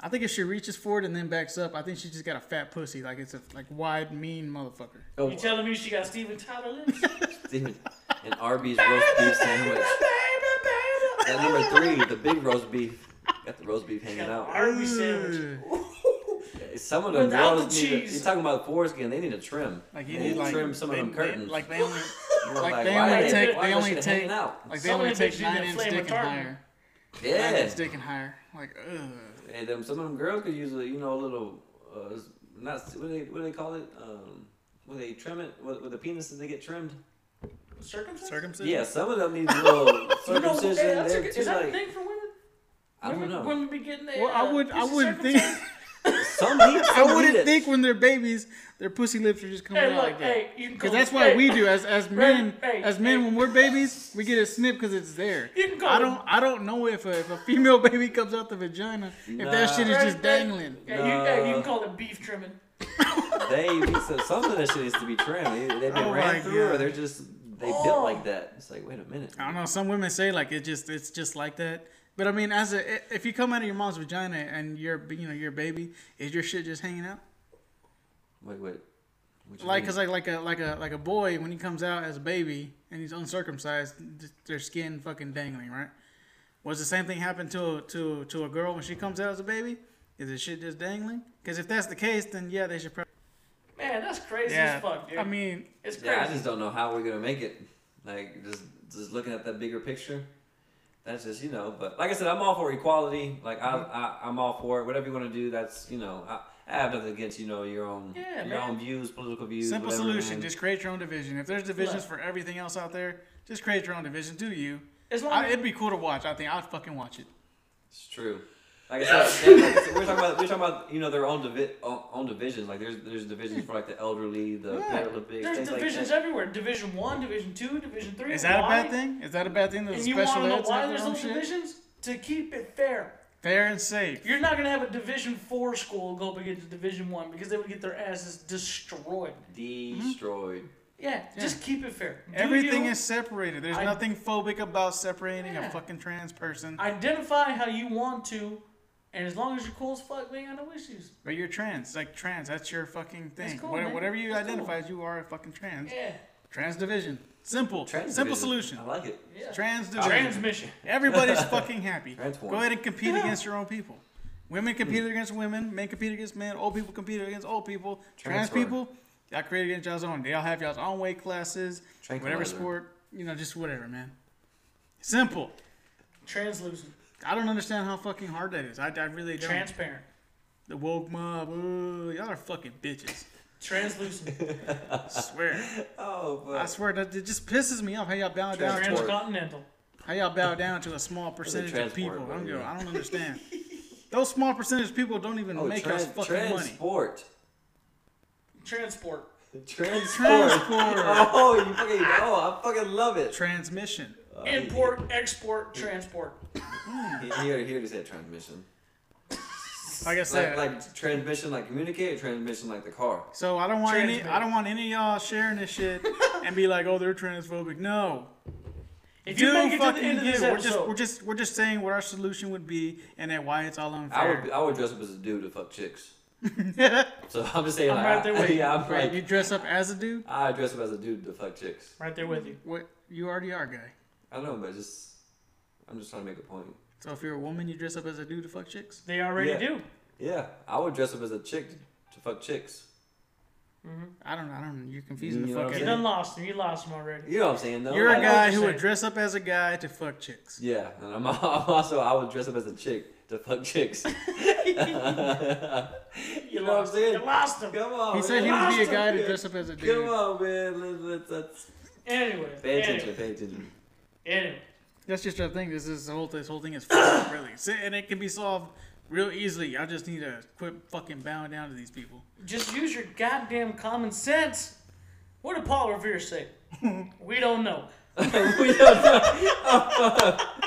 [SPEAKER 2] I think if she reaches for it and then backs up, I think she just got a fat pussy. Like it's a like wide mean motherfucker.
[SPEAKER 3] Oh,
[SPEAKER 1] You telling me she got Steven Tyler
[SPEAKER 3] *laughs*
[SPEAKER 1] lips?
[SPEAKER 3] Steven, an Arby's roast beef sandwich. That number three, the big roast beef. Got the roast beef hanging
[SPEAKER 1] Got
[SPEAKER 3] out.
[SPEAKER 1] Arby sandwich.
[SPEAKER 2] *laughs*
[SPEAKER 3] Some of them
[SPEAKER 1] Without
[SPEAKER 3] girls
[SPEAKER 1] the
[SPEAKER 3] need. A,
[SPEAKER 1] cheese.
[SPEAKER 3] you're talking about foreskin. They need a trim.
[SPEAKER 2] Like
[SPEAKER 3] they
[SPEAKER 2] you
[SPEAKER 3] need
[SPEAKER 2] need
[SPEAKER 3] to
[SPEAKER 2] like
[SPEAKER 3] trim some
[SPEAKER 2] they-
[SPEAKER 3] of them
[SPEAKER 2] they-
[SPEAKER 3] curtains.
[SPEAKER 2] like they only
[SPEAKER 3] You're
[SPEAKER 2] like,
[SPEAKER 3] like,
[SPEAKER 2] they
[SPEAKER 3] why
[SPEAKER 2] only
[SPEAKER 3] is
[SPEAKER 2] take
[SPEAKER 3] it- why
[SPEAKER 2] they
[SPEAKER 3] is
[SPEAKER 2] only
[SPEAKER 3] it
[SPEAKER 2] take
[SPEAKER 3] hanging out?
[SPEAKER 2] like they
[SPEAKER 1] Some of
[SPEAKER 2] only
[SPEAKER 1] them bitches
[SPEAKER 2] take
[SPEAKER 1] need that
[SPEAKER 2] nine inch
[SPEAKER 1] flame
[SPEAKER 2] dick and
[SPEAKER 1] retardant.
[SPEAKER 2] higher. Nine
[SPEAKER 3] Yeah.
[SPEAKER 2] inch dick and higher. Like ugh.
[SPEAKER 3] And them, some of them girls could use a you know a little uh, not what do they what do they call it um when they trim it with, with the penises they get trimmed.
[SPEAKER 1] Circumcision.
[SPEAKER 2] Circumcision.
[SPEAKER 3] Yeah, some of them need a
[SPEAKER 1] *laughs*
[SPEAKER 3] little
[SPEAKER 1] You know, hey,
[SPEAKER 3] circumcision.
[SPEAKER 1] that's a
[SPEAKER 3] They're
[SPEAKER 1] good-
[SPEAKER 3] too,
[SPEAKER 1] is that a
[SPEAKER 3] like-
[SPEAKER 1] thing for women?
[SPEAKER 3] I don't
[SPEAKER 1] women,
[SPEAKER 3] know.
[SPEAKER 1] Women be getting their,
[SPEAKER 2] Well, I
[SPEAKER 1] uh,
[SPEAKER 2] would I
[SPEAKER 1] pussy
[SPEAKER 2] wouldn't think
[SPEAKER 1] circumcised?
[SPEAKER 3] Some need,
[SPEAKER 2] I
[SPEAKER 3] some need
[SPEAKER 2] wouldn't
[SPEAKER 3] it.
[SPEAKER 2] think when they're babies their pussy lips are just coming
[SPEAKER 1] Hey,
[SPEAKER 2] out
[SPEAKER 1] look,
[SPEAKER 2] like that.
[SPEAKER 1] hey, you can
[SPEAKER 2] Because
[SPEAKER 1] call
[SPEAKER 2] that's
[SPEAKER 1] me-
[SPEAKER 2] what
[SPEAKER 1] hey,
[SPEAKER 2] we do as as men.
[SPEAKER 1] *laughs* hey,
[SPEAKER 2] as men,
[SPEAKER 1] hey.
[SPEAKER 2] when we're babies, we get a snip because it's there.
[SPEAKER 1] You can call
[SPEAKER 2] I
[SPEAKER 1] it-
[SPEAKER 2] don't I don't know if a, if a female *laughs* baby comes out the vagina if that
[SPEAKER 3] Nah.
[SPEAKER 2] shit is
[SPEAKER 1] Right,
[SPEAKER 2] just
[SPEAKER 1] right.
[SPEAKER 2] dangling.
[SPEAKER 1] Yeah, you, yeah, you
[SPEAKER 3] No.
[SPEAKER 1] can call it beef trimming.
[SPEAKER 3] They need some, some of that shit needs to be trimmed. They, they've been
[SPEAKER 2] Oh my
[SPEAKER 3] ran through,
[SPEAKER 2] God. Oh.
[SPEAKER 3] or they're just they
[SPEAKER 1] Oh.
[SPEAKER 3] built like that. It's like wait a minute.
[SPEAKER 2] I don't know. Some women say like it just it's just like that. But I mean, as a if you come out of your mom's vagina and you're you know you're a baby, is your shit just hanging out?
[SPEAKER 3] Wait, wait. What you
[SPEAKER 2] Like,
[SPEAKER 3] mean?
[SPEAKER 2] cause like like a like a like a boy when he comes out as a baby and he's uncircumcised, th- their skin fucking dangling, right? Was the same thing happen to a, to to a girl when she comes out as a baby? Is the shit just dangling? Because if that's the case, then yeah, they should probably.
[SPEAKER 1] Man, that's crazy as fuck, dude.
[SPEAKER 2] I mean,
[SPEAKER 1] it's crazy.
[SPEAKER 3] Yeah, I just don't know how we're gonna make it. Like just just looking at that bigger picture. That's just you know, but like I said, I'm all for equality. Like I,
[SPEAKER 2] Mm-hmm.
[SPEAKER 3] I I'm all for it. Whatever you want to do, that's you know, I, I have nothing against you know your own
[SPEAKER 1] Yeah,
[SPEAKER 3] your
[SPEAKER 1] man.
[SPEAKER 3] own views, political views.
[SPEAKER 2] simple
[SPEAKER 3] whatever,
[SPEAKER 2] solution:
[SPEAKER 3] man.
[SPEAKER 2] just create your own division. If there's divisions for everything else out there, just create your own division. Do you?
[SPEAKER 1] as long
[SPEAKER 2] I,
[SPEAKER 1] as,
[SPEAKER 2] it'd be cool to watch. I think I'd fucking watch it.
[SPEAKER 3] It's true. Like I said, yeah, like *laughs* I said, we're talking about we're talking about you know their own divi- own, own divisions. Like there's there's divisions for like the elderly, the
[SPEAKER 2] Yeah.
[SPEAKER 3] Paralympics,
[SPEAKER 1] there's
[SPEAKER 3] things like
[SPEAKER 1] divisions
[SPEAKER 3] that.
[SPEAKER 1] everywhere. Division one, division two, division three.
[SPEAKER 2] Is that a
[SPEAKER 1] why?
[SPEAKER 2] bad thing? Is that a bad thing? That
[SPEAKER 1] And
[SPEAKER 2] the
[SPEAKER 1] you want
[SPEAKER 2] special
[SPEAKER 1] to know
[SPEAKER 2] eds
[SPEAKER 1] why
[SPEAKER 2] have
[SPEAKER 1] there's
[SPEAKER 2] their own
[SPEAKER 1] those
[SPEAKER 2] shit?
[SPEAKER 1] divisions? To keep it fair.
[SPEAKER 2] Fair and safe.
[SPEAKER 1] You're not gonna have a Division Four school go up against a Division One because they would get their asses destroyed.
[SPEAKER 3] Destroyed.
[SPEAKER 1] Yeah, just keep it fair. Do
[SPEAKER 2] Everything
[SPEAKER 1] you
[SPEAKER 2] is separated. There's
[SPEAKER 1] I-
[SPEAKER 2] nothing phobic about separating
[SPEAKER 1] Yeah.
[SPEAKER 2] a fucking trans person.
[SPEAKER 1] Identify how you want to, and as long as you're cool as fuck, we ain't got no issues.
[SPEAKER 2] but you're trans. Like trans, that's your fucking thing.
[SPEAKER 1] cool,
[SPEAKER 2] What-
[SPEAKER 1] man.
[SPEAKER 2] Whatever you
[SPEAKER 1] It's
[SPEAKER 2] identify as, you are a fucking trans.
[SPEAKER 1] Yeah,
[SPEAKER 2] Trans division. Simple.
[SPEAKER 3] Trans
[SPEAKER 2] Simple
[SPEAKER 3] division.
[SPEAKER 2] solution.
[SPEAKER 3] I like it.
[SPEAKER 1] yeah.
[SPEAKER 2] Trans division.
[SPEAKER 3] *laughs*
[SPEAKER 1] Transmission.
[SPEAKER 2] Everybody's fucking happy.
[SPEAKER 3] Transform.
[SPEAKER 2] Go ahead and compete
[SPEAKER 1] Yeah.
[SPEAKER 2] against your own people. Women
[SPEAKER 3] Hmm.
[SPEAKER 2] compete against women. Men compete against men. Old people compete against old people. Trans
[SPEAKER 3] Transform.
[SPEAKER 2] people, y'all create against y'all's own. They all have y'all's own weight classes. Whatever
[SPEAKER 3] Tranquilizer.
[SPEAKER 2] sport, you know, just whatever, man. Simple.
[SPEAKER 1] Translucent.
[SPEAKER 2] I don't understand how fucking hard that is. I, I really don't.
[SPEAKER 1] Transparent.
[SPEAKER 2] the woke mob, ooh, y'all are fucking bitches.
[SPEAKER 1] Translucent.
[SPEAKER 2] I swear.
[SPEAKER 3] Oh, but
[SPEAKER 2] I swear that it just pisses me off how y'all bow down to
[SPEAKER 3] Transport.
[SPEAKER 1] Transcontinental.
[SPEAKER 2] How y'all bow down to a small percentage of
[SPEAKER 3] transport,
[SPEAKER 2] people? I
[SPEAKER 3] bro,
[SPEAKER 2] don't, give a-
[SPEAKER 3] yeah.
[SPEAKER 2] I don't understand. Those small percentage of people don't even
[SPEAKER 3] oh,
[SPEAKER 2] make
[SPEAKER 3] trans-
[SPEAKER 2] us fucking money.
[SPEAKER 3] transport.
[SPEAKER 1] Transport.
[SPEAKER 3] Transport.
[SPEAKER 2] Transport,
[SPEAKER 3] oh, you fucking. Oh, I fucking love it.
[SPEAKER 2] transmission.
[SPEAKER 3] Oh, he-
[SPEAKER 1] Import, export, transport.
[SPEAKER 3] He, he, already- he already said transmission.
[SPEAKER 2] Like I said,
[SPEAKER 3] Like, like transmission, like communicate, or transmission, like the car.
[SPEAKER 2] so I don't want any.
[SPEAKER 1] Transmit.
[SPEAKER 2] I don't want any of y'all sharing this shit and be like, oh, they're transphobic. No,
[SPEAKER 1] If you
[SPEAKER 2] do
[SPEAKER 1] make it to the
[SPEAKER 2] fucking
[SPEAKER 1] end of
[SPEAKER 2] give.
[SPEAKER 1] this
[SPEAKER 2] We're just,
[SPEAKER 1] episode,
[SPEAKER 2] we're just, we're just saying what our solution would be and then why it's all
[SPEAKER 3] I
[SPEAKER 2] unfair.
[SPEAKER 3] would, I would dress up as a dude to fuck chicks.
[SPEAKER 2] *laughs* yeah,
[SPEAKER 3] So *laughs* I'm just saying,
[SPEAKER 1] I'm
[SPEAKER 3] like,
[SPEAKER 1] right there
[SPEAKER 3] I,
[SPEAKER 1] with you.
[SPEAKER 3] *laughs* yeah, I'm
[SPEAKER 2] right. You
[SPEAKER 3] like,
[SPEAKER 2] dress up as a dude.
[SPEAKER 3] I dress up as a dude to fuck chicks.
[SPEAKER 1] right there with you.
[SPEAKER 2] What you already are, guy.
[SPEAKER 3] I don't know, but just, I'm just trying to make a point.
[SPEAKER 2] So if you're a woman, you dress up as a dude to fuck chicks.
[SPEAKER 1] They already
[SPEAKER 3] Yeah.
[SPEAKER 1] do.
[SPEAKER 3] Yeah, I would dress up as a chick to fuck chicks.
[SPEAKER 2] I don't, I don't. You're confusing
[SPEAKER 3] You
[SPEAKER 2] the
[SPEAKER 3] know
[SPEAKER 2] fuck
[SPEAKER 1] You
[SPEAKER 2] out
[SPEAKER 3] what I'm
[SPEAKER 2] of
[SPEAKER 3] saying?
[SPEAKER 1] done lost him. You lost him already.
[SPEAKER 3] You know what I'm saying? though?
[SPEAKER 2] You're a
[SPEAKER 3] Like,
[SPEAKER 2] guy
[SPEAKER 1] you're
[SPEAKER 2] who would
[SPEAKER 1] saying.
[SPEAKER 2] dress up as a guy to fuck chicks.
[SPEAKER 3] Yeah, and I'm, *laughs* I'm also I would dress up as a chick to fuck chicks. *laughs* *laughs* you know
[SPEAKER 1] *laughs* You
[SPEAKER 3] what I'm
[SPEAKER 1] lost
[SPEAKER 3] saying?
[SPEAKER 1] You lost him.
[SPEAKER 3] Come on.
[SPEAKER 2] He said he
[SPEAKER 3] man.
[SPEAKER 2] would be a
[SPEAKER 1] Monster
[SPEAKER 2] guy
[SPEAKER 3] *laughs*
[SPEAKER 2] to
[SPEAKER 3] dude.
[SPEAKER 2] dress up as a
[SPEAKER 3] Come
[SPEAKER 2] dude.
[SPEAKER 3] on, man. Let's, let's, let's
[SPEAKER 1] Anyway. Anyway.
[SPEAKER 3] pay attention. Pay attention. *laughs*
[SPEAKER 1] anyway.
[SPEAKER 2] That's just the thing. This is the whole this whole thing is fucked up, really, So- and it can be solved real easily. I just need to quit fucking bowing down to these people.
[SPEAKER 1] Just use your goddamn common sense. What did Paul Revere
[SPEAKER 2] *laughs*
[SPEAKER 1] say? we don't know.
[SPEAKER 3] we don't know. *laughs*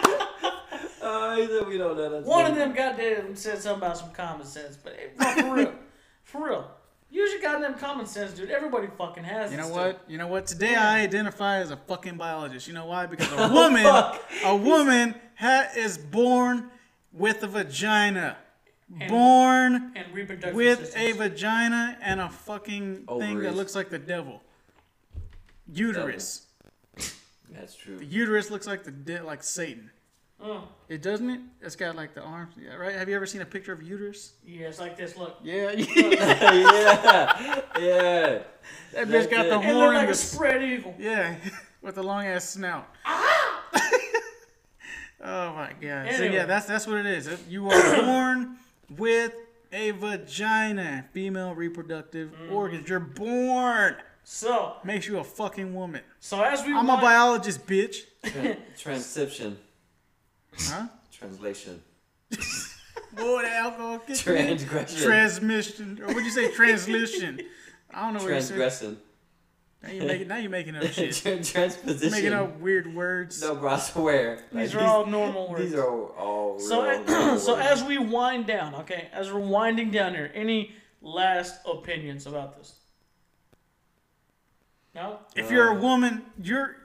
[SPEAKER 3] Oh, he said we don't know. That's
[SPEAKER 1] One of
[SPEAKER 3] funny.
[SPEAKER 1] them goddamn said something about some common sense, but eh, no, for
[SPEAKER 2] *laughs*
[SPEAKER 1] real. For real. Use your goddamn common sense, dude. Everybody fucking has
[SPEAKER 2] You know
[SPEAKER 1] this
[SPEAKER 2] what?
[SPEAKER 1] stuff.
[SPEAKER 2] You know what? Today I identify as a fucking biologist. You know why?
[SPEAKER 3] *laughs*
[SPEAKER 2] Because a woman, a woman ha- is born with a vagina, born
[SPEAKER 1] And reproductive
[SPEAKER 2] with
[SPEAKER 1] systems.
[SPEAKER 2] a vagina and a fucking thing that
[SPEAKER 3] Ovaries.
[SPEAKER 2] looks like the devil, uterus.
[SPEAKER 3] That's true. *laughs*
[SPEAKER 2] The uterus looks like the de- like Satan.
[SPEAKER 1] Oh.
[SPEAKER 2] It doesn't it? It's got like the arms, yeah, right? Have you ever seen a picture of uterus?
[SPEAKER 1] Yeah, it's like this. Look.
[SPEAKER 2] Yeah, *laughs*
[SPEAKER 3] yeah, yeah.
[SPEAKER 2] that bitch got the
[SPEAKER 1] It
[SPEAKER 3] That's
[SPEAKER 1] looked
[SPEAKER 2] horn.
[SPEAKER 1] like
[SPEAKER 2] and
[SPEAKER 1] a
[SPEAKER 2] the,
[SPEAKER 1] spread eagle.
[SPEAKER 2] yeah, *laughs* with the long ass snout. *laughs* oh my god! So
[SPEAKER 1] Anyway.
[SPEAKER 2] yeah, that's that's what it is. If You are *coughs* born with a vagina, female reproductive
[SPEAKER 1] Mm-hmm.
[SPEAKER 2] organs. You're born
[SPEAKER 1] So,
[SPEAKER 2] makes you a fucking woman.
[SPEAKER 1] so as we
[SPEAKER 2] I'm a
[SPEAKER 1] wind-
[SPEAKER 2] biologist, bitch.
[SPEAKER 3] Tran- transcription.
[SPEAKER 2] Huh?
[SPEAKER 3] Translation.
[SPEAKER 2] *laughs* Boy, that alcohol kicked me.
[SPEAKER 3] Transgression.
[SPEAKER 2] transmission, or would you say translation? I don't know what you said.
[SPEAKER 3] Transgressing.
[SPEAKER 2] Now you're making, now you're making up shit.
[SPEAKER 3] *laughs* Tran- Transposition.
[SPEAKER 2] making up weird words.
[SPEAKER 3] No, bro, I swear.
[SPEAKER 1] These
[SPEAKER 3] Like,
[SPEAKER 1] are
[SPEAKER 2] *laughs*
[SPEAKER 1] all normal words.
[SPEAKER 3] These are all
[SPEAKER 1] So,
[SPEAKER 3] real, real
[SPEAKER 1] a- *clears throat* so
[SPEAKER 3] words.
[SPEAKER 1] as we wind down, okay, as we're winding down here, any last opinions about this? No.
[SPEAKER 2] If you're a woman, you're.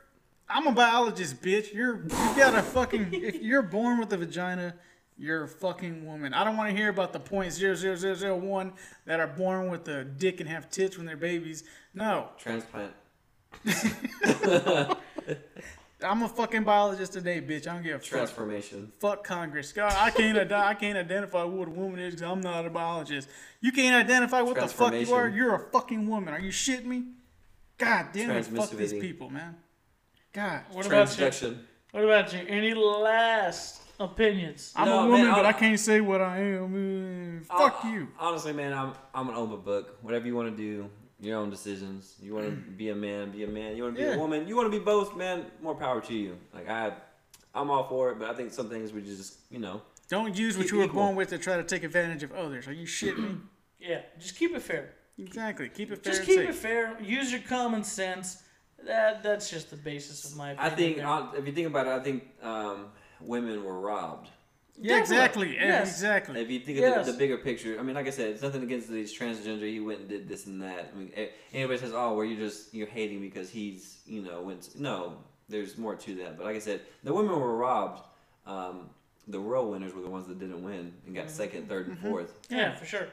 [SPEAKER 2] I'm a biologist, bitch. You're you got a fucking. if you're born with a vagina, you're a fucking woman. I don't want to hear about the point zero zero zero zero one that are born with a dick and have tits when they're babies. No,
[SPEAKER 3] transplant.
[SPEAKER 2] I'm a fucking biologist today, bitch. I don't give a fuck.
[SPEAKER 3] Transformation.
[SPEAKER 2] Fuck Congress. God, I can't adi- I can't identify what a woman is because I'm not a biologist. You can't identify what the fuck you are.
[SPEAKER 3] Transformation.
[SPEAKER 2] You're a fucking woman. Are you shitting me? God damn it. Fuck these
[SPEAKER 3] Transmissivity.
[SPEAKER 2] people, man. God.
[SPEAKER 1] What about you?
[SPEAKER 3] Transduction.
[SPEAKER 1] What about you? Any last opinions?
[SPEAKER 2] I'm
[SPEAKER 3] No,
[SPEAKER 2] a
[SPEAKER 3] man,
[SPEAKER 2] woman,
[SPEAKER 3] I'll-
[SPEAKER 2] but I can't say what I am. Uh, Fuck
[SPEAKER 3] Uh,
[SPEAKER 2] you.
[SPEAKER 3] Honestly, man, I'm I'm an open book. Whatever you want to do, your own decisions. You
[SPEAKER 1] *clears throat*
[SPEAKER 3] want to be a man, be a man. You want to be
[SPEAKER 2] Yeah.
[SPEAKER 3] a woman, you want to be both, man. More power to you. Like I, I'm all for it, but I think some things we just, you know,
[SPEAKER 2] Don't use what
[SPEAKER 3] Keep
[SPEAKER 2] you were
[SPEAKER 3] equal.
[SPEAKER 2] born with to try to take advantage of others. Are you shitting me?
[SPEAKER 1] Yeah, just keep it fair.
[SPEAKER 2] Exactly. Keep it fair
[SPEAKER 1] Just
[SPEAKER 2] and
[SPEAKER 1] keep
[SPEAKER 2] safe.
[SPEAKER 1] it fair. Use your common sense. That that's just the basis of my.
[SPEAKER 3] I
[SPEAKER 1] Opinion
[SPEAKER 3] think
[SPEAKER 1] there.
[SPEAKER 3] uh, if you think about it, I think um, women were robbed
[SPEAKER 2] Yeah, exactly.
[SPEAKER 1] Definitely. Yes.
[SPEAKER 2] Exactly.
[SPEAKER 3] If you think of
[SPEAKER 1] Yes.
[SPEAKER 3] the, the bigger picture, I mean, like I said, it's nothing against these transgender. He went and did this and that. I mean, eh, anybody says, "Oh, well, you're just you're hating because he's you know went." to-" No, there's more to that. But like I said, the women were robbed. Um, the real winners were the ones that didn't win and got second, third,
[SPEAKER 2] Mm-hmm.
[SPEAKER 3] and fourth.
[SPEAKER 1] Yeah, for sure.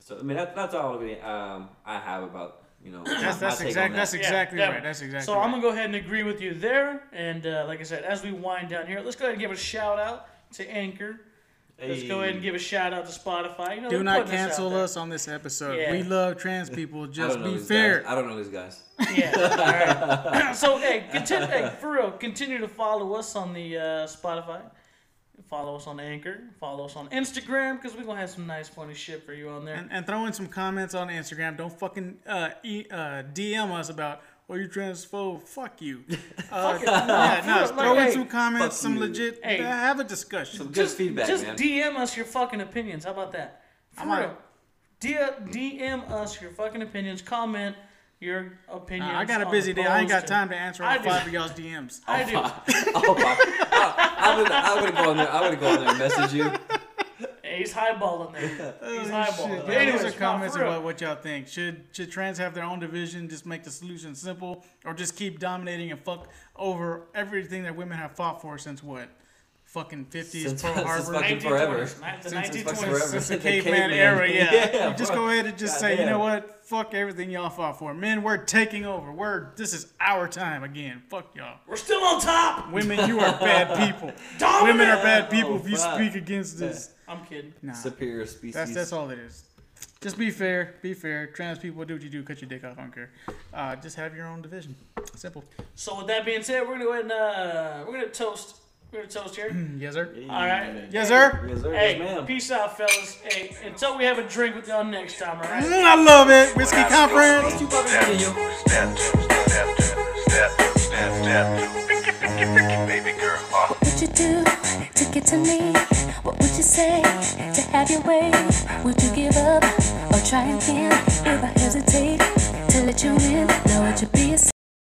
[SPEAKER 3] So I mean, that, that's all really, um, I have about you know.
[SPEAKER 2] *coughs* That's
[SPEAKER 3] my
[SPEAKER 2] that's
[SPEAKER 3] take on
[SPEAKER 2] exactly that's
[SPEAKER 3] that.
[SPEAKER 1] Yeah,
[SPEAKER 2] exactly
[SPEAKER 1] yeah.
[SPEAKER 2] right. That's exactly.
[SPEAKER 1] So
[SPEAKER 2] right.
[SPEAKER 1] I'm gonna go ahead and agree with you there. And uh, like I said, as we wind down here, let's go ahead and give a shout out to Anchor. Let's go ahead and give a shout out to Spotify. You know,
[SPEAKER 2] Do
[SPEAKER 1] they're
[SPEAKER 2] not
[SPEAKER 1] putting us out
[SPEAKER 2] cancel
[SPEAKER 1] there.
[SPEAKER 2] us on this episode.
[SPEAKER 1] Yeah.
[SPEAKER 2] We love trans people.
[SPEAKER 3] I don't
[SPEAKER 2] Just
[SPEAKER 3] know
[SPEAKER 2] be
[SPEAKER 3] these
[SPEAKER 2] fair.
[SPEAKER 3] Guys. I don't know
[SPEAKER 2] *laughs*
[SPEAKER 3] these guys.
[SPEAKER 1] Yeah. All right. *clears throat* so hey, continue, hey, for real, continue to follow us on the uh, Spotify. Follow us on Anchor. Follow us on Instagram because we're gonna have some nice, funny shit for you on there. *laughs*
[SPEAKER 2] And, and throw in some comments on Instagram. Don't fucking uh, e- uh, DM us about, oh, you transphobe. Fuck
[SPEAKER 3] *laughs*
[SPEAKER 2] you. Uh,
[SPEAKER 1] Fuck it.
[SPEAKER 2] yeah, no,
[SPEAKER 1] Like,
[SPEAKER 2] throw in
[SPEAKER 1] hey,
[SPEAKER 2] some comments,
[SPEAKER 3] fuck
[SPEAKER 2] some
[SPEAKER 3] you.
[SPEAKER 2] legit.
[SPEAKER 1] Hey.
[SPEAKER 2] have a discussion.
[SPEAKER 3] Some good
[SPEAKER 1] just
[SPEAKER 3] feedback,
[SPEAKER 1] just
[SPEAKER 3] man.
[SPEAKER 1] DM us your fucking opinions. How about that? For
[SPEAKER 2] I'm on
[SPEAKER 1] real. D- DM us your fucking opinions. Comment your opinions.
[SPEAKER 2] I got a
[SPEAKER 1] on
[SPEAKER 2] busy
[SPEAKER 1] the
[SPEAKER 2] day. I ain't got
[SPEAKER 1] post.
[SPEAKER 2] time to answer all
[SPEAKER 1] I do.
[SPEAKER 2] five of
[SPEAKER 1] *laughs*
[SPEAKER 2] y'all's DMs.
[SPEAKER 1] I do.
[SPEAKER 3] oh, my. I, I would I would go on there. I would go on there and
[SPEAKER 2] *laughs*
[SPEAKER 3] message you.
[SPEAKER 1] Hey, He's highballing there. He's highballing.
[SPEAKER 2] Shit,
[SPEAKER 1] But
[SPEAKER 2] yeah,
[SPEAKER 1] anyways,
[SPEAKER 2] those are
[SPEAKER 1] no,
[SPEAKER 2] comments
[SPEAKER 1] for real.
[SPEAKER 2] about what y'all think. Should should trans have their own division? Just make the solution simple, or just keep dominating and fuck over everything that women have fought for since what? Fucking fifties,
[SPEAKER 3] Since-
[SPEAKER 2] Pearl
[SPEAKER 3] *laughs* since
[SPEAKER 2] Harbor.
[SPEAKER 3] fucking- forever.
[SPEAKER 1] 1920s. The
[SPEAKER 2] Since it's fucking
[SPEAKER 1] 1920s.
[SPEAKER 2] Since the
[SPEAKER 3] The
[SPEAKER 2] caveman,
[SPEAKER 3] caveman.
[SPEAKER 2] era, yeah.
[SPEAKER 3] *laughs* Yeah,
[SPEAKER 2] you just
[SPEAKER 3] bro.
[SPEAKER 2] go ahead and just say, you know what? Fuck everything y'all fought for. Men, we're taking over. We're this is our time again. Fuck y'all.
[SPEAKER 1] We're still on top.
[SPEAKER 2] Women, you are
[SPEAKER 3] *laughs*
[SPEAKER 2] bad people.
[SPEAKER 1] Dominant.
[SPEAKER 2] Women are bad people
[SPEAKER 3] Oh,
[SPEAKER 2] if you
[SPEAKER 3] fuck.
[SPEAKER 2] speak against this.
[SPEAKER 1] I'm kidding.
[SPEAKER 2] Nah.
[SPEAKER 3] Superior species.
[SPEAKER 2] That's that's all it is. Just be fair. Be fair. Trans people, do what you do. Cut your dick off. I don't care. Uh, just have your own division. Simple.
[SPEAKER 1] So with that being said, we're gonna go ahead and uh, we're gonna toast. We're gonna toast
[SPEAKER 3] *clears throat*
[SPEAKER 1] here.
[SPEAKER 2] Mm, Yes, sir.
[SPEAKER 3] Yeah.
[SPEAKER 1] All right.
[SPEAKER 2] Yes, sir.
[SPEAKER 3] Yes, sir.
[SPEAKER 1] Hey,
[SPEAKER 3] Yes, ma'am.
[SPEAKER 1] peace out, fellas. Hey, until we have a drink with y'all next time, all right?
[SPEAKER 2] Mm, I love it. Whiskey conference.
[SPEAKER 3] You fucking video.
[SPEAKER 4] Step two, step two, step two, step, step two. Picky, picky, picky, baby girl. Uh.
[SPEAKER 5] What would you do to get to me? What would you say to have your way? Would you give up or try again if I hesitate to let you in? Know it should be a sin.